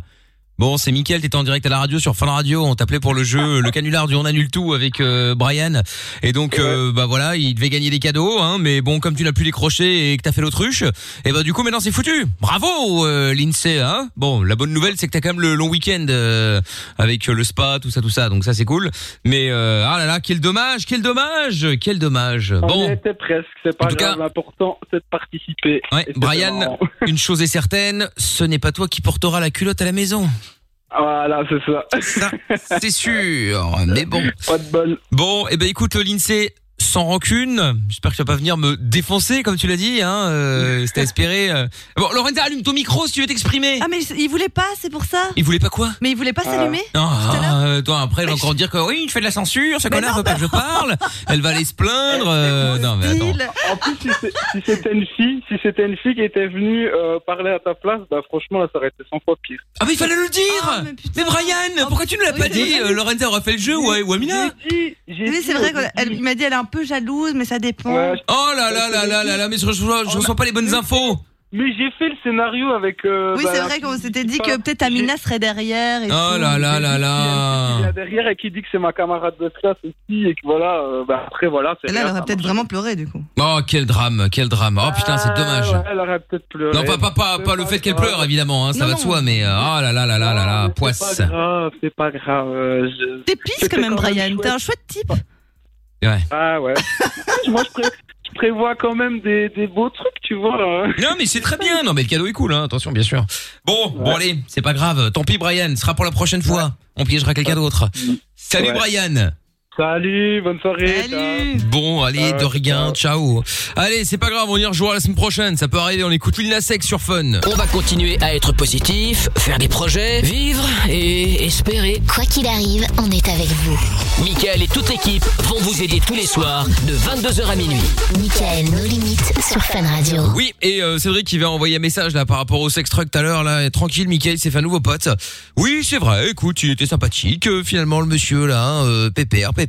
Speaker 2: Bon, c'est Mickaël, t'étais en direct à la radio sur Fin Radio, on t'appelait pour le jeu le canular du on annule tout avec euh, Brian. Et donc euh, bah voilà, il devait gagner des cadeaux hein, mais bon comme tu l'as pu décrocher et que t'as fait l'autruche, et bah du coup maintenant c'est foutu. Bravo euh, l'INSEE hein. Bon, la bonne nouvelle c'est que t'as quand même le long week-end euh, avec euh, le spa, tout ça tout ça. Donc ça c'est cool. Mais euh, ah là là, quel dommage, quel dommage, quel dommage.
Speaker 10: On
Speaker 2: Bon.
Speaker 10: y était presque, c'est pas grave. L'important, c'est de participer.
Speaker 2: Ouais,
Speaker 10: Et c'est
Speaker 2: Brian,
Speaker 10: marrant.
Speaker 2: une chose est certaine, ce n'est pas toi qui porteras la culotte à la maison.
Speaker 10: Voilà, c'est ça.
Speaker 2: c'est sûr, mais bon.
Speaker 10: Pas de bonne.
Speaker 2: Bon, eh ben écoute, l'INSEE, sans rancune, j'espère que tu vas pas venir me défoncer, comme tu l'as dit, hein, euh, c'était espéré. euh. Bon, Lorenza, allume ton micro si tu veux t'exprimer.
Speaker 4: Ah, mais il voulait pas, c'est pour ça
Speaker 2: Il voulait pas quoi
Speaker 4: Mais il voulait pas s'allumer
Speaker 2: Non, euh, toi après, elle va encore dire que oui, je fais de la censure, ce connard veut pas que je parle. Elle va aller se plaindre. euh, non, mais attends.
Speaker 10: En plus, si c'est- si c'était une fille, si c'était une fille qui était venue euh, parler à ta place, bah franchement, là, ça aurait été 100 fois pire.
Speaker 2: Ah, mais il fallait le dire mais, Brian, pourquoi tu ne l'as pas dit euh, Lorenza aurait fait le jeu, ouais, ou Amina
Speaker 4: Oui, c'est vrai qu'il m'a dit elle est un peu jalouse, mais ça dépend.
Speaker 2: Oh là là là là là là, mais je, je- je ressens pas les bonnes infos.
Speaker 10: Mais j'ai fait le scénario avec. euh,
Speaker 4: Oui,
Speaker 10: bah,
Speaker 4: c'est
Speaker 10: la
Speaker 4: vrai qu'on
Speaker 10: fille
Speaker 4: s'était
Speaker 10: qui
Speaker 4: dit que
Speaker 10: parle-
Speaker 4: peut-être Amina serait derrière. Et
Speaker 2: Oh
Speaker 4: tout.
Speaker 2: là là là
Speaker 10: qui est là
Speaker 2: là.
Speaker 10: derrière et qui dit que c'est ma camarade de classe aussi et que voilà, euh, bah après voilà. c'est
Speaker 4: Là, elle
Speaker 10: rien,
Speaker 4: aurait
Speaker 10: ça
Speaker 4: peut-être
Speaker 10: marche.
Speaker 4: vraiment pleuré du coup.
Speaker 2: Oh quel drame, quel drame. Oh putain, c'est dommage.
Speaker 10: Ah ouais, elle aurait peut-être pleuré.
Speaker 2: Non, pas, pas, pas, pas le fait qu'elle pleure, évidemment, hein, ça
Speaker 10: Non,
Speaker 2: va de
Speaker 10: non.
Speaker 2: soi, mais euh, oh là là là là là là,
Speaker 10: C'est
Speaker 2: poisse.
Speaker 10: pas grave, Ah, c'est pas grave. euh, je-
Speaker 4: T'es pisse quand même, Brian. T'es un chouette type.
Speaker 2: Ouais.
Speaker 10: Ah ouais. Moi, je, pré- je prévois quand même des, des beaux trucs, tu vois. hein. là.
Speaker 2: Non, mais c'est très bien, non, mais le cadeau est cool, hein, attention, bien sûr. Bon, bon, allez, c'est pas grave, tant pis, Brian, ce sera pour la prochaine fois. On piégera quelqu'un d'autre. Salut,
Speaker 10: Ouais.
Speaker 2: Brian.
Speaker 10: Salut, bonne soirée. ciao.
Speaker 2: Bon, allez,
Speaker 1: Ah,
Speaker 2: de rien, ciao. Allez, c'est pas grave, on y rejouera la semaine prochaine, ça peut arriver, on écoute Lil Nas X sur Fun.
Speaker 1: On va continuer à être positif, faire des projets, vivre et espérer.
Speaker 8: Quoi qu'il arrive, on est avec vous.
Speaker 1: Michael et toute l'équipe vont vous aider tous les soirs de 22h à minuit.
Speaker 8: Michael, nos limites sur Fun Radio.
Speaker 2: Oui, et euh, Cédric qui va envoyer un message là par rapport au sex truck tout à l'heure là, Et tranquille Mickaël, c'est un nouveau pote. Oui, c'est vrai. Écoute, il était sympathique euh, finalement le monsieur là, hein, euh, pépère, pépère.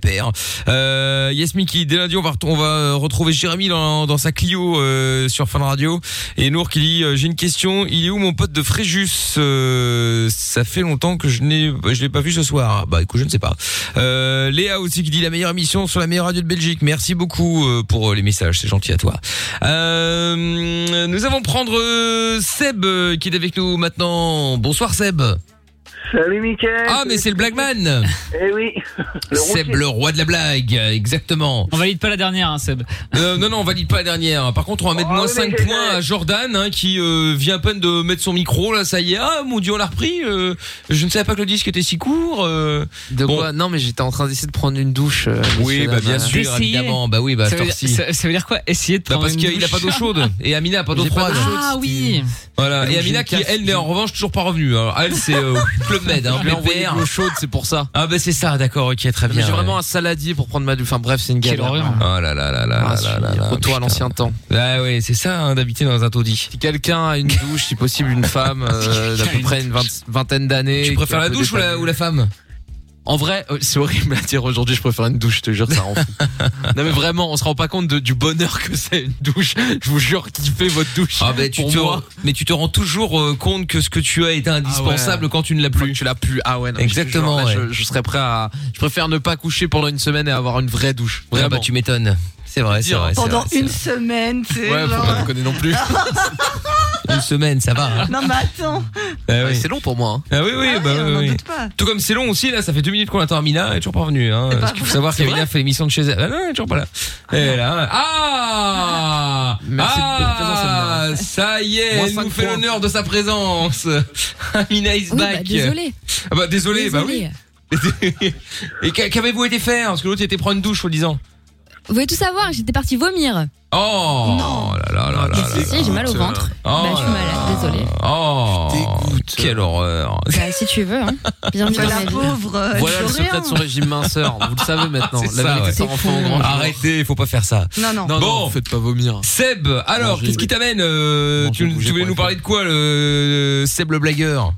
Speaker 2: Euh, yes Mickey, dès lundi on va ret- on va euh, retrouver Jérémy dans, dans sa Clio euh, sur Fun Radio et Nour qui dit euh, j'ai une question, il est où mon pote de Fréjus Euh, ça fait longtemps que je n'ai je l'ai pas vu ce soir. Bah écoute, je ne sais pas. Euh, Léa aussi qui dit la meilleure émission sur la meilleure radio de Belgique. Merci beaucoup euh, pour euh, les messages, c'est gentil à toi. Euh, nous allons prendre euh, Seb euh, qui est avec nous maintenant. Bonsoir Seb. Salut Mickaël Ah mais c'est le Blackman
Speaker 5: Eh oui
Speaker 2: Seb le roi de la blague, exactement.
Speaker 1: On valide pas la dernière, hein, Seb.
Speaker 2: Euh, non, non, on valide pas la dernière. Par contre, on va mettre moins
Speaker 1: oui, Oh, mais
Speaker 2: 5
Speaker 1: j'ai-
Speaker 2: points à Jordan hein, qui euh, vient à peine de mettre son micro. Là, ça y est. Ah, mon dieu, on l'a repris. euh, je ne savais pas que le disque était si court. euh.
Speaker 6: De quoi Non, mais j'étais en train d'essayer de prendre une douche. euh,
Speaker 2: Oui, bah bien sûr, évidemment. Bah oui, bah
Speaker 6: ça veut, dire,
Speaker 2: torsi.
Speaker 6: ça- ça veut dire quoi Essayer de
Speaker 2: Bah,
Speaker 6: prendre
Speaker 2: parce
Speaker 6: une
Speaker 2: qu'il a
Speaker 6: douche
Speaker 2: pas d'eau chaude et Amina a pas d'eau
Speaker 6: J'ai pas
Speaker 2: froide.
Speaker 6: d'eau chaude,
Speaker 1: Ah oui
Speaker 2: Voilà.
Speaker 6: Donc,
Speaker 2: Et
Speaker 6: j'ai
Speaker 2: Amina
Speaker 6: une
Speaker 2: qui
Speaker 6: casse-
Speaker 2: elle n'est en revanche toujours pas revenue. Alors, elle c'est euh, Club Med, hein,
Speaker 6: Je lui ai envoyé
Speaker 2: BPR.
Speaker 6: de l'eau chaude, c'est pour ça.
Speaker 2: Ah bah c'est ça, d'accord, ok, très
Speaker 6: Mais
Speaker 2: bien.
Speaker 6: J'ai
Speaker 2: ouais.
Speaker 6: vraiment un saladier pour prendre ma douche. Enfin bref, c'est une
Speaker 2: Quelle
Speaker 6: galère. Ah,
Speaker 2: horreur. Oh là là là là là là là là.
Speaker 6: Retour à l'ancien temps.
Speaker 2: Ah oui, c'est ça hein, d'habiter dans un taudis.
Speaker 6: Si quelqu'un a une douche, si possible une femme euh, d'à peu près une vingt- vingtaine d'années.
Speaker 2: Tu
Speaker 6: qui est
Speaker 2: préfères
Speaker 6: un
Speaker 2: la
Speaker 6: peu
Speaker 2: douche ou la,
Speaker 6: dépannée.
Speaker 2: ou la femme
Speaker 6: En vrai, euh, c'est horrible à dire aujourd'hui, je préfère une douche, je te jure, ça rend fou. non mais vraiment, on se rend pas compte de- du bonheur que c'est une douche. Je vous jure, kiffez votre douche.
Speaker 2: Ah bah, tu
Speaker 6: Pour
Speaker 2: te
Speaker 6: moi.
Speaker 2: mais tu te rends toujours euh, compte que ce que tu as est indispensable quand tu ne l'as plus.
Speaker 6: Ah tu l'as plus. Ah ouais. non, mais
Speaker 2: Exactement,
Speaker 6: Je, te jure, là,
Speaker 2: ouais.
Speaker 6: je, je serais prêt à. Je préfère ne pas coucher pendant une semaine et avoir une vraie douche.
Speaker 2: Ouais,
Speaker 6: Vraiment.
Speaker 2: bah, tu m'étonnes. C'est vrai, c'est vrai. c'est
Speaker 4: Pendant
Speaker 2: vrai.
Speaker 4: une semaine, c'est.
Speaker 6: Ouais, faut
Speaker 4: genre-
Speaker 6: pas me connaître non plus.
Speaker 2: Une semaine, ça va. hein.
Speaker 4: Non, mais attends.
Speaker 2: Ah oui.
Speaker 6: C'est long pour moi. hein.
Speaker 2: Ah oui, oui, bah oui, oui.
Speaker 4: pas.
Speaker 2: Tout comme c'est long aussi, là, ça fait deux minutes qu'on attend Amina, elle est toujours pas revenue. Hein. Parce qu'il faut savoir qu'Amina fait l'émission de chez elle. Ah non, elle est toujours pas là. Et là, ah
Speaker 6: Merci
Speaker 2: ah,
Speaker 6: de votre présence, Amina.
Speaker 2: Ça y est,
Speaker 6: Moins
Speaker 2: elle
Speaker 6: cinq
Speaker 2: nous fait
Speaker 6: points.
Speaker 2: l'honneur de sa présence. Amina is
Speaker 3: Oui, bah,
Speaker 2: back.
Speaker 3: désolé.
Speaker 2: Ah bah, désolé, bah oui.
Speaker 3: Désolée.
Speaker 2: Et qu'a- qu'avez-vous été faire Parce que l'autre il était prendre une douche, faut disant.
Speaker 3: Vous voulez tout savoir, j'étais partie vomir.
Speaker 2: Oh là là là là là.
Speaker 3: Si, si, j'ai mal au ventre.
Speaker 2: Oh
Speaker 3: bah, je suis
Speaker 2: là
Speaker 3: malade, désolée.
Speaker 2: Oh Quelle horreur
Speaker 3: Bah, si tu veux, hein. Bienvenue dans
Speaker 4: la
Speaker 3: ma vie.
Speaker 4: pauvre. euh,
Speaker 3: Ah,
Speaker 6: Voilà le
Speaker 4: Dorien.
Speaker 6: secret de son régime minceur. Vous le savez maintenant. La
Speaker 2: C'est ça,
Speaker 6: vérité,
Speaker 2: ouais.
Speaker 6: ça rend fou au grand jour.
Speaker 2: Arrêtez, faut pas faire ça.
Speaker 4: Non, non.
Speaker 6: Non,
Speaker 2: Bon.
Speaker 6: non, faites pas vomir.
Speaker 2: Seb, alors,
Speaker 6: Manger,
Speaker 2: qu'est-ce
Speaker 6: oui.
Speaker 2: qui t'amène euh,
Speaker 6: Manger,
Speaker 2: tu, tu
Speaker 6: bouger,
Speaker 2: voulais nous
Speaker 6: point.
Speaker 2: parler de quoi, le Seb le blagueur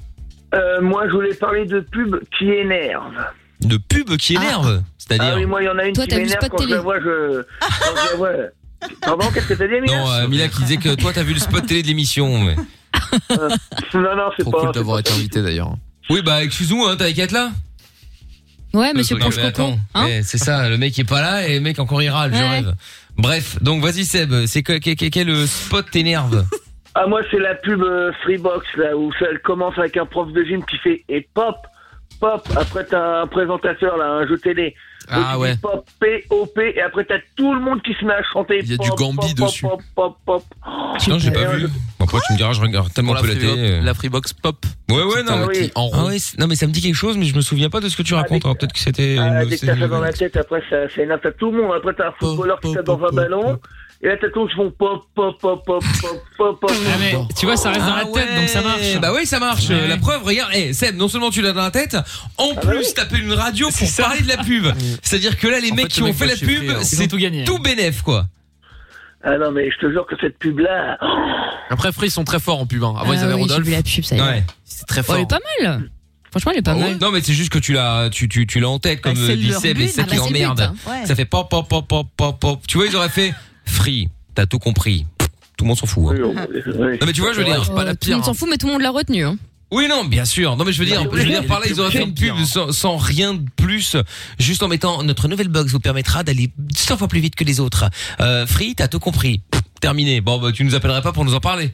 Speaker 5: Euh, moi, je voulais parler de pub qui énerve.
Speaker 2: De pub qui énerve C'est-à-dire
Speaker 5: Ah oui, moi, il y en a une
Speaker 3: Toi,
Speaker 5: qui
Speaker 3: t'amuses
Speaker 5: m'énerve
Speaker 3: pas de
Speaker 5: quand je la
Speaker 3: télé.
Speaker 5: vois, je. quand je la vois. Pardon, qu'est-ce que t'as dit, Mia
Speaker 2: Non, euh, Mila qui disait que toi, t'as vu le spot télé de l'émission. mais-
Speaker 5: Euh, Non, non, c'est
Speaker 6: Trop
Speaker 5: pas.
Speaker 6: cool
Speaker 5: c'est
Speaker 6: d'avoir
Speaker 5: pas
Speaker 6: été
Speaker 5: ça.
Speaker 6: invité d'ailleurs.
Speaker 2: Oui, bah, excuse-nous, hein, t'as qu'à être là
Speaker 3: Ouais, monsieur
Speaker 2: Non, mais
Speaker 3: Ponche-Cocon.
Speaker 2: attends,
Speaker 3: Hein
Speaker 2: eh, c'est ça, le mec est pas là et le mec encore ira, je
Speaker 3: Ouais.
Speaker 2: rêve. Bref, donc vas-y Seb, c'est que- que- que- quel spot t'énerve
Speaker 5: Ah, moi, c'est la pub euh, Freebox, là, où ça elle commence avec un prof de gym qui fait et pop, pop. Après, t'as un présentateur, là, un jeu télé. Donc,
Speaker 6: Ah
Speaker 5: il dit
Speaker 6: ouais.
Speaker 5: Pop, P-O-P. Et après, t'as tout le monde qui se met à chanter.
Speaker 6: Il y a
Speaker 5: pop,
Speaker 6: du Gambi
Speaker 5: pop,
Speaker 6: dessus.
Speaker 5: Pop, pop, pop, pop.
Speaker 2: Non, j'ai pas
Speaker 5: Et
Speaker 2: vu. Bon, après, tu me diras, je regarde tellement
Speaker 6: Pour la,
Speaker 2: peu la
Speaker 6: free-
Speaker 2: télé.
Speaker 6: la Freebox Pop.
Speaker 2: Ouais, ouais, non.
Speaker 5: Ah
Speaker 6: qui
Speaker 5: oui.
Speaker 6: en
Speaker 2: Ah
Speaker 6: rond.
Speaker 2: ouais, c'est- non mais ça me dit quelque chose mais je me souviens pas de ce que tu racontes. Alors peut-être que
Speaker 6: euh,
Speaker 2: c'était
Speaker 5: Ah,
Speaker 2: une-
Speaker 5: dès que
Speaker 2: c'est-
Speaker 5: t'as ça dans la tête, après, ça, ça énerve. T'as tout le monde. Après, t'as un footballeur qui tape dans un ballon. Et là, t'as tout le monde qui font pop, pop, pop, pop, pop, pop, pop.
Speaker 1: Ah, mais tu vois, ça reste dans la
Speaker 2: Ah
Speaker 1: tête,
Speaker 2: ouais,
Speaker 1: donc ça marche.
Speaker 2: Bah oui, ça marche.
Speaker 1: Ouais.
Speaker 2: La preuve, regarde, eh, Seb, non seulement tu l'as dans la tête,
Speaker 6: Ah
Speaker 2: en
Speaker 6: bah
Speaker 2: plus t'appelles une radio pour parler de la pub. C'est-à-dire que là, les
Speaker 6: En
Speaker 2: mecs
Speaker 6: fait,
Speaker 2: qui
Speaker 6: le
Speaker 2: ont
Speaker 6: mec
Speaker 2: fait
Speaker 6: va
Speaker 2: la
Speaker 6: chiffrer,
Speaker 2: pub,
Speaker 6: hein.
Speaker 1: Ils ont
Speaker 2: c'est
Speaker 1: tout gagné.
Speaker 2: tout bénef quoi.
Speaker 5: Ah non, mais je te jure que cette pub-là. oh,
Speaker 6: Après, Free, ils sont très forts en pub. hein. Avant, ils
Speaker 3: Ah
Speaker 6: avaient
Speaker 3: oui, j'ai
Speaker 6: Rodolphe.
Speaker 3: vu la pub, ça y est.
Speaker 2: Ouais.
Speaker 6: C'est très
Speaker 3: Oh,
Speaker 6: fort.
Speaker 3: elle est pas mal. Franchement, elle est pas
Speaker 2: Ah ouais
Speaker 3: mal.
Speaker 2: Non mais c'est juste que tu l'as tu tu tu l'as en tête comme
Speaker 4: Bah, c'est
Speaker 2: euh, dit
Speaker 4: leur
Speaker 2: Seb et
Speaker 4: but.
Speaker 2: c'est ça
Speaker 3: Ah,
Speaker 2: qui
Speaker 3: bah, c'est le but,
Speaker 2: l'emmerde.
Speaker 4: Ouais.
Speaker 2: Ça fait pop pop pop pop pop pop. Tu vois, ils auraient fait free. T'as tout compris. Pff, Tout le monde s'en fout. hein.
Speaker 5: Oui.
Speaker 2: Non mais tu vois, je veux dire.
Speaker 3: Euh,
Speaker 6: pas la
Speaker 3: tout le
Speaker 6: pire,
Speaker 3: monde s'en
Speaker 6: hein.
Speaker 3: fout, mais tout le monde l'a retenu. Hein.
Speaker 2: Oui non, bien sûr. Non mais je veux dire,
Speaker 5: Ouais,
Speaker 2: je veux dire
Speaker 6: ouais,
Speaker 2: par là,
Speaker 6: les
Speaker 2: ils auraient
Speaker 6: pubs
Speaker 2: fait une
Speaker 6: pires,
Speaker 2: pub
Speaker 6: hein.
Speaker 2: sans, sans rien de plus, juste en mettant notre nouvelle box vous permettra d'aller 100 fois plus vite que les autres. Euh, free, t'as tout compris. Pff, Terminé. Bon bah tu nous appellerais pas pour nous en parler.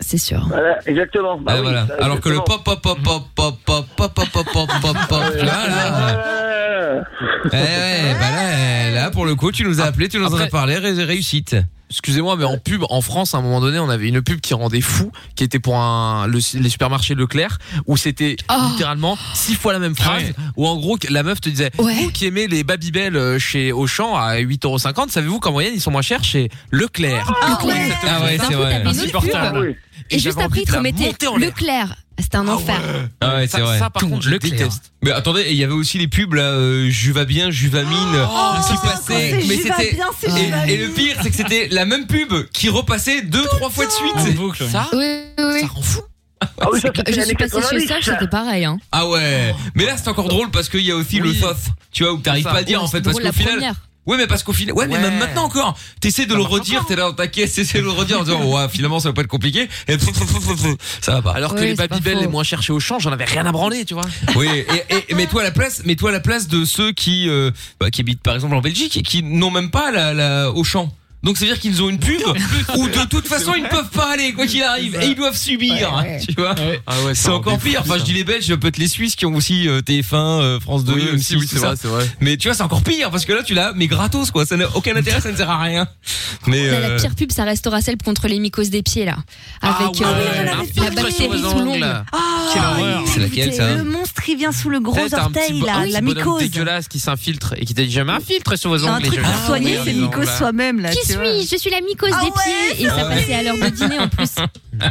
Speaker 3: C'est sûr.
Speaker 5: Voilà, exactement. Bah
Speaker 2: Ah,
Speaker 5: oui,
Speaker 2: voilà.
Speaker 5: ça,
Speaker 2: Alors que le
Speaker 5: exactement.
Speaker 2: pop pop pop pop pop pop pop pop pop pop pop pop. Voilà.
Speaker 5: Ah,
Speaker 2: Eh ouais, bah là, là, pour le coup, tu nous as appelé, tu nous
Speaker 6: Ah,
Speaker 2: en
Speaker 6: Après-
Speaker 2: as parlé, ré- réussite.
Speaker 6: Excusez-moi, mais en pub, en France, à un moment donné, on avait une pub qui rendait fou, qui était pour un, le- les supermarchés Leclerc, où c'était
Speaker 3: Oh.
Speaker 6: littéralement six fois la même phrase,
Speaker 2: Ah ouais.
Speaker 6: où en gros, la meuf te disait,
Speaker 3: Ouais.
Speaker 6: vous qui aimez les Babybel euh, chez Auchan à 8,50€, savez-vous qu'en moyenne, ils sont moins chers chez Leclerc
Speaker 3: Ah
Speaker 6: ouais.
Speaker 3: ouais.
Speaker 2: Ah ouais,
Speaker 3: D'un
Speaker 2: c'est
Speaker 3: coup,
Speaker 2: vrai.
Speaker 3: t'avais une autre pub.
Speaker 5: ah oui.
Speaker 3: Et juste
Speaker 6: j'avais
Speaker 3: après,
Speaker 6: envie
Speaker 3: ils
Speaker 6: de
Speaker 3: te
Speaker 6: la
Speaker 3: remettaient
Speaker 6: monter en l'air.
Speaker 3: Leclerc. C'était un enfer.
Speaker 2: Ah ouais, c'est
Speaker 6: Ça,
Speaker 2: vrai.
Speaker 6: ça, par
Speaker 1: Tout,
Speaker 6: contre, je
Speaker 1: Leclerc.
Speaker 6: déteste.
Speaker 2: Mais attendez, et il y avait aussi les pubs là, euh, Juvamine, Juvamine, qui passaient.
Speaker 4: c'est
Speaker 2: Mais
Speaker 4: Juvabien,
Speaker 2: c'était.
Speaker 4: c'est
Speaker 2: Et, et
Speaker 4: Juvabine.
Speaker 2: le pire, c'est que c'était la même pub qui repassait deux, trois fois de suite.
Speaker 1: boucle.
Speaker 6: Ça,
Speaker 3: Oui, oui, oui.
Speaker 6: ça rend fou.
Speaker 5: Ah oui, ça, c'était
Speaker 3: Je
Speaker 5: les
Speaker 3: suis
Speaker 5: années
Speaker 3: passée chez
Speaker 5: 90,
Speaker 3: ça, c'était pareil. Hein.
Speaker 2: Ah ouais. Mais là, c'est encore drôle parce qu'il y a aussi
Speaker 6: Oui.
Speaker 2: le sof. Tu vois, où t'arrives
Speaker 6: C'est
Speaker 2: pas
Speaker 6: ça.
Speaker 2: à dire en fait, parce
Speaker 3: Drôle, la
Speaker 2: qu'au final.
Speaker 3: première.
Speaker 2: Ouais, mais parce qu'au final. Ouais, mais
Speaker 6: Ouais.
Speaker 2: même maintenant encore. T'essaies de
Speaker 6: Ça
Speaker 2: le
Speaker 6: marche
Speaker 2: redire,
Speaker 6: encore.
Speaker 2: t'es là dans ta caisse, t'essaies de le redire en disant, ouais, finalement, ça va pas être compliqué. Et ça va pas.
Speaker 6: Alors que
Speaker 3: Ouais,
Speaker 6: les
Speaker 3: c'est pas
Speaker 6: Babybel
Speaker 3: faux.
Speaker 6: les moins chers chez Auchan, j'en avais rien à branler, tu vois.
Speaker 2: Oui, et, et- et mets-toi à la place, mets-toi à la place de ceux qui, euh, bah, qui habitent par exemple en Belgique et qui n'ont même pas la, la Auchan. Donc c'est à dire qu'ils ont une pub où de toute façon ils ne peuvent pas aller quoi qu'il arrive et ils doivent subir.
Speaker 1: Ouais, Ah ouais.
Speaker 2: Tu vois Ah C'est
Speaker 1: un
Speaker 2: encore
Speaker 1: défaut,
Speaker 2: pire. Enfin
Speaker 1: ça.
Speaker 2: je dis les Belges, peut-être les Suisses qui ont aussi euh, TF1, euh, France 2,
Speaker 1: Oui,
Speaker 2: M6,
Speaker 1: aussi, oui,
Speaker 2: tout
Speaker 1: c'est
Speaker 2: ça.
Speaker 1: vrai, c'est vrai.
Speaker 2: Mais tu vois c'est encore pire parce que là tu l'as mais gratos quoi. Ça n'a aucun intérêt, ça ne sert à rien. Mais
Speaker 3: Là,
Speaker 2: euh,
Speaker 3: La pire pub, ça restera celle contre les mycoses des pieds, là. Avec
Speaker 2: ouais,
Speaker 3: euh,
Speaker 2: j'en avais
Speaker 3: la
Speaker 2: parlé.
Speaker 3: bactérie
Speaker 2: Aux
Speaker 3: sous
Speaker 2: ongles.
Speaker 3: l'ongle.
Speaker 4: Ah,
Speaker 2: Quelle horreur.
Speaker 1: C'est laquelle,
Speaker 4: Écoutez,
Speaker 1: ça
Speaker 4: Le monstre, il vient sous le gros
Speaker 2: Eh,
Speaker 1: Peut-être Eh, un petit
Speaker 4: orteil,
Speaker 1: bo-
Speaker 4: là,
Speaker 1: un
Speaker 4: la
Speaker 1: petit bonhomme
Speaker 4: mycose.
Speaker 1: dégueulasse qui s'infiltre et qui te dit je m'infiltre sous vos
Speaker 4: Un
Speaker 1: ongles.
Speaker 4: truc pour
Speaker 1: Ah,
Speaker 2: Ah,
Speaker 4: soigner, c'est mycose soi-même, là.
Speaker 3: Qui
Speaker 4: tu vois.
Speaker 3: suis-je Je suis la mycose des pieds. Et ça passait à l'heure de dîner en plus.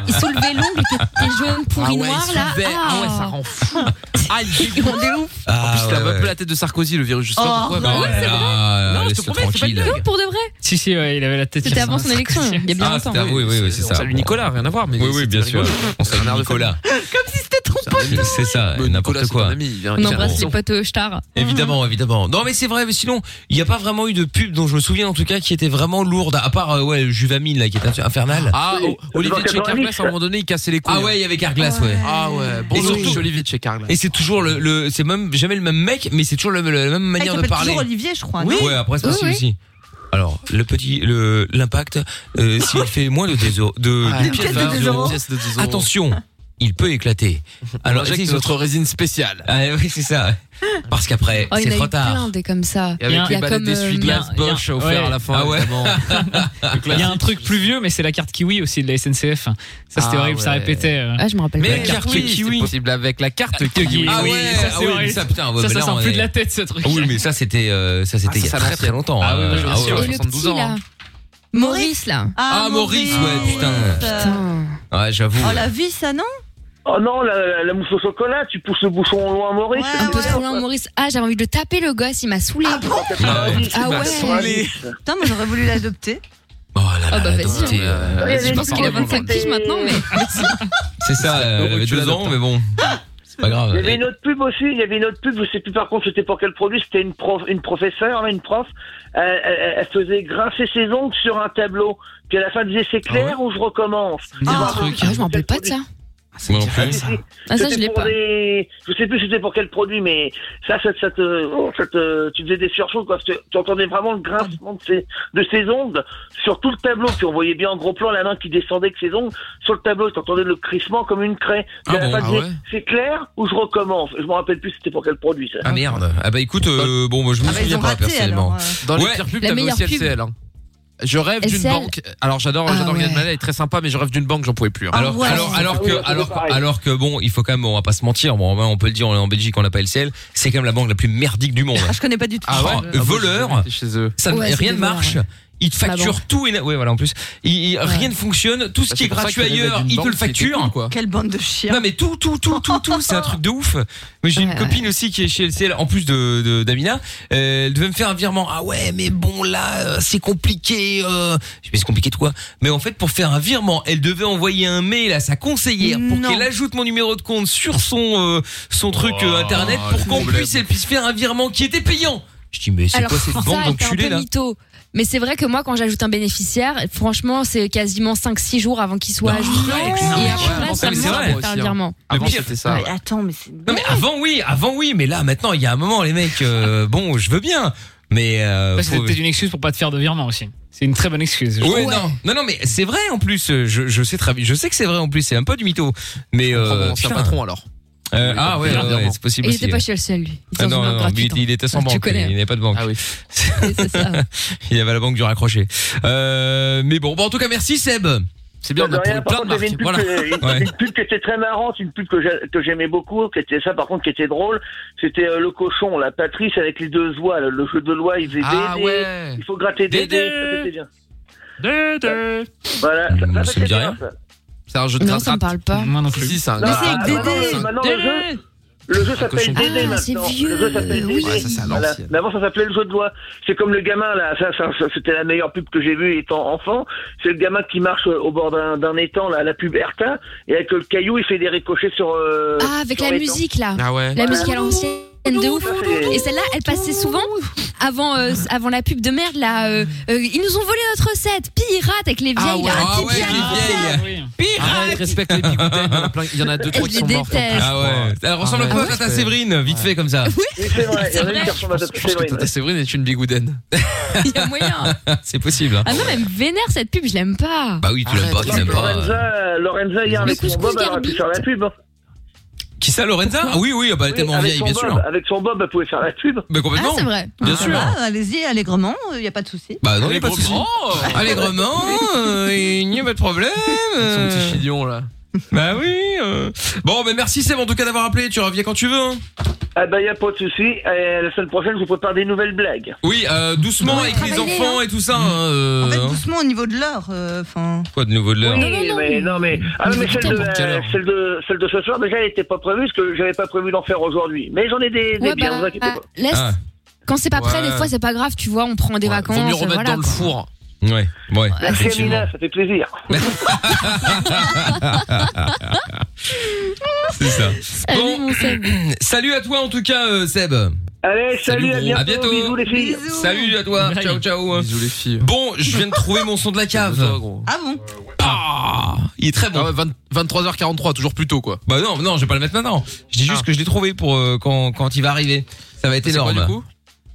Speaker 3: Ils soulevaient l'ongle, t'es- t'es jaune pourri
Speaker 1: Ah ouais,
Speaker 3: noir
Speaker 1: ils
Speaker 3: là.
Speaker 1: soulevaient. Ah ouais, ça rend fou. Ah, il est
Speaker 3: ouf.
Speaker 1: En plus, il a
Speaker 2: Ah ouais,
Speaker 1: un peu la tête de Sarkozy, le virus. Je sais
Speaker 3: Oh,
Speaker 1: pas pourquoi.
Speaker 3: bah ouais, c'est
Speaker 2: vrai.
Speaker 1: Non, je te
Speaker 2: laisse-le
Speaker 1: promets, c'est pas une
Speaker 2: tranquille.
Speaker 1: blague.
Speaker 3: Non, pour de vrai.
Speaker 6: Si, si, ouais, il avait la tête.
Speaker 3: C'était avant son élection, il y a bien
Speaker 2: Ah,
Speaker 3: longtemps.
Speaker 2: c'était- oui, oui, oui, c'est ça.
Speaker 1: Salut Nicolas, rien à voir. Mais
Speaker 2: Oui, oui, bien sûr. On salue Nicolas.
Speaker 1: hein.
Speaker 2: C'est ça, n'importe quoi.
Speaker 3: On embrasse les potes au star.
Speaker 2: Évidemment, évidemment. Non, mais c'est vrai. Mais sinon, il n'y a pas vraiment eu de pub dont je me souviens en tout cas qui était vraiment lourde. À part euh, ouais, le Juvamine là, qui était infernal.
Speaker 1: Ah, o- Olivier de chez Carglass, à un moment donné, il cassait les couilles.
Speaker 2: Ah ouais, il y avait Carglass, ouais.
Speaker 1: Ah ouais, bonjour,
Speaker 2: surtout-
Speaker 1: je suis Olivier de chez Carglass.
Speaker 2: Et c'est toujours le, le- c'est même jamais le même mec, mais c'est toujours le- le- la même
Speaker 4: Ah, il
Speaker 2: manière de
Speaker 4: s'appelle
Speaker 2: parler.
Speaker 4: toujours Olivier, je crois.
Speaker 2: Oui.
Speaker 4: non
Speaker 2: Ouais, après c'est
Speaker 4: Oui,
Speaker 2: possible
Speaker 4: oui.
Speaker 2: aussi. Alors, le petit, le l'impact, euh, s'il fait moins de 2 euros, de,
Speaker 1: Ah,
Speaker 2: d'une
Speaker 1: une
Speaker 2: pièce
Speaker 1: pièce
Speaker 2: de
Speaker 1: de
Speaker 2: 2
Speaker 1: deux
Speaker 2: euros,
Speaker 1: euros. Une pièce de deux euros.
Speaker 2: attention, il peut éclater. Alors,
Speaker 1: injecte notre
Speaker 2: résine spéciale. Ah, oui, c'est ça. Parce qu'après,
Speaker 3: Oh, il y
Speaker 2: c'est
Speaker 3: en a
Speaker 2: trop
Speaker 3: eu
Speaker 2: tard.
Speaker 3: plein des comme ça.
Speaker 1: Et avec
Speaker 3: Il y a
Speaker 1: les balais
Speaker 3: comme, euh,
Speaker 1: d'essuie-glace
Speaker 3: il y a-
Speaker 1: Bosch
Speaker 6: il y a-
Speaker 1: offert
Speaker 6: ouais.
Speaker 1: à la fin,
Speaker 6: Ah ouais.
Speaker 1: évidemment.
Speaker 6: Il y a un truc plus vieux, mais c'est la carte Kiwi aussi de la SNCF. Ça, c'était
Speaker 1: Ah
Speaker 6: horrible, ça
Speaker 1: ouais.
Speaker 6: répétait. euh.
Speaker 3: Ah, je me rappelle
Speaker 1: Mais
Speaker 6: pas.
Speaker 1: la carte Kiwi, c'est possible avec la carte Kiwi.
Speaker 2: Ah ouais,
Speaker 6: ça,
Speaker 2: ah
Speaker 6: c'est
Speaker 2: oui,
Speaker 6: horrible.
Speaker 2: ça, putain, ouais,
Speaker 6: ça,
Speaker 2: mais
Speaker 6: ça
Speaker 2: là,
Speaker 6: sort
Speaker 2: on
Speaker 6: plus
Speaker 2: est-
Speaker 6: de la tête, ce truc.
Speaker 2: Ah oui, mais ça c'était euh, ça c'était
Speaker 1: Ah, ça,
Speaker 2: il y
Speaker 1: ça
Speaker 2: a très
Speaker 1: l'ancien.
Speaker 2: très longtemps.
Speaker 1: Ah oui,
Speaker 2: euh,
Speaker 1: oui, bien sûr.
Speaker 3: Et le petit là. Maurice là.
Speaker 2: Ah, hein. Maurice, ouais, putain. Ouais, j'avoue.
Speaker 4: Oh, la vie, ça, non
Speaker 5: Oh non, la, la, la mousse au chocolat, tu pousses le bouchon loin, Maurice.
Speaker 3: Un peu trop loin, Maurice. Ah, j'avais envie de le taper le gosse, il m'a saoulé. Ah,
Speaker 4: Ah
Speaker 3: ouais.
Speaker 4: Putain, moi j'aurais voulu l'adopter.
Speaker 2: Oh,
Speaker 3: Ah bah
Speaker 2: C'était,
Speaker 3: vas-y.
Speaker 2: euh,
Speaker 3: Ouais, Je pense qu'il a 25 piges maintenant, mais.
Speaker 2: C'est ça, euh, elle avait deux ans, mais bon, c'est pas grave.
Speaker 5: Il y avait une autre pub aussi, il y avait une autre pub, je sais plus par contre c'était pour quel produit, c'était une prof, une professeure, là, une prof, elle, elle- elle faisait grincer ses ongles sur un tableau, puis à la fin elle disait c'est clair ou je recommence.
Speaker 3: Ah, ah, je m'en rappelle pas de ça.
Speaker 2: Moi non plus.
Speaker 3: Ah, ça, je
Speaker 5: C'était
Speaker 3: l'ai
Speaker 5: pour
Speaker 3: pas.
Speaker 5: des- Je sais plus c'était pour quel produit, mais ça, ça, ça te... oh, ça te- Tu faisais des surchauds, quoi, parce que tu entendais vraiment le grincement de ses... de ses ongles sur tout le tableau. Puis on voyait bien en gros plan la main qui descendait avec ses ongles sur le tableau. Tu entendais le crissement comme une craie. Puis
Speaker 2: Ah
Speaker 5: à la
Speaker 2: bon,
Speaker 5: fin,
Speaker 2: ah
Speaker 5: tu disais,
Speaker 2: ouais.
Speaker 5: C'est clair ou je recommence Je me rappelle plus c'était pour quel produit, ça.
Speaker 2: Ah merde. Ah bah écoute, euh, bon, moi je me
Speaker 4: Ah bah, ils
Speaker 2: souviens
Speaker 4: ont
Speaker 2: pas
Speaker 4: raté,
Speaker 2: personnellement.
Speaker 4: alors, euh.
Speaker 1: Dans
Speaker 2: Ouais.
Speaker 1: les pires pubs,
Speaker 3: La
Speaker 1: t'avais
Speaker 3: meilleure
Speaker 1: aussi
Speaker 3: pub.
Speaker 1: LCL. hein. Je rêve d'une
Speaker 3: LCL.
Speaker 1: banque. Alors j'adore,
Speaker 3: Ah
Speaker 1: j'adore
Speaker 3: ouais.
Speaker 1: Yann Mallet, il est très sympa, mais je rêve d'une banque, j'en pouvais plus. hein.
Speaker 2: Alors,
Speaker 3: ouais.
Speaker 2: alors, alors que, alors, que- alors que bon, il faut quand même, on va pas se mentir, bon, on peut le dire, on est en Belgique, on n'a pas LCL, c'est quand même la banque la plus merdique du monde.
Speaker 4: Ah, je connais pas du tout.
Speaker 2: Ah ouais, voleur,
Speaker 1: J'étais chez eux.
Speaker 2: ça, ne-
Speaker 3: Ouais, c'est
Speaker 2: rien ne
Speaker 3: des voleurs,
Speaker 2: marche.
Speaker 3: ouais.
Speaker 2: Il te facture tout et na- ouais voilà en plus Il- il- rien ne fonctionne tout ce
Speaker 1: Bah,
Speaker 2: qui
Speaker 1: c'est
Speaker 2: est
Speaker 1: pour ça qu'il
Speaker 2: gratuit
Speaker 1: rêvait
Speaker 2: ailleurs
Speaker 1: d'une
Speaker 2: il te
Speaker 1: banque,
Speaker 2: le
Speaker 1: c'était
Speaker 2: facture
Speaker 1: cool, quoi.
Speaker 4: Quelle bande de chiens.
Speaker 2: non mais tout tout tout tout tout c'est un truc de ouf mais j'ai une
Speaker 3: Oh. Ouais,
Speaker 2: copine aussi qui est chez LCL en plus de de- d'Amina Euh, elle devait me faire un virement ah ouais mais bon là euh, c'est compliqué euh... je vais c'est compliqué de quoi mais en fait pour faire un virement elle devait envoyer un mail à sa conseillère pour
Speaker 4: Non.
Speaker 2: qu'elle ajoute mon numéro de compte sur son euh, son truc euh,
Speaker 1: Oh,
Speaker 2: internet
Speaker 1: le
Speaker 2: pour qu'on
Speaker 1: problème.
Speaker 2: puisse elle puisse faire un virement qui était payant je dis mais c'est
Speaker 3: Alors,
Speaker 2: quoi cette banque
Speaker 3: ça, était un
Speaker 2: d'enculés
Speaker 3: peu
Speaker 2: là
Speaker 3: mytho. Mais c'est vrai que moi, quand j'ajoute un bénéficiaire, franchement, c'est quasiment 5-6 jours avant qu'il soit ajouté.
Speaker 1: Ouais,
Speaker 3: Et après,
Speaker 1: avant,
Speaker 3: ça me
Speaker 1: c'est
Speaker 3: sert
Speaker 1: vrai,
Speaker 3: de
Speaker 1: moi
Speaker 3: faire
Speaker 1: aussi,
Speaker 3: un
Speaker 1: hein.
Speaker 3: virement.
Speaker 1: Avant,
Speaker 2: Le pire.
Speaker 1: c'était ça.
Speaker 4: Mais attends, mais c'est.
Speaker 2: Non mais avant oui, avant oui, mais là maintenant il y a un moment les mecs, euh, bon je veux bien, mais euh,
Speaker 6: Ça, C'était
Speaker 2: faut-
Speaker 6: peut-être une excuse pour pas te faire de virement aussi. C'est une très bonne excuse. je
Speaker 2: Ouais,
Speaker 6: trouve.
Speaker 2: non non non mais c'est vrai en plus, euh, je, je sais très bien- je sais que c'est vrai en plus, c'est un peu du mytho, mais
Speaker 1: Oh,
Speaker 2: euh,
Speaker 1: mon ancien
Speaker 2: putain.
Speaker 1: patron alors.
Speaker 2: Euh, ah ouais, ouais, ouais, c'est possible
Speaker 3: Et il
Speaker 2: aussi.
Speaker 3: était pas chez le seul, lui. Il était
Speaker 2: Ah non,
Speaker 3: dans une
Speaker 2: non,
Speaker 3: banque
Speaker 2: non, mais
Speaker 3: gratuite,
Speaker 2: il, il était sans
Speaker 3: Ah, tu
Speaker 2: banque,
Speaker 3: connais.
Speaker 2: il n'avait pas de banque.
Speaker 1: Ah oui.
Speaker 3: hein. C'est ça.
Speaker 2: Il avait la banque du raccroché. Euh, mais bon, bon, en tout cas, merci Seb.
Speaker 1: C'est bien, on a
Speaker 5: De
Speaker 1: pour
Speaker 5: rien,
Speaker 1: plein
Speaker 5: par
Speaker 1: de
Speaker 5: contre, il y avait une
Speaker 1: marques. Voilà.
Speaker 5: pub, que- une-
Speaker 2: Ouais.
Speaker 5: une pub qui était très marrante, une pub que j'a- que j'aimais beaucoup, qui était ça par contre qui était drôle, c'était euh, le cochon, la Patrice avec les deux oies, le, le jeu de loi, il faisait
Speaker 1: Ah
Speaker 5: Dédé,
Speaker 1: ouais.
Speaker 5: il faut gratter Dédé,
Speaker 1: Dédé.
Speaker 5: ça,
Speaker 9: Euh.
Speaker 5: c'était bien.
Speaker 1: Dédé.
Speaker 5: Voilà, ça,
Speaker 2: Hum, ça
Speaker 5: ça, c'était
Speaker 2: me dit
Speaker 5: bien,
Speaker 2: rien.
Speaker 5: ça.
Speaker 1: C'est un jeu de
Speaker 3: Non, ça me
Speaker 1: gratte-gratte.
Speaker 3: parle pas.
Speaker 6: Moi non plus.
Speaker 1: Si, c'est un
Speaker 4: Mais
Speaker 1: gratte-
Speaker 4: c'est avec
Speaker 5: Ah,
Speaker 4: Dédé.
Speaker 5: non, maintenant, le jeu, le jeu
Speaker 1: cochon.
Speaker 5: s'appelle Dédé
Speaker 3: Ah, c'est
Speaker 5: maintenant. Le jeu s'appelle
Speaker 3: vieux,
Speaker 5: Dédé.
Speaker 1: oui. Ouais, ça, c'est à
Speaker 5: Voilà.
Speaker 1: l'ancienne.
Speaker 5: D'avant, ça s'appelait le jeu de loi. C'est comme le gamin, là. Ça, ça, ça, c'était la meilleure pub que j'ai vue étant enfant. C'est le gamin qui marche euh, au bord d'un d'un étang, là, la pub Erta. Et avec le caillou, il fait des ricochets sur. euh,
Speaker 3: Ah, avec
Speaker 5: sur
Speaker 3: la
Speaker 5: l'étang.
Speaker 3: musique, là.
Speaker 1: Ah ouais.
Speaker 3: La musique à l'ancienne de ouf.
Speaker 5: Ça, c'est-
Speaker 3: Et celle-là, elle passait souvent avant, euh, avant la pub de merde, là, euh, euh, ils nous ont volé notre recette. Pirate avec les vieilles.
Speaker 6: Ah ouais,
Speaker 3: là.
Speaker 6: ah
Speaker 3: Petite
Speaker 6: ouais,
Speaker 3: pirate.
Speaker 6: les vieilles. Arrête, respecte les picoutaines. Il y en a plein- Il y en a deux, trois qui
Speaker 3: Je
Speaker 6: sont
Speaker 3: les
Speaker 6: morts. Ah
Speaker 3: déteste.
Speaker 2: Ah ouais.
Speaker 6: Euh,
Speaker 2: Elle ressemble un peu à Tata Séverine, vite fait comme ça.
Speaker 5: Oui, c'est vrai. Il y en a une qui
Speaker 6: Je pense, je pense que Tata Séverine est une bigoudaine.
Speaker 3: Il y a moyen.
Speaker 2: C'est possible. hein.
Speaker 3: Ah non, mais elle me vénère cette pub, je l'aime pas.
Speaker 2: Bah oui, tu l'aimes pas, tu l'aimes pas. euh.
Speaker 5: Lorenza, Lorenza hier,
Speaker 3: Le
Speaker 5: avec son
Speaker 3: couscous
Speaker 5: bob, elle aurait pu
Speaker 3: Garbi.
Speaker 5: faire la pub. hein.
Speaker 2: Qui ça, Lorenza Ah oui, oui, ah bah, elle est
Speaker 5: Oui,
Speaker 2: tellement
Speaker 5: avec
Speaker 2: vieille,
Speaker 5: son
Speaker 2: bien
Speaker 5: bob,
Speaker 2: sûr.
Speaker 5: Avec son bob, elle pouvait faire la pub.
Speaker 2: Oh, Mais complètement.
Speaker 4: Ah, c'est vrai.
Speaker 2: Bien
Speaker 4: Ah,
Speaker 2: sûr.
Speaker 4: bah, Allez-y allègrement, il n'y a pas de souci.
Speaker 2: Bah non, il n'y a pas de souci. Allègrement, euh, il n'y a pas de problème. Son
Speaker 9: Euh.
Speaker 2: petit
Speaker 6: chignon là.
Speaker 2: Bah oui. euh. Bon, mais merci Seb en tout cas d'avoir appelé. Tu reviens quand tu veux. hein.
Speaker 5: Ah bah, il n'y a pas de souci. Euh, La semaine prochaine, je vous prépare des nouvelles blagues.
Speaker 2: Oui, euh, doucement
Speaker 5: Ouais,
Speaker 2: avec les
Speaker 5: travailler,
Speaker 2: enfants
Speaker 5: hein.
Speaker 2: et tout ça. hein, euh,
Speaker 4: En fait,
Speaker 2: hein.
Speaker 4: doucement au niveau de l'heure. euh, Enfin.
Speaker 2: Quoi de nouveau de l'heure
Speaker 5: Oui, mais non, mais, ah, mais celle, de,
Speaker 2: Quelle heure
Speaker 5: celle, de, celle de ce soir, déjà, elle n'était pas prévue, parce que j'avais pas prévu d'en faire aujourd'hui. Mais j'en ai des, des
Speaker 3: Ouais,
Speaker 5: biens,
Speaker 3: bah,
Speaker 5: vous inquiétez
Speaker 3: bah,
Speaker 5: pas.
Speaker 3: laisse.
Speaker 2: Ah.
Speaker 3: Quand c'est pas prêt,
Speaker 2: Ouais.
Speaker 3: des fois, c'est pas grave, tu vois, on prend des vacances. voilà, quoi.
Speaker 6: four.
Speaker 2: Ouais, ouais.
Speaker 5: Merci
Speaker 2: effectivement.
Speaker 5: Amina, ça fait plaisir.
Speaker 2: C'est ça.
Speaker 5: Salut,
Speaker 2: Bon,
Speaker 5: mon Seb.
Speaker 2: salut à toi en tout cas, euh, Seb.
Speaker 5: Allez, salut, à
Speaker 2: gros.
Speaker 5: bientôt.
Speaker 2: À bientôt.
Speaker 5: Bisous, les filles.
Speaker 2: Salut à toi. Ciao, ciao. Bisous les filles. Bon, je viens de trouver mon son de la cave.
Speaker 4: Ah bon
Speaker 2: Ah, il est très bon.
Speaker 6: 23h43, toujours plus tôt quoi.
Speaker 2: Bah non, non, je vais pas le mettre maintenant. Je dis juste que je l'ai trouvé pour euh, quand, quand il va arriver. Ça va être
Speaker 6: Ah. C'est quoi,
Speaker 2: énorme.
Speaker 6: du coup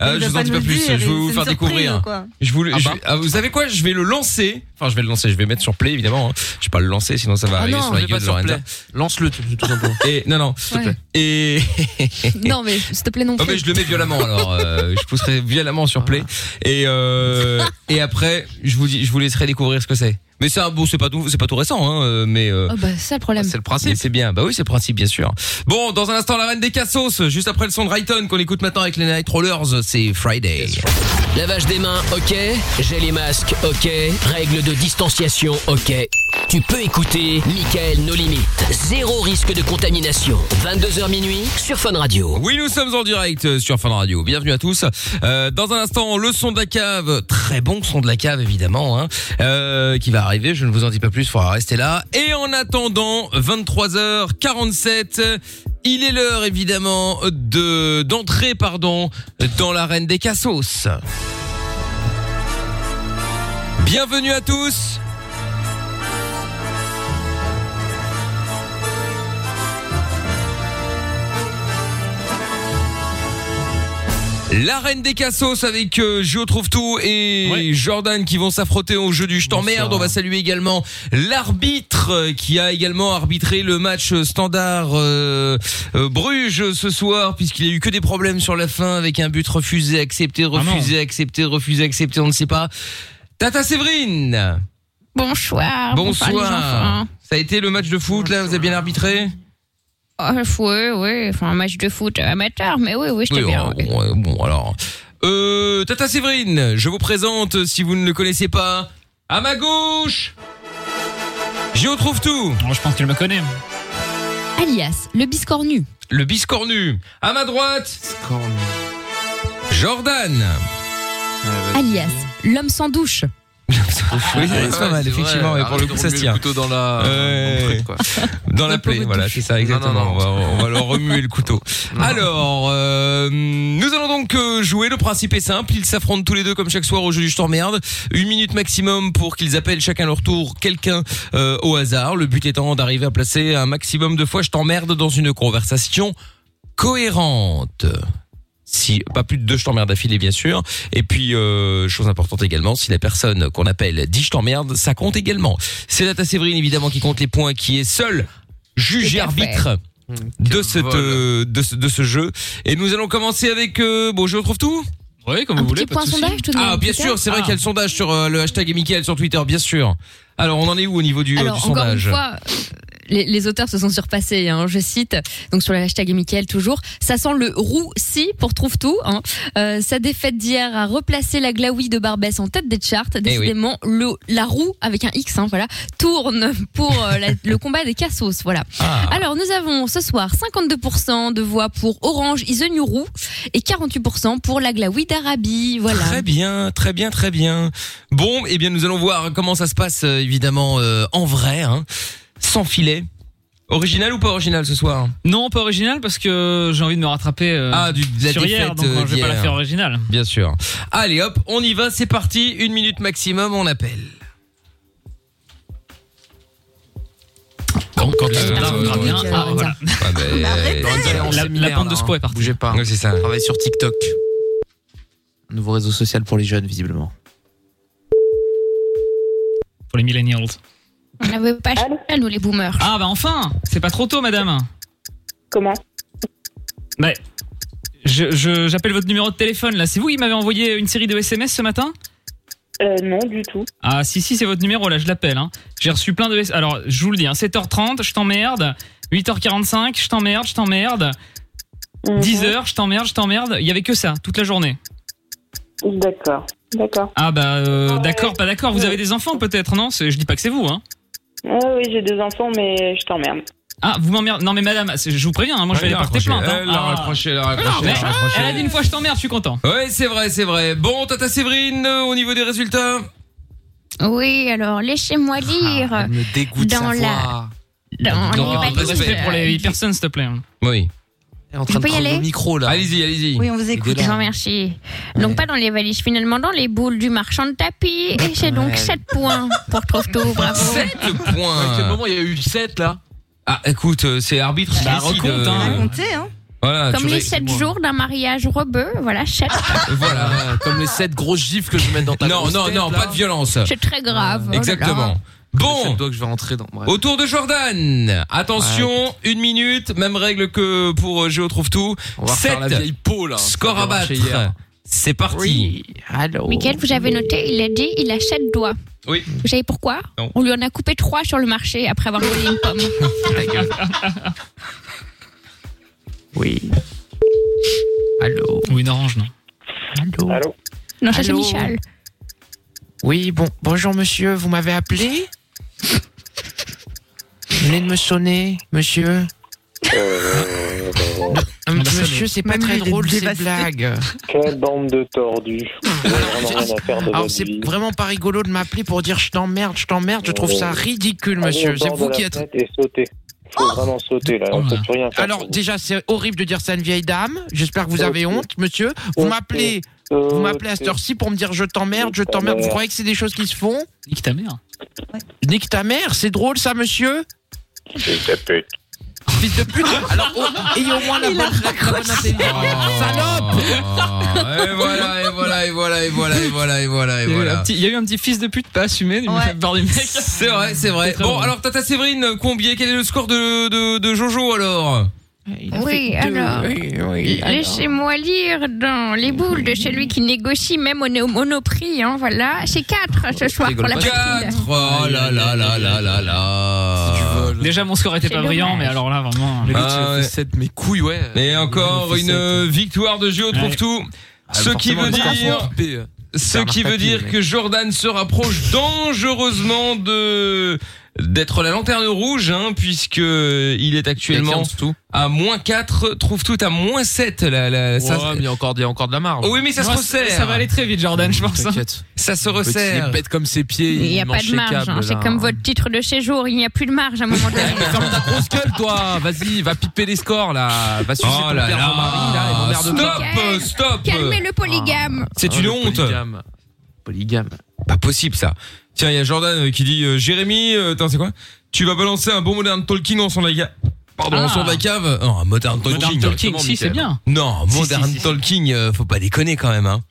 Speaker 2: Euh,
Speaker 6: Il
Speaker 2: je
Speaker 6: va
Speaker 2: vous
Speaker 6: pas
Speaker 2: en dis
Speaker 6: nous
Speaker 2: pas
Speaker 6: le
Speaker 2: plus,
Speaker 6: dire,
Speaker 2: je vais
Speaker 6: il-
Speaker 2: vous
Speaker 6: c'est
Speaker 2: faire
Speaker 6: une surprise
Speaker 2: découvrir.
Speaker 6: ou quoi
Speaker 2: Je vous, le-
Speaker 6: Ah
Speaker 2: je-
Speaker 6: bah.
Speaker 2: ah, vous savez quoi Je vais le lancer. Enfin, je vais le lancer, je vais mettre sur play évidemment. hein. Je vais pas le lancer sinon ça va
Speaker 6: Ah
Speaker 2: arriver
Speaker 6: non,
Speaker 2: sur la
Speaker 6: mets
Speaker 2: gueule
Speaker 6: pas
Speaker 2: de
Speaker 6: sur
Speaker 2: Lorenza.
Speaker 6: play. Lance-le tout tout simplement.
Speaker 2: Et non non,
Speaker 3: te plaît.
Speaker 2: Et
Speaker 3: Non, mais s'il te plaît, non
Speaker 2: Oh,
Speaker 3: plus.
Speaker 2: mais je le mets violemment alors. euh, je pousserai violemment sur play
Speaker 6: Ah.
Speaker 2: et euh, et après je vous dis, je vous laisserai découvrir ce que c'est. Mais c'est un beau, c'est pas tout, c'est pas tout récent, hein, euh, mais euh,
Speaker 3: Oh, bah, c'est ça le problème.
Speaker 2: c'est le principe. C'est bien. Bah oui, c'est le principe, bien sûr. Bon, dans un instant, la reine des cassos, juste après le son de Rayton qu'on écoute maintenant avec les Night Rollers, c'est Friday.
Speaker 1: Lavage des mains, ok. J'ai les masques, ok. Règles de distanciation, ok. Tu peux écouter Michael No limites. Zéro risque de contamination. 22h minuit sur Fun Radio.
Speaker 2: Oui, nous sommes en direct sur Fun Radio. Bienvenue à tous. Euh, dans un instant, le son de la cave, très bon son de la cave évidemment, hein, euh, qui va arriver. Je ne vous en dis pas plus, il faudra rester là. Et en attendant, 23h47, il est l'heure évidemment de d'entrer, pardon, dans l'arène des cassos. Bienvenue à tous. La reine des cassos avec euh, Jo trouve tout et Jordan qui vont s'affronter au jeu du je t'emmerde. On va saluer également l'arbitre euh, qui a également arbitré le match euh, standard euh, euh, Bruges ce soir puisqu'il y a eu que des problèmes sur la fin avec un but refusé, accepté, refusé, accepté, refusé, accepté, on ne sait pas. Tata Séverine.
Speaker 3: Bonsoir.
Speaker 2: Bonsoir.
Speaker 3: Ah, les enfants. hein.
Speaker 2: Ça a été le match de foot là, vous avez bien arbitré
Speaker 3: Ah, oui, oui, enfin, un match de foot amateur, mais oui, oui, j'étais
Speaker 2: Oui, oh,
Speaker 3: bien.
Speaker 2: on- on- bon, alors. Euh, Tata Séverine, je vous présente, si vous ne le connaissez pas, à ma gauche, Géo trouve tout. je pense qu'il me connaît.
Speaker 3: Alias, le biscornu.
Speaker 2: Le biscornu. À ma droite, Jordan. Ah,
Speaker 3: Alias, l'homme sans douche.
Speaker 2: Oui, c'est pas
Speaker 6: Ouais,
Speaker 2: mal,
Speaker 6: c'est
Speaker 2: effectivement,
Speaker 6: vrai.
Speaker 2: mais pour le
Speaker 6: Arrête
Speaker 2: coup,
Speaker 6: de
Speaker 2: ça se
Speaker 6: remuer
Speaker 2: tient.
Speaker 6: le couteau dans la-
Speaker 2: Ouais.
Speaker 6: dans le truc, quoi.
Speaker 2: Dans la plaie, voilà, c'est ça, exactement.
Speaker 6: Non, non, non.
Speaker 2: On, va, on va leur remuer le couteau. Alors, euh, nous allons donc euh, jouer. Le principe est simple. Ils s'affrontent tous les deux comme chaque soir au jeu du je t'emmerde. Une minute maximum pour qu'ils appellent chacun leur tour quelqu'un euh, au hasard. Le but étant d'arriver à placer un maximum de fois je t'emmerde dans une conversation cohérente. Si pas plus de deux je t'emmerde d'affilée bien sûr. Et puis euh, chose importante également, si la personne qu'on appelle dit je t'emmerde, ça compte également. C'est Nata Séverine évidemment qui compte les points, qui est seule juge et arbitre
Speaker 3: Mmh,
Speaker 2: de cette euh, de, ce, de ce jeu. Et nous allons commencer avec euh, bon je retrouve tout.
Speaker 6: Oui, comme
Speaker 3: Un vous voulez, petit pas de point souci. sondage, tout de même,
Speaker 2: Ah bien
Speaker 3: Twitter
Speaker 2: sûr, c'est vrai
Speaker 3: Ah.
Speaker 2: qu'il y a le sondage sur euh, le hashtag et Mickaël sur Twitter, bien sûr. Alors on en est où au niveau du, euh,
Speaker 3: Alors,
Speaker 2: du
Speaker 3: encore
Speaker 2: sondage
Speaker 3: une fois, euh, les, les auteurs se sont surpassés, hein, je cite, donc sur le hashtag et Mickaël toujours. Ça sent le roux-si pour Trouve Tout. Hein. Euh, sa défaite d'hier a replacé la glaouille de Barbès en tête des charts.
Speaker 2: Eh
Speaker 3: Décidément, le- la roue, avec un X, hein, voilà, tourne pour euh, la- le combat des cassos. Voilà.
Speaker 7: Ah.
Speaker 3: Alors, nous avons ce soir 52% de voix pour Orange is the New Roux et 48% pour la glaouille d'Arabie. Voilà.
Speaker 2: Très bien, très bien, très bien. Bon, eh bien, nous allons voir comment ça se passe, euh, évidemment, euh, en vrai, hein, sans filet. Original ou pas original ce soir
Speaker 6: Non, pas original parce que j'ai envie de me rattraper euh,
Speaker 2: Ah, du, de la
Speaker 6: sur hier,
Speaker 2: défaite,
Speaker 6: donc euh,
Speaker 2: euh,
Speaker 6: je vais pas la
Speaker 2: d'hier.
Speaker 6: faire originale.
Speaker 2: Bien sûr. Allez hop, on y va, c'est parti, une minute maximum, on appelle. Quand, quand
Speaker 6: Euh, grave bien. Ah, voilà.
Speaker 1: bah.
Speaker 2: ben,
Speaker 1: La- la bande de secours est partie. Bougez pas.
Speaker 2: hein. c'est ça.
Speaker 1: Travaille sur TikTok. Nouveau réseau social pour les jeunes, visiblement.
Speaker 6: Pour les millennials.
Speaker 3: On n'avait pas chacun, nous les boomers.
Speaker 6: Ah bah enfin C'est pas trop tôt, madame
Speaker 3: Comment
Speaker 6: Bah, je- je- j'appelle votre numéro de téléphone là. C'est vous qui m'avez envoyé une série de SMS ce matin
Speaker 7: Euh, non, du tout.
Speaker 6: Ah si si c'est votre numéro là je l'appelle hein. J'ai reçu plein de S- alors je vous le dis hein, 7h30 je t'emmerde 8h45 je t'emmerde je t'emmerde
Speaker 3: Mhm.
Speaker 6: 10h je t'emmerde je t'emmerde il y avait que ça toute la journée
Speaker 7: D'accord, d'accord.
Speaker 6: Ah bah euh, d'accord pas d'accord vous avez des enfants peut-être non C'est- je dis pas que c'est vous hein
Speaker 7: Ouais, Ah oui, j'ai deux enfants, mais je t'emmerde.
Speaker 6: Ah vous m'emmerdez non mais madame c'est- je vous préviens hein, moi je vais
Speaker 2: Elle
Speaker 6: aller
Speaker 2: a
Speaker 6: porter
Speaker 2: raccroché,
Speaker 6: plainte hein.
Speaker 2: Elle l'a
Speaker 6: Ah.
Speaker 2: raccroché, elle l'a raccroché,
Speaker 6: Non, mais
Speaker 2: elle l'a raccroché.
Speaker 6: elle a dit une fois je t'emmerde je suis content
Speaker 2: Ouais, c'est vrai, c'est vrai. Bon, Tata Séverine, euh, au niveau des résultats
Speaker 3: Oui, alors laissez-moi dire. dans la. Dans
Speaker 6: Non,
Speaker 3: les
Speaker 6: un peu de
Speaker 3: valises,
Speaker 6: respect pour
Speaker 3: euh,
Speaker 6: les personnes s'il te plaît hein.
Speaker 2: Oui
Speaker 1: en
Speaker 3: train Je de peux y prendre le aller
Speaker 1: micro là.
Speaker 2: Allez-y, allez-y.
Speaker 3: Oui, on vous écoute. Je vous remercie. Donc, pas dans les valises, finalement, dans les boules du marchand de tapis. Et c'est donc
Speaker 2: Ouais.
Speaker 3: 7 points pour Trouve-Tout. Bravo.
Speaker 2: 7 points.
Speaker 1: À quel moment il y a eu 7 là
Speaker 2: Ah, écoute, euh, c'est arbitre qui
Speaker 1: Bah,
Speaker 2: décide. euh.
Speaker 1: recompte, hein.
Speaker 3: Racontez, hein.
Speaker 2: Voilà,
Speaker 3: Comme
Speaker 2: Ah, tu
Speaker 3: les
Speaker 2: ré-
Speaker 3: 7 jours d'un mariage rebeu. Voilà, 7.
Speaker 2: Voilà.
Speaker 1: euh, Comme les 7 grosses gifles que je mets dans ta
Speaker 2: Non,
Speaker 1: grosse
Speaker 2: non,
Speaker 1: tête,
Speaker 2: non,
Speaker 1: là.
Speaker 2: pas de violence.
Speaker 3: C'est très grave. Oh là là.
Speaker 2: Exactement. Bon.
Speaker 1: que je vais rentrer dans. Bref.
Speaker 2: Au tour de Jordan. Attention, une minute, même règle que pour euh, Géo trouve tout.
Speaker 1: On va refaire la vieille peau, là.
Speaker 2: Score
Speaker 1: Ça
Speaker 2: à
Speaker 1: avait
Speaker 2: battre.
Speaker 1: marché hier.
Speaker 2: C'est parti.
Speaker 1: Allô.
Speaker 3: Mickaël, vous avez noté, il a dit il a 7 doigts.
Speaker 2: Oui.
Speaker 3: Vous savez pourquoi
Speaker 2: Non.
Speaker 3: On lui en a coupé 3 sur le marché après avoir volé une pomme.
Speaker 1: Ah, Oui. Allô.
Speaker 6: Ou une orange, non
Speaker 1: Allô.
Speaker 3: Non, ça c'est
Speaker 1: Allô
Speaker 3: Michel.
Speaker 1: Oui, bon, bonjour monsieur, vous m'avez appelé Vous venez de me sonner, monsieur
Speaker 9: Euh,
Speaker 1: Ah,
Speaker 9: On a sonné.
Speaker 1: Monsieur, c'est pas
Speaker 9: Même
Speaker 1: très
Speaker 9: lui, il est
Speaker 1: drôle ces
Speaker 9: dévasté.
Speaker 1: blagues.
Speaker 9: Quelle bande de tordus. Vous avez vraiment rien à faire de
Speaker 1: Alors
Speaker 9: votre
Speaker 1: c'est
Speaker 9: vie.
Speaker 1: vraiment pas rigolo de m'appeler pour dire je t'emmerde, je t'emmerde, je trouve ça
Speaker 9: Ouais.
Speaker 1: ridicule
Speaker 9: Allez
Speaker 1: monsieur.
Speaker 9: au
Speaker 1: C'est
Speaker 9: bord de
Speaker 1: vous
Speaker 9: la
Speaker 1: qui êtes... Oh
Speaker 9: fenêtre Et sauter. Faut vraiment sauter là, on peut plus rien faire.
Speaker 1: Alors déjà c'est horrible de dire ça à une vieille dame, j'espère que vous avez honte monsieur. Vous
Speaker 9: Ok.
Speaker 1: m'appelez, vous m'appelez à cette heure-ci pour me dire je t'emmerde, je t'emmerde, vous croyez que c'est des choses qui se font
Speaker 6: Nique ta mère.
Speaker 1: Nique ta mère, c'est drôle ça monsieur
Speaker 9: Fils de pute.
Speaker 1: Fils de pute Alors, oh, ayez au moins la bonne, la bonne intelligence.
Speaker 2: Oh.
Speaker 1: Salope
Speaker 2: Ah, Et voilà, et voilà, et voilà, et voilà, et voilà, et voilà, et
Speaker 6: Il y a eu un
Speaker 2: voilà.
Speaker 6: petit- il y a eu un petit fils de pute pas assumé du part du mec.
Speaker 2: C'est vrai, c'est vrai.
Speaker 6: très
Speaker 2: Bon,
Speaker 6: drôle.
Speaker 2: alors, Tata Séverine, combien, quel est le score de, de, de Jojo alors
Speaker 3: Oui, alors. Laissez-moi lire dans les boules de celui qui négocie même au, au monoprix. Hein, voilà. C'est 4 ce soir pour la patrouille.
Speaker 2: 4 Oh là
Speaker 6: Ah
Speaker 2: là là là là là
Speaker 6: Déjà, mon score était
Speaker 3: C'est
Speaker 6: pas brillant,
Speaker 3: dommage.
Speaker 6: mais alors là, vraiment. euh,
Speaker 2: Ah ouais.
Speaker 1: mes couilles, ouais.
Speaker 2: Et encore une euh, victoire de Géo trouve
Speaker 6: Ouais.
Speaker 2: tout.
Speaker 1: Ah,
Speaker 2: Ce qui veut dire.
Speaker 1: euh,
Speaker 2: Ce qui veut dire que Jordan se rapproche dangereusement de d'être la lanterne rouge, hein, puisque il est actuellement
Speaker 1: quinze tout.
Speaker 2: à moins 4, trouve tout à moins 7. La, la, ça,
Speaker 1: Ouais, mais il y a encore, il y a encore de la marge.
Speaker 2: Oh oui, mais ça se
Speaker 6: Non,
Speaker 2: resserre.
Speaker 6: Ça va aller très vite, Jordan, je pense. hein.
Speaker 2: ça
Speaker 1: Petit,
Speaker 2: se resserre.
Speaker 1: il pète comme ses pieds.
Speaker 3: Il n'y a pas
Speaker 1: mange
Speaker 3: de
Speaker 1: ses
Speaker 3: marge.
Speaker 1: câbles,
Speaker 3: hein.
Speaker 1: là.
Speaker 3: C'est comme votre titre de séjour. Il n'y a plus de marge à un moment donné.
Speaker 1: Ferme ta grosse gueule, toi. Vas-y, va piper les scores, là. Va sucer
Speaker 2: Oh
Speaker 1: ton
Speaker 2: là
Speaker 1: père,
Speaker 2: là.
Speaker 1: ton mari, là, et m'emmerde pas.
Speaker 2: Stop, stop. Ah.
Speaker 3: Calmez le polygame.
Speaker 2: C'est une
Speaker 1: le
Speaker 2: honte.
Speaker 1: polygame. Polygame.
Speaker 2: Pas possible ça. Tiens, il y a Jordan euh, qui dit euh, Jérémy, euh, attends, c'est quoi Tu vas balancer un bon modern talking en son de la cave. Pardon, en
Speaker 6: Ah.
Speaker 2: son de la cave. Non, un modern talking.
Speaker 6: Modern Talking, si, c'est bien.
Speaker 2: Non,
Speaker 6: Si,
Speaker 2: modern
Speaker 6: si, si, si.
Speaker 2: talking, euh, faut pas déconner quand même hein.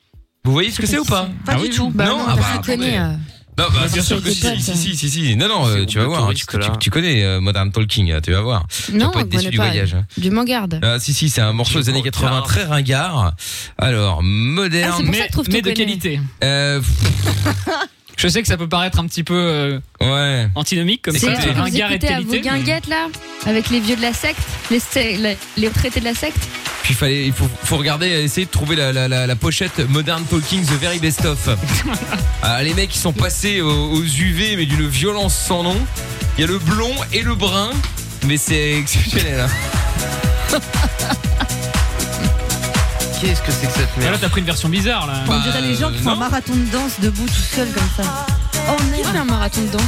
Speaker 2: Vous voyez ce que c'est ou pas
Speaker 3: Pas du tout. Bah
Speaker 2: Non,
Speaker 3: non,
Speaker 2: ah
Speaker 3: parce
Speaker 2: bah,
Speaker 3: que tu
Speaker 2: attendez.
Speaker 3: connais, euh,
Speaker 2: Non, bah, bien sûr que
Speaker 3: des
Speaker 2: si,
Speaker 3: potes,
Speaker 2: si,
Speaker 3: euh.
Speaker 2: si, si, si. Non, non, euh,
Speaker 1: C'est
Speaker 2: tu vas
Speaker 1: le
Speaker 2: voir, hein, tu,
Speaker 1: touriste, là.
Speaker 2: tu- tu connais euh, Modern Talking, hein, tu vas voir.
Speaker 12: Non,
Speaker 2: tu vas pas
Speaker 12: on
Speaker 2: être déçu
Speaker 12: connaît
Speaker 2: du
Speaker 12: pas.
Speaker 2: voyage. hein.
Speaker 12: Du Mangarde.
Speaker 2: Ah, si, si, c'est un morceau des années 80 très ringard. Alors,
Speaker 12: Ah, c'est
Speaker 2: moderne.
Speaker 12: pour ça que trouve
Speaker 6: Mais de qualité.
Speaker 2: Euh,
Speaker 6: Je sais que ça peut paraître un petit peu euh,
Speaker 2: ouais.
Speaker 6: antinomique comme
Speaker 12: C'est
Speaker 6: ça.
Speaker 12: ce que vous
Speaker 6: ringard et de
Speaker 12: écoutez à vos
Speaker 6: qualité.
Speaker 12: guinguettes là Avec les vieux de la secte Les, sé- les, les retraités de la secte
Speaker 2: Puis fallait, il faut, faut regarder, essayer de trouver la, la, la, la pochette Modern Talking The Very Best Of. Ah, les mecs, ils sont passés aux, aux UV, mais d'une violence sans nom. Il y a le blond et le brun, mais c'est exceptionnel. hein.
Speaker 1: Qu'est-ce que c'est que cette
Speaker 6: Ah, Là,
Speaker 1: merde
Speaker 6: t'as pris une version bizarre, là.
Speaker 2: Bah,
Speaker 4: On dirait les gens qui font un
Speaker 2: non.
Speaker 3: Ah.
Speaker 4: marathon de danse debout tout seul comme ça.
Speaker 12: Oh, on a un marathon de danse.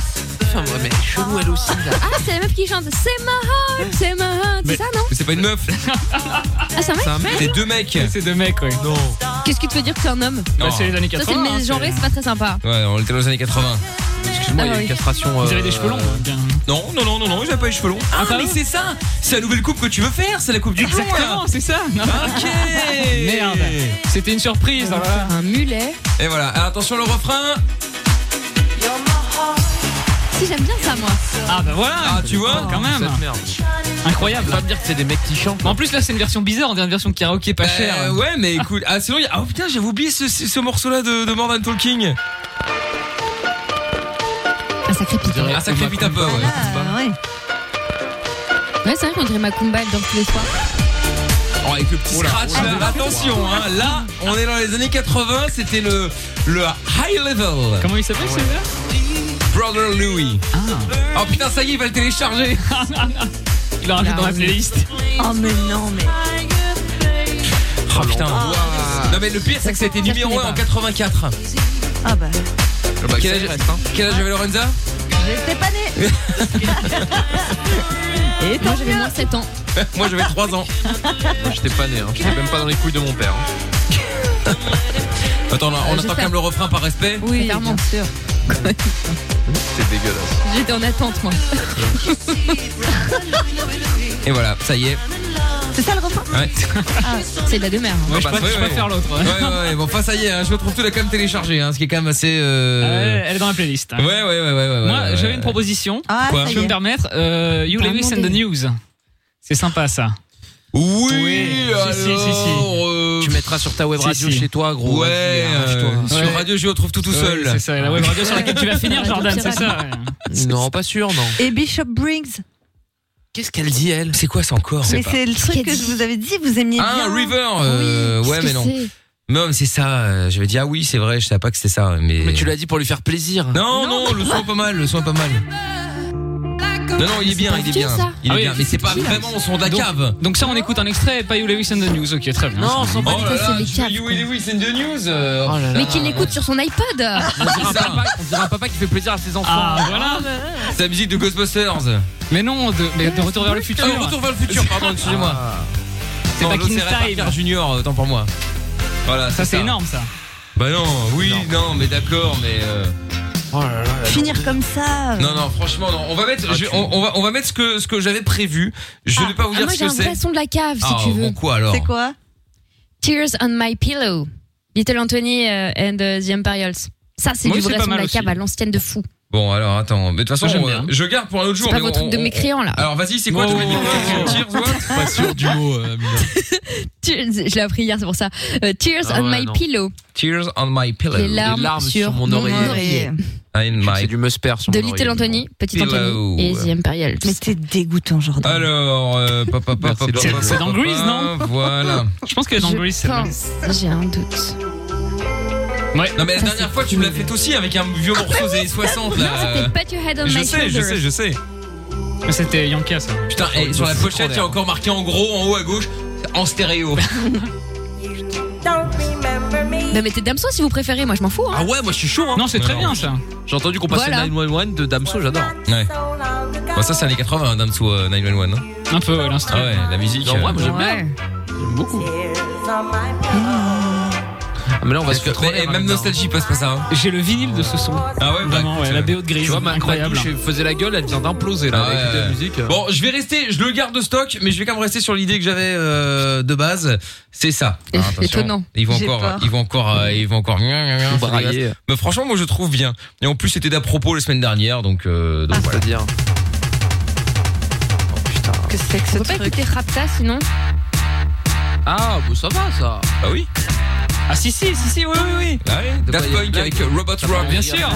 Speaker 13: meuf, hein, mais chelou elle aussi là.
Speaker 3: Ah, c'est la meuf qui chante C'est my heart, c'est my heart, c'est ça, non
Speaker 2: Mais c'est pas une meuf.
Speaker 3: Ah, c'est un mec
Speaker 2: C'est un mec. C'est deux mecs.
Speaker 6: C'est deux mecs, ouais.
Speaker 2: Non.
Speaker 3: Qu'est-ce qui te fait dire que c'est un homme
Speaker 2: Non. Bah, c'est les années
Speaker 3: Ça,
Speaker 2: 80,
Speaker 3: c'est
Speaker 2: hein,
Speaker 3: le genre, c'est pas très sympa.
Speaker 2: Ouais, on était dans les années 80.
Speaker 13: Excuse-moi,
Speaker 3: Ah,
Speaker 13: il y a
Speaker 3: oui.
Speaker 13: une castration.
Speaker 2: Vous avez des cheveux longs, hein, Non, non, non, non, non, j'avais pas les cheveux longs. Ah,
Speaker 13: pas
Speaker 2: mais
Speaker 13: vous
Speaker 2: c'est ça C'est la nouvelle coupe que tu veux faire, c'est la coupe du blond,
Speaker 6: Exactement,
Speaker 2: là.
Speaker 6: c'est ça. Non.
Speaker 2: Ok.
Speaker 6: Merde. C'était une surprise. hein. voilà.
Speaker 3: Un mulet.
Speaker 2: Et voilà, Alors, attention le refrain.
Speaker 3: Si, j'aime bien ça, moi.
Speaker 6: Ah bah voilà.
Speaker 2: Ah, tu vois
Speaker 6: quand même. Incroyable. Pas me dire que c'est des mecs qui chantent. En plus là, c'est une version bizarre, on dirait une version karaoké pas chère.
Speaker 2: Euh, hein. ouais, mais écoute, ah sinon, il y a- ah, putain, j'avais oublié ce, ce- ce morceau-là de, de Mordan Talking.
Speaker 3: Ah, ça crépite. Ah. hein.
Speaker 2: Ah, ça crépite un peu, ouais.
Speaker 4: ouais.
Speaker 3: Ouais, c'est vrai qu'on dirait Macumba, elle dort tous les soirs.
Speaker 2: Oh, avec le petit
Speaker 3: Oula,
Speaker 2: scratch,
Speaker 3: oula,
Speaker 2: là.
Speaker 3: oula.
Speaker 2: attention, hein, là, on est dans les années 80, c'était le, le high level.
Speaker 6: Comment il s'appelle celui-là
Speaker 2: Brother Louis.
Speaker 6: Ah.
Speaker 2: Oh putain, ça y est, il va le télécharger.
Speaker 6: Il l'a rajouté dans la playlist.
Speaker 4: Oh, mais non, mais.
Speaker 2: Oh putain. Non, mais le pire, c'est que c'était numéro 1 en 84.
Speaker 4: Ah bah,
Speaker 2: Quel âge, quel âge avait Lorenza
Speaker 4: j'étais pas née.
Speaker 3: Et moi, j'avais moins 7 ans.
Speaker 2: Moi j'avais 3 ans.
Speaker 13: J'étais pas né, hein. j'étais même pas dans les couilles de mon père. hein.
Speaker 2: Attends, on, on attend quand même le refrain par respect.
Speaker 3: Oui, clairement. sûr.
Speaker 13: C'est dégueulasse.
Speaker 3: J'étais en attente, moi.
Speaker 2: Et voilà, ça y est.
Speaker 4: C'est ça le refrain
Speaker 2: Ouais.
Speaker 3: Ah, c'est de la demeure.
Speaker 2: bah, Ouais,
Speaker 6: je préfère- je préfère l'autre, ouais.
Speaker 2: Ouais, ouais, ouais. Bon, enfin, ça y est, hein, je retrouve tout la cam téléchargée, hein, ce qui est quand même assez. euh,
Speaker 6: Euh, elle est dans la playlist. hein.
Speaker 2: Ouais, ouais, ouais, ouais. ouais,
Speaker 6: Moi,
Speaker 2: ouais, ouais,
Speaker 6: j'avais
Speaker 2: ouais.
Speaker 6: une proposition.
Speaker 4: Ah,
Speaker 2: Quoi
Speaker 6: Si je peux me permettre, euh, You
Speaker 2: T'as
Speaker 6: Lewis and the
Speaker 2: demandé.
Speaker 6: News. C'est sympa ça.
Speaker 2: Oui, euh,
Speaker 6: Si, si, si, si.
Speaker 13: Tu mettras sur ta web
Speaker 6: Si,
Speaker 13: radio
Speaker 6: si.
Speaker 13: chez toi, gros.
Speaker 2: Ouais, euh,
Speaker 13: toi.
Speaker 2: sur Radio Géo, trouve tout tout
Speaker 13: Ouais,
Speaker 2: seul.
Speaker 13: c'est ça, la
Speaker 6: web radio sur laquelle tu vas finir, Jordan, c'est ça. ouais.
Speaker 13: Non, pas sûr, non.
Speaker 4: Et Bishop Briggs.
Speaker 13: Qu'est-ce qu'elle dit, elle
Speaker 2: C'est quoi ça encore
Speaker 4: Mais c'est le truc que je vous avais dit, vous aimiez
Speaker 2: Ah,
Speaker 4: Eh bien.
Speaker 2: River euh, Ouais, mais non. Non, mais c'est ça. euh, J'avais dit, ah oui, c'est vrai, je savais pas que c'était ça. Mais,
Speaker 13: Mais tu l'as dit pour lui faire plaisir.
Speaker 2: Non, non, le son est pas mal, le son est pas mal. Non, non, il est bien, il est bien. Il
Speaker 6: Ah
Speaker 2: est
Speaker 6: oui,
Speaker 2: bien, mais c'est pas
Speaker 6: qui, là
Speaker 2: vraiment son de la
Speaker 6: Donc-
Speaker 2: cave.
Speaker 6: Donc ça, on écoute un extrait, pas You Lewis and the News. Ok, très bien. Oh
Speaker 13: Non, on s'en bat
Speaker 2: Oh là là, je vais You et Lewis in the News. euh,
Speaker 3: Mais qu'il l'écoute sur son iPod.
Speaker 13: On dirait, un papa, on dirait un papa qui fait plaisir à ses enfants.
Speaker 6: Ah, voilà.
Speaker 2: C'est la musique de Ghostbusters.
Speaker 6: Mais non, de, mais de Retour vers le futur.
Speaker 2: Ah, retour vers le futur, pardon, excusez-moi.
Speaker 6: C'est
Speaker 2: Non,
Speaker 6: Back
Speaker 2: l'autre,
Speaker 6: in
Speaker 2: Ray
Speaker 6: Time.
Speaker 2: Parker Junior, autant pour moi. Voilà,
Speaker 6: Ça, c'est énorme, ça.
Speaker 2: Bah non, oui, non, mais d'accord, mais. euh,
Speaker 4: Finir comme ça.
Speaker 2: Non, non, franchement, non. On va mettre, je- on, on va, on va mettre ce que, ce que j'avais prévu. Je ne vais pas vous
Speaker 3: Ah,
Speaker 2: dire
Speaker 3: moi,
Speaker 2: ce
Speaker 3: j'ai
Speaker 2: que
Speaker 3: un
Speaker 2: c'est.
Speaker 3: vrai son de la cave, si
Speaker 2: Ah,
Speaker 3: tu veux.
Speaker 2: bon, quoi alors
Speaker 4: C'est quoi
Speaker 3: Tears on My Pillow. Little Anthony euh, and euh, the Imperials. Ça, c'est
Speaker 6: Oui,
Speaker 3: du
Speaker 6: c'est pas
Speaker 3: vrai son de
Speaker 6: mal
Speaker 3: la
Speaker 6: aussi.
Speaker 3: cave à l'ancienne de fou.
Speaker 2: Bon, alors attends. Mais de toute façon,
Speaker 6: Moi, j'aime
Speaker 2: euh,
Speaker 6: bien.
Speaker 2: je garde pour un autre jour.
Speaker 3: C'est pas
Speaker 2: mais
Speaker 3: votre
Speaker 2: on-
Speaker 3: truc de
Speaker 2: on-
Speaker 3: mécréant, là.
Speaker 2: Alors vas-y, c'est quoi
Speaker 6: Oh,
Speaker 2: tu m'as dit
Speaker 6: oh,
Speaker 2: quoi
Speaker 6: oh,
Speaker 2: Tears, what
Speaker 13: Pas sûr du mot, euh, Amina.
Speaker 3: Tu- Je l'ai appris hier, c'est pour ça. Euh, Tears
Speaker 13: Ah
Speaker 3: on
Speaker 13: ouais,
Speaker 3: My
Speaker 13: non.
Speaker 3: Pillow.
Speaker 2: Tears on my pillow. Ah,
Speaker 3: Les larmes,
Speaker 13: Les larmes sur mon oreiller. Ah,
Speaker 4: Et-
Speaker 2: In
Speaker 13: C'est
Speaker 2: my
Speaker 13: du musper sur
Speaker 3: De
Speaker 13: mon
Speaker 3: Little
Speaker 13: oreiller.
Speaker 3: Anthony, Petit
Speaker 2: Pillow.
Speaker 3: Anthony et The Imperials.
Speaker 4: Mais t'es dégoûtant, Jordan.
Speaker 2: Alors, euh, papa, papa,
Speaker 13: Merci,
Speaker 2: papa,
Speaker 13: Jordan.
Speaker 2: papa,
Speaker 6: C'est dans
Speaker 2: papa,
Speaker 6: Grease, non
Speaker 2: Voilà.
Speaker 6: Je pense que dans
Speaker 3: Je
Speaker 6: Grease, c'est vrai.
Speaker 3: pense, j'ai un doute.
Speaker 6: Ouais.
Speaker 2: Non mais la dernière fois tu me l'as fait aussi avec un vieux morceau des années 60 là.
Speaker 3: C'était Pat Your Head on
Speaker 2: Je
Speaker 3: My
Speaker 2: sais, je sais,
Speaker 3: Shoulder.
Speaker 2: je sais.
Speaker 6: Mais C'était Yanka, ça.
Speaker 2: Putain,
Speaker 13: Oh,
Speaker 2: et sur la pochette, il y a encore marqué en gros, en haut à gauche, en stéréo.
Speaker 3: Bah, mettez Damso si vous préférez, moi je m'en fous. Hein.
Speaker 2: Ah ouais, moi je suis chaud, hein.
Speaker 6: Non, c'est très bien, ça.
Speaker 13: J'ai entendu qu'on passait
Speaker 3: Voilà.
Speaker 13: 911 de Damso, j'adore.
Speaker 2: Ouais. Bon, ça, c'est années 80, hein, Damso euh, 911. Hein.
Speaker 6: Un peu, ouais, l'instru.
Speaker 2: Ah ouais, la musique.
Speaker 13: Non,
Speaker 2: euh,
Speaker 13: moi, moi, j'aime bien. J'aime beaucoup. Ah, mais là, on va
Speaker 2: parce
Speaker 13: se
Speaker 2: que-
Speaker 13: foutre en
Speaker 2: mais- et
Speaker 13: l'air,
Speaker 2: même
Speaker 13: Amina.
Speaker 2: Nostalgie passe pas ça. hein.
Speaker 6: J'ai le vinyle de ce son.
Speaker 2: Ah ouais, bah,
Speaker 6: Vraiment, ouais, la BO de Grease.
Speaker 13: Tu vois, ma
Speaker 6: incroyable.
Speaker 13: ma douche, elle faisait la gueule, elle vient d'imploser là,
Speaker 2: Ah
Speaker 13: avec
Speaker 2: ouais.
Speaker 13: la musique.
Speaker 2: Bon, je vais rester, je le garde de stock, mais je vais quand même rester sur l'idée que j'avais euh, de base. C'est ça. Hein, attention.
Speaker 3: Étonnant.
Speaker 2: Ils vont
Speaker 4: J'ai
Speaker 2: encore,
Speaker 4: peur.
Speaker 2: ils vont encore, euh, ils vont encore. gna, gna, gna,
Speaker 13: Faut
Speaker 2: c'est
Speaker 13: brailler.
Speaker 2: dégueulasse. Mais franchement, moi je trouve bien. Et en plus, c'était d'à propos la semaine dernière, donc, euh, donc voilà.
Speaker 13: C'est-à-dire. Oh putain.
Speaker 4: Que c'est que ce
Speaker 3: Faut pas
Speaker 4: truc
Speaker 3: écouter Rapta sinon.
Speaker 13: Ah, bon, ça va ça.
Speaker 2: Ah oui.
Speaker 6: Ah, si, si, si, si, oui, oui, oui.
Speaker 2: Ah oui.
Speaker 13: De
Speaker 2: Daft
Speaker 13: quoi, il y a une
Speaker 2: Punk avec euh, Robot Rock.
Speaker 6: Bien sûr.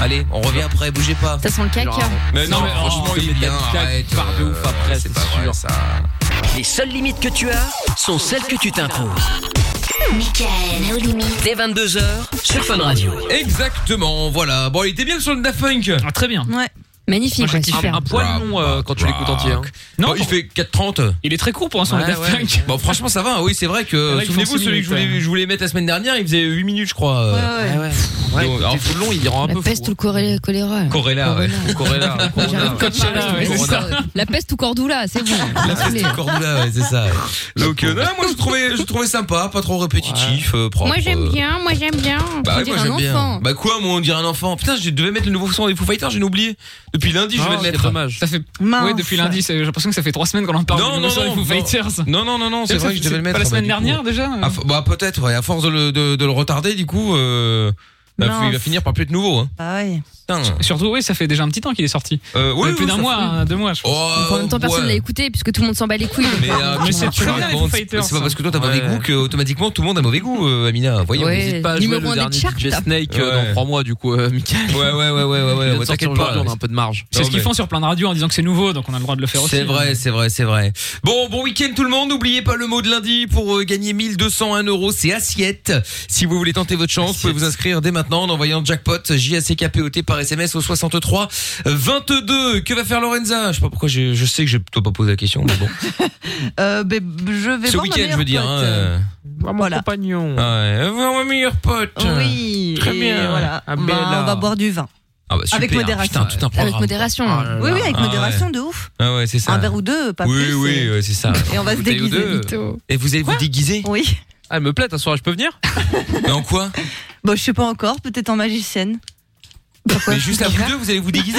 Speaker 2: Allez, on revient après, bougez pas.
Speaker 3: Ça sent le caca.
Speaker 13: Genre,
Speaker 2: euh, Mais non,
Speaker 13: Non, mais
Speaker 2: franchement,
Speaker 13: oh,
Speaker 2: il est
Speaker 13: mais
Speaker 2: bien.
Speaker 13: t'as une claque
Speaker 2: Arrête.
Speaker 13: par de
Speaker 2: euh,
Speaker 13: ouf après,
Speaker 2: c'est
Speaker 13: c'est
Speaker 2: pas vrai
Speaker 13: sûr.
Speaker 2: ça.
Speaker 1: Les seules limites que tu as sont celles que tu t'imposes.
Speaker 2: Oh,
Speaker 8: Michael, aux limites.
Speaker 1: Dès 22h sur Fun Radio.
Speaker 2: Exactement, voilà. Bon, il était bien sur le Daft Punk.
Speaker 6: Ah, très bien.
Speaker 4: Ouais.
Speaker 14: Magnifique,
Speaker 6: Moi, j'ai
Speaker 14: ouais,
Speaker 6: kiffé
Speaker 14: super.
Speaker 6: Un poil long euh, quand tu l'écoutes entier. hein.
Speaker 2: Non, il fait 4,30.
Speaker 6: Il est très court pour un son de Daft Punk.
Speaker 2: Bon, franchement, ça va. hein. Oui, c'est vrai
Speaker 6: Il y en a qui
Speaker 2: que.
Speaker 6: font
Speaker 2: Souvenez-vous,
Speaker 6: six
Speaker 2: celui que je
Speaker 6: minutes,
Speaker 2: voulais, je voulais mettre la semaine dernière, il faisait 8 minutes, je crois. euh.
Speaker 14: Ouais, ouais.
Speaker 2: Ah Ouais, Donc, alors, tout le long, il rend un
Speaker 14: La
Speaker 2: peu.
Speaker 14: peste ou le choré- choléra.
Speaker 2: Corella, ouais. Corella. Corona.
Speaker 14: Corona,
Speaker 2: ouais, c'est ça.
Speaker 14: La peste ou Cordula, c'est bon. Désolé.
Speaker 2: Cordula, ouais, c'est ça. ouais. Donc, euh, non, moi, je trouvais, je trouvais sympa, pas trop répétitif, euh, propre.
Speaker 15: Moi j'aime bien, moi j'aime bien.
Speaker 2: Bah ouais, moi j'aime bien. Bah quoi, moi on dirait un enfant. Putain, je devais mettre le nouveau son des Foo Fighters, j'ai oublié. Depuis lundi, je
Speaker 6: Non,
Speaker 2: vais le
Speaker 6: c'est
Speaker 2: mettre.
Speaker 6: dommage. Ça fait.
Speaker 4: Mince.
Speaker 6: Ouais, depuis lundi, c'est- j'ai l'impression que ça fait trois semaines qu'on en parle.
Speaker 2: Non,
Speaker 6: du
Speaker 2: non,
Speaker 6: nouveau
Speaker 2: non,
Speaker 6: Foo
Speaker 2: non.
Speaker 6: Fighters.
Speaker 2: Non, non, non, non, c'est
Speaker 6: Ça,
Speaker 2: vrai que je devais le mettre.
Speaker 6: Pas la
Speaker 2: bah,
Speaker 6: semaine
Speaker 2: du coup.
Speaker 6: dernière déjà
Speaker 2: À f- Bah peut-être, ouais. À force de le, de, de le retarder, du coup, euh, bah,
Speaker 6: Non.
Speaker 2: il va finir par plus être nouveau. Hein.
Speaker 4: Ah ouais.
Speaker 6: Surtout, oui, ça fait déjà un petit temps qu'il est sorti.
Speaker 2: Euh, oui,
Speaker 6: plus
Speaker 2: oui,
Speaker 6: d'un
Speaker 2: ça
Speaker 6: mois,
Speaker 2: fait-
Speaker 6: hein, deux mois, je pense.
Speaker 14: En même temps, personne ne l'a écouté puisque tout le monde s'en bat les couilles.
Speaker 2: oh, Mais, euh,
Speaker 6: Mais c'est
Speaker 2: tu
Speaker 6: très
Speaker 2: me
Speaker 6: bien, les
Speaker 2: demandes,
Speaker 6: Foo Fighters,
Speaker 2: C'est pas
Speaker 6: ça.
Speaker 2: parce que toi t'as mauvais
Speaker 6: Ouais.
Speaker 2: goût que automatiquement tout le monde a mauvais goût, euh, Amina. Voyons,
Speaker 6: Ouais.
Speaker 2: n'hésite pas à jouer
Speaker 6: Numéro
Speaker 2: le
Speaker 6: un des
Speaker 2: dernier
Speaker 6: charts.
Speaker 2: DJ Snake
Speaker 5: euh, dans trois
Speaker 2: mois, du coup, Michael. Ouais, ouais, ouais, ouais, ouais,
Speaker 5: vient de
Speaker 2: ouais, ouais
Speaker 5: sortir
Speaker 2: t'inquiète pas.
Speaker 5: aujourd'hui, on a un peu de marge.
Speaker 6: C'est
Speaker 2: Non,
Speaker 6: ce qu'ils
Speaker 2: mais-
Speaker 6: font sur plein de radios en disant que c'est nouveau, donc on a le droit de le faire aussi. hein.
Speaker 2: C'est vrai, c'est vrai, c'est vrai. Bon, bon week-end tout le monde. N'oubliez pas le mot de lundi pour euh, gagner 1201 euros. C'est assiette. Si vous voulez tenter votre chance, vous pouvez vous inscrire dès maintenant en envoyant jackpot J-A-C-K-P-O-T par SMS au 63 22. Que va faire Lorenza Je sais pas pourquoi je, je sais que je plutôt pas posé la question, mais bon.
Speaker 4: Euh, ben, je vais
Speaker 2: Ce
Speaker 4: voir ma
Speaker 2: week-end, je veux
Speaker 4: meilleure
Speaker 2: dire.
Speaker 4: pote.
Speaker 2: hein, euh. Ah
Speaker 4: Voilà.
Speaker 5: Compagnon.
Speaker 2: Ouais, voir mon meilleur pote.
Speaker 4: Oui.
Speaker 2: Très
Speaker 4: et
Speaker 2: bien.
Speaker 4: Voilà.
Speaker 2: Ah,
Speaker 4: Ben,
Speaker 2: Bella.
Speaker 4: on va boire du vin.
Speaker 2: Ah bah, super.
Speaker 4: Avec
Speaker 2: Putain,
Speaker 4: modération.
Speaker 2: tout un programme.
Speaker 4: Avec modération. oui, oui, avec
Speaker 2: Ah ouais.
Speaker 4: modération de ouf.
Speaker 2: Ah ouais, c'est ça.
Speaker 4: Un verre ou deux, pas
Speaker 2: oui,
Speaker 4: plus.
Speaker 2: Oui, oui, ouais, c'est ça.
Speaker 4: Et on va se
Speaker 2: Bouteille ou
Speaker 4: déguiser.
Speaker 2: deux. Et vous allez vous déguiser
Speaker 4: Oui.
Speaker 5: Ah, elle me plaît, ta soirée, je peux venir
Speaker 2: Mais en quoi
Speaker 4: Bon, je sais pas encore, peut-être en magicienne.
Speaker 2: Mais juste à vous deux, vous allez vous déguiser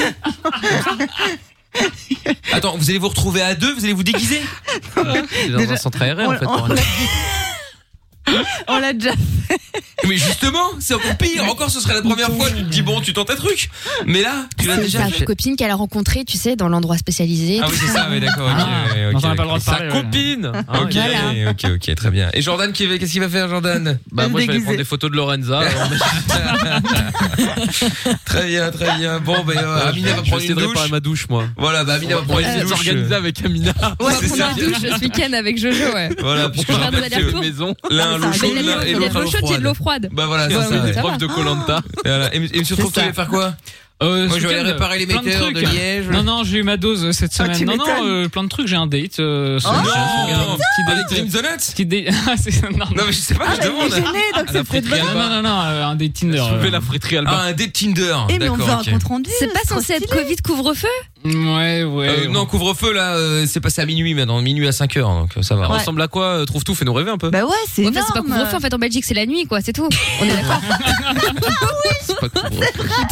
Speaker 2: Attends, vous allez vous retrouver à deux, vous allez vous déguiser
Speaker 5: C'est dans un centre aéré, en fait. pour un-
Speaker 4: On l'a déjà
Speaker 2: Mais justement, c'est encore pire. Encore, ce serait la première fois. Tu te dis bon, tu tentes un truc. Mais là, tu l'as
Speaker 14: C'est
Speaker 2: déjà.
Speaker 14: sa copine qu'elle a rencontrée, tu sais, dans l'endroit spécialisé. Ah.
Speaker 2: Ah oui, c'est ça. Oui, d'accord. ok,
Speaker 3: Ah.
Speaker 2: ouais, ok,
Speaker 6: on a pas le
Speaker 2: ok.
Speaker 6: droit de
Speaker 2: Sa
Speaker 6: parler, ouais.
Speaker 2: copine.
Speaker 6: Ah,
Speaker 2: ok,
Speaker 6: voilà.
Speaker 2: ok, ok, très bien. Et Jordan, qui va- qu'est-ce qu'il va faire, Jordan
Speaker 5: Bah, moi, je vais aller prendre des photos de Lorenza.
Speaker 2: Très bien, très bien. Bon, ben, euh, Amina va
Speaker 5: je
Speaker 2: prendre une
Speaker 5: céderai
Speaker 2: douche.
Speaker 5: pas à ma douche, moi.
Speaker 2: Voilà, bah, Amina va prendre une douche.
Speaker 5: Organisé avec Amina.
Speaker 14: Ouais,
Speaker 2: c'est
Speaker 14: on
Speaker 2: ça.
Speaker 14: a une douche ce week-end avec Jojo, ouais.
Speaker 2: Voilà, puisque je
Speaker 14: Faire
Speaker 2: rappelle
Speaker 14: des
Speaker 2: que
Speaker 14: allers-retours.
Speaker 2: l'un a l'eau
Speaker 14: Enfin,
Speaker 2: chaude,
Speaker 14: il y a
Speaker 2: l'un- et
Speaker 14: de
Speaker 2: l'autre a
Speaker 14: l'eau
Speaker 2: l'eau
Speaker 14: chaude, il y a de l'eau
Speaker 2: froide.
Speaker 14: froide.
Speaker 2: Bah voilà, c'est
Speaker 14: Ouais,
Speaker 2: ça.
Speaker 14: ouais, ça va.
Speaker 5: de Colanta.
Speaker 2: Voilà. Et Monsieur Trouve, tu vas faire quoi
Speaker 6: Euh,
Speaker 2: Moi, je vais aller réparer les metteurs de Liège.
Speaker 6: Non, non, j'ai eu ma dose euh, cette
Speaker 2: Ah,
Speaker 6: semaine.
Speaker 2: tu
Speaker 6: non, non,
Speaker 2: m'étonnes.
Speaker 6: euh, plein de trucs. J'ai un date. euh, ce
Speaker 2: Oh
Speaker 6: week-end,
Speaker 2: non
Speaker 6: j'ai un petit date.
Speaker 2: Avec Dream Donuts
Speaker 6: Petit date. Ah, c'est- non,
Speaker 2: Non, mais je sais
Speaker 4: Ah, bah,
Speaker 2: pas, je demande.
Speaker 6: À Ah, la friterie Alba. Non, non, non, euh, un date Tinder.
Speaker 2: Je vais
Speaker 6: euh.
Speaker 2: la friterie Alba. Ah, un date Tinder.
Speaker 6: Eh, mais on
Speaker 2: D'accord,
Speaker 6: veut un
Speaker 2: ok.
Speaker 6: compte
Speaker 14: C'est pas censé être Covid couvre-feu
Speaker 6: Ouais, ouais.
Speaker 2: Euh, non, couvre-feu là, euh, c'est passé à minuit maintenant, minuit à 5 heures, donc euh, ça va.
Speaker 14: Ouais.
Speaker 2: ressemble à quoi Trouve tout, fais-nous rêver un peu.
Speaker 4: Bah ouais, c'est
Speaker 14: Enfin, c'est pas
Speaker 4: énorme.
Speaker 14: couvre-feu en fait en Belgique, c'est la nuit quoi, c'est tout. On
Speaker 2: Ah,
Speaker 14: est d'accord.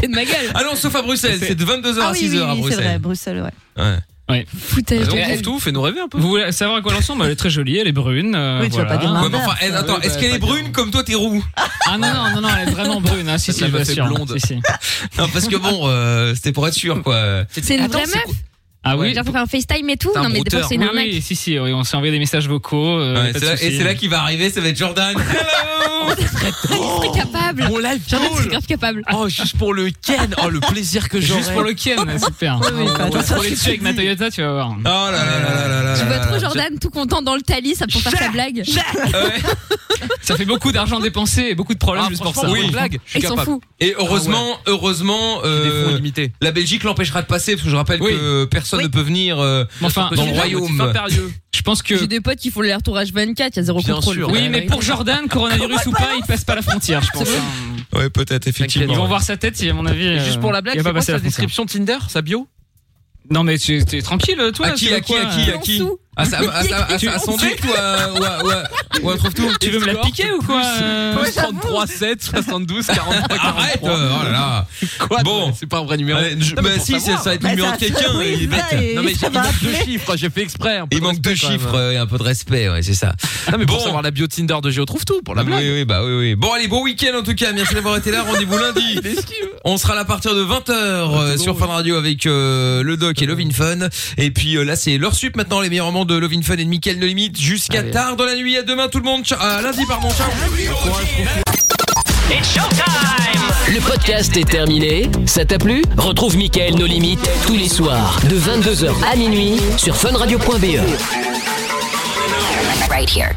Speaker 14: T'es de ma gueule.
Speaker 2: Ah non, sauf à Bruxelles, c'est de 22h
Speaker 4: Ah
Speaker 2: à
Speaker 4: oui,
Speaker 2: 6h
Speaker 4: oui,
Speaker 2: à
Speaker 4: oui, c'est
Speaker 2: Bruxelles.
Speaker 4: vrai, Bruxelles, ouais.
Speaker 2: Ouais.
Speaker 6: Ouais.
Speaker 14: Foutage
Speaker 2: de gueule.
Speaker 6: tout, fais-nous rêver un peu. Vous voulez savoir à quoi elle ressemble Elle est très jolie, elle est brune. euh,
Speaker 4: Oui, tu vas
Speaker 6: voilà.
Speaker 4: pas dire
Speaker 2: Ouais, mais enfin, elle- attends,
Speaker 6: Ouais,
Speaker 2: est-ce
Speaker 6: bah,
Speaker 2: qu'elle
Speaker 6: pas
Speaker 2: est brune comme toi, t'es roux
Speaker 6: Ah non, non, non, non, elle est vraiment brune. hein, si, si,
Speaker 2: La
Speaker 6: je vous
Speaker 2: meuf est
Speaker 6: assure.
Speaker 2: blonde.
Speaker 6: Si, si.
Speaker 2: Non, parce que bon, euh, c'était pour être sûr quoi.
Speaker 14: C'est une
Speaker 2: Attends,
Speaker 14: vraie meuf
Speaker 6: Ah oui
Speaker 14: Genre faire un FaceTime et tout Non mais d'abord c'est une
Speaker 6: Oui,
Speaker 14: arnaque.
Speaker 6: oui, si, si, oui, on s'est envoyé des messages vocaux. euh,
Speaker 2: Ouais,
Speaker 6: pas de
Speaker 2: c'est là-
Speaker 6: soucis.
Speaker 2: et c'est là qu'il va arriver, ça va être Jordan.
Speaker 14: Il serait capable.
Speaker 5: Mon live
Speaker 14: Jordan serait grave capable.
Speaker 5: Oh, juste pour le Ken. Oh, le plaisir que j'aurai.
Speaker 6: Juste pour le Ken, super. Ah,
Speaker 14: oui, bah,
Speaker 6: On va
Speaker 14: attends,
Speaker 6: se rouler
Speaker 14: je
Speaker 6: dessus avec ma Toyota, tu vas voir.
Speaker 2: Oh là là là là là
Speaker 14: Tu
Speaker 2: là
Speaker 14: vois
Speaker 2: là.
Speaker 14: trop Jordan tout content dans le Thalys pour faire sa blague.
Speaker 6: Ça fait beaucoup d'argent dépensé et beaucoup de problèmes
Speaker 5: Ah,
Speaker 6: juste pour ça.
Speaker 5: franchement, pour une blague, je suis
Speaker 14: Et il s'en
Speaker 5: capable.
Speaker 14: fout.
Speaker 2: Et heureusement,
Speaker 5: Ah
Speaker 2: heureusement, euh, la Belgique l'empêchera de passer parce que je rappelle
Speaker 6: Oui.
Speaker 2: que personne ne peut venir euh,
Speaker 6: Mais enfin,
Speaker 2: dans le
Speaker 6: je suis
Speaker 2: royaume.
Speaker 6: Je pense que.
Speaker 14: J'ai des potes qui font les retours H24, il y a zéro
Speaker 5: Bien
Speaker 14: contrôle.
Speaker 5: sûr.
Speaker 6: Oui, mais pour Jordan, coronavirus ou pas, il passe pas la frontière, je pense.
Speaker 14: C'est
Speaker 6: hein.
Speaker 2: Ouais, peut-être
Speaker 6: Ils vont
Speaker 2: effectivement.
Speaker 6: voir sa tête, à mon avis. euh,
Speaker 5: Juste pour la
Speaker 6: il
Speaker 5: blague,
Speaker 6: va
Speaker 5: c'est
Speaker 6: pas
Speaker 5: quoi
Speaker 6: passer
Speaker 5: sa
Speaker 6: la frontière.
Speaker 5: description Tinder, sa bio
Speaker 6: Non, mais tu t'es tranquille, toi.
Speaker 2: À qui,
Speaker 6: tu veux
Speaker 2: à qui,
Speaker 6: quoi,
Speaker 2: à qui,
Speaker 6: euh,
Speaker 2: à qui À sa- à sa- à sa- à son
Speaker 6: Tu-
Speaker 2: truc ou à- ou à- ou à- ou à trouve tout
Speaker 6: Tu veux me la piquer ou quoi euh,
Speaker 5: 33, 7, 72, 43,
Speaker 2: Arrête euh,
Speaker 5: 43.
Speaker 2: Oh là là
Speaker 5: Quoi
Speaker 2: Bon.
Speaker 5: non, C'est pas un vrai numéro.
Speaker 2: Allez, je-
Speaker 5: Non, mais
Speaker 2: Bah
Speaker 5: pour
Speaker 2: si, ça
Speaker 5: savoir.
Speaker 2: ça va être le
Speaker 4: Bah,
Speaker 2: numéro
Speaker 4: ça-
Speaker 2: de quelqu'un,
Speaker 4: oui,
Speaker 2: il est
Speaker 4: ça,
Speaker 2: bête.
Speaker 4: et-
Speaker 5: Non, mais
Speaker 4: ça
Speaker 5: il
Speaker 4: va
Speaker 5: manque deux
Speaker 4: appeler.
Speaker 5: chiffres, j'ai fait exprès. un peu
Speaker 2: Il manque
Speaker 5: respect,
Speaker 2: deux
Speaker 5: quand même.
Speaker 2: chiffres euh, et un peu de respect, ouais, c'est ça.
Speaker 5: Non, mais
Speaker 2: Bon.
Speaker 5: pour savoir la bio Tinder de Géo Trouve Tout, pour la blague.
Speaker 2: Oui, oui, bah oui, oui. Bon, allez, bon week-end en tout cas. Merci d'avoir été là. Rendez-vous lundi. On sera là à partir de 20h sur Fun Radio avec euh, le Doc et Lovin Fun. Et puis euh, là, c'est l'heure sup maintenant, les meilleurs moments de Lovin Fun et de Mickaël No Limite jusqu'à tard dans la nuit. À demain tout le monde. Ciao. À lundi, pardon. Ciao.
Speaker 1: Le podcast est terminé. Ça t'a plu Retrouve Mickaël Nos Limites tous les soirs E. de 22h à minuit sur funradio.be.
Speaker 8: Right here.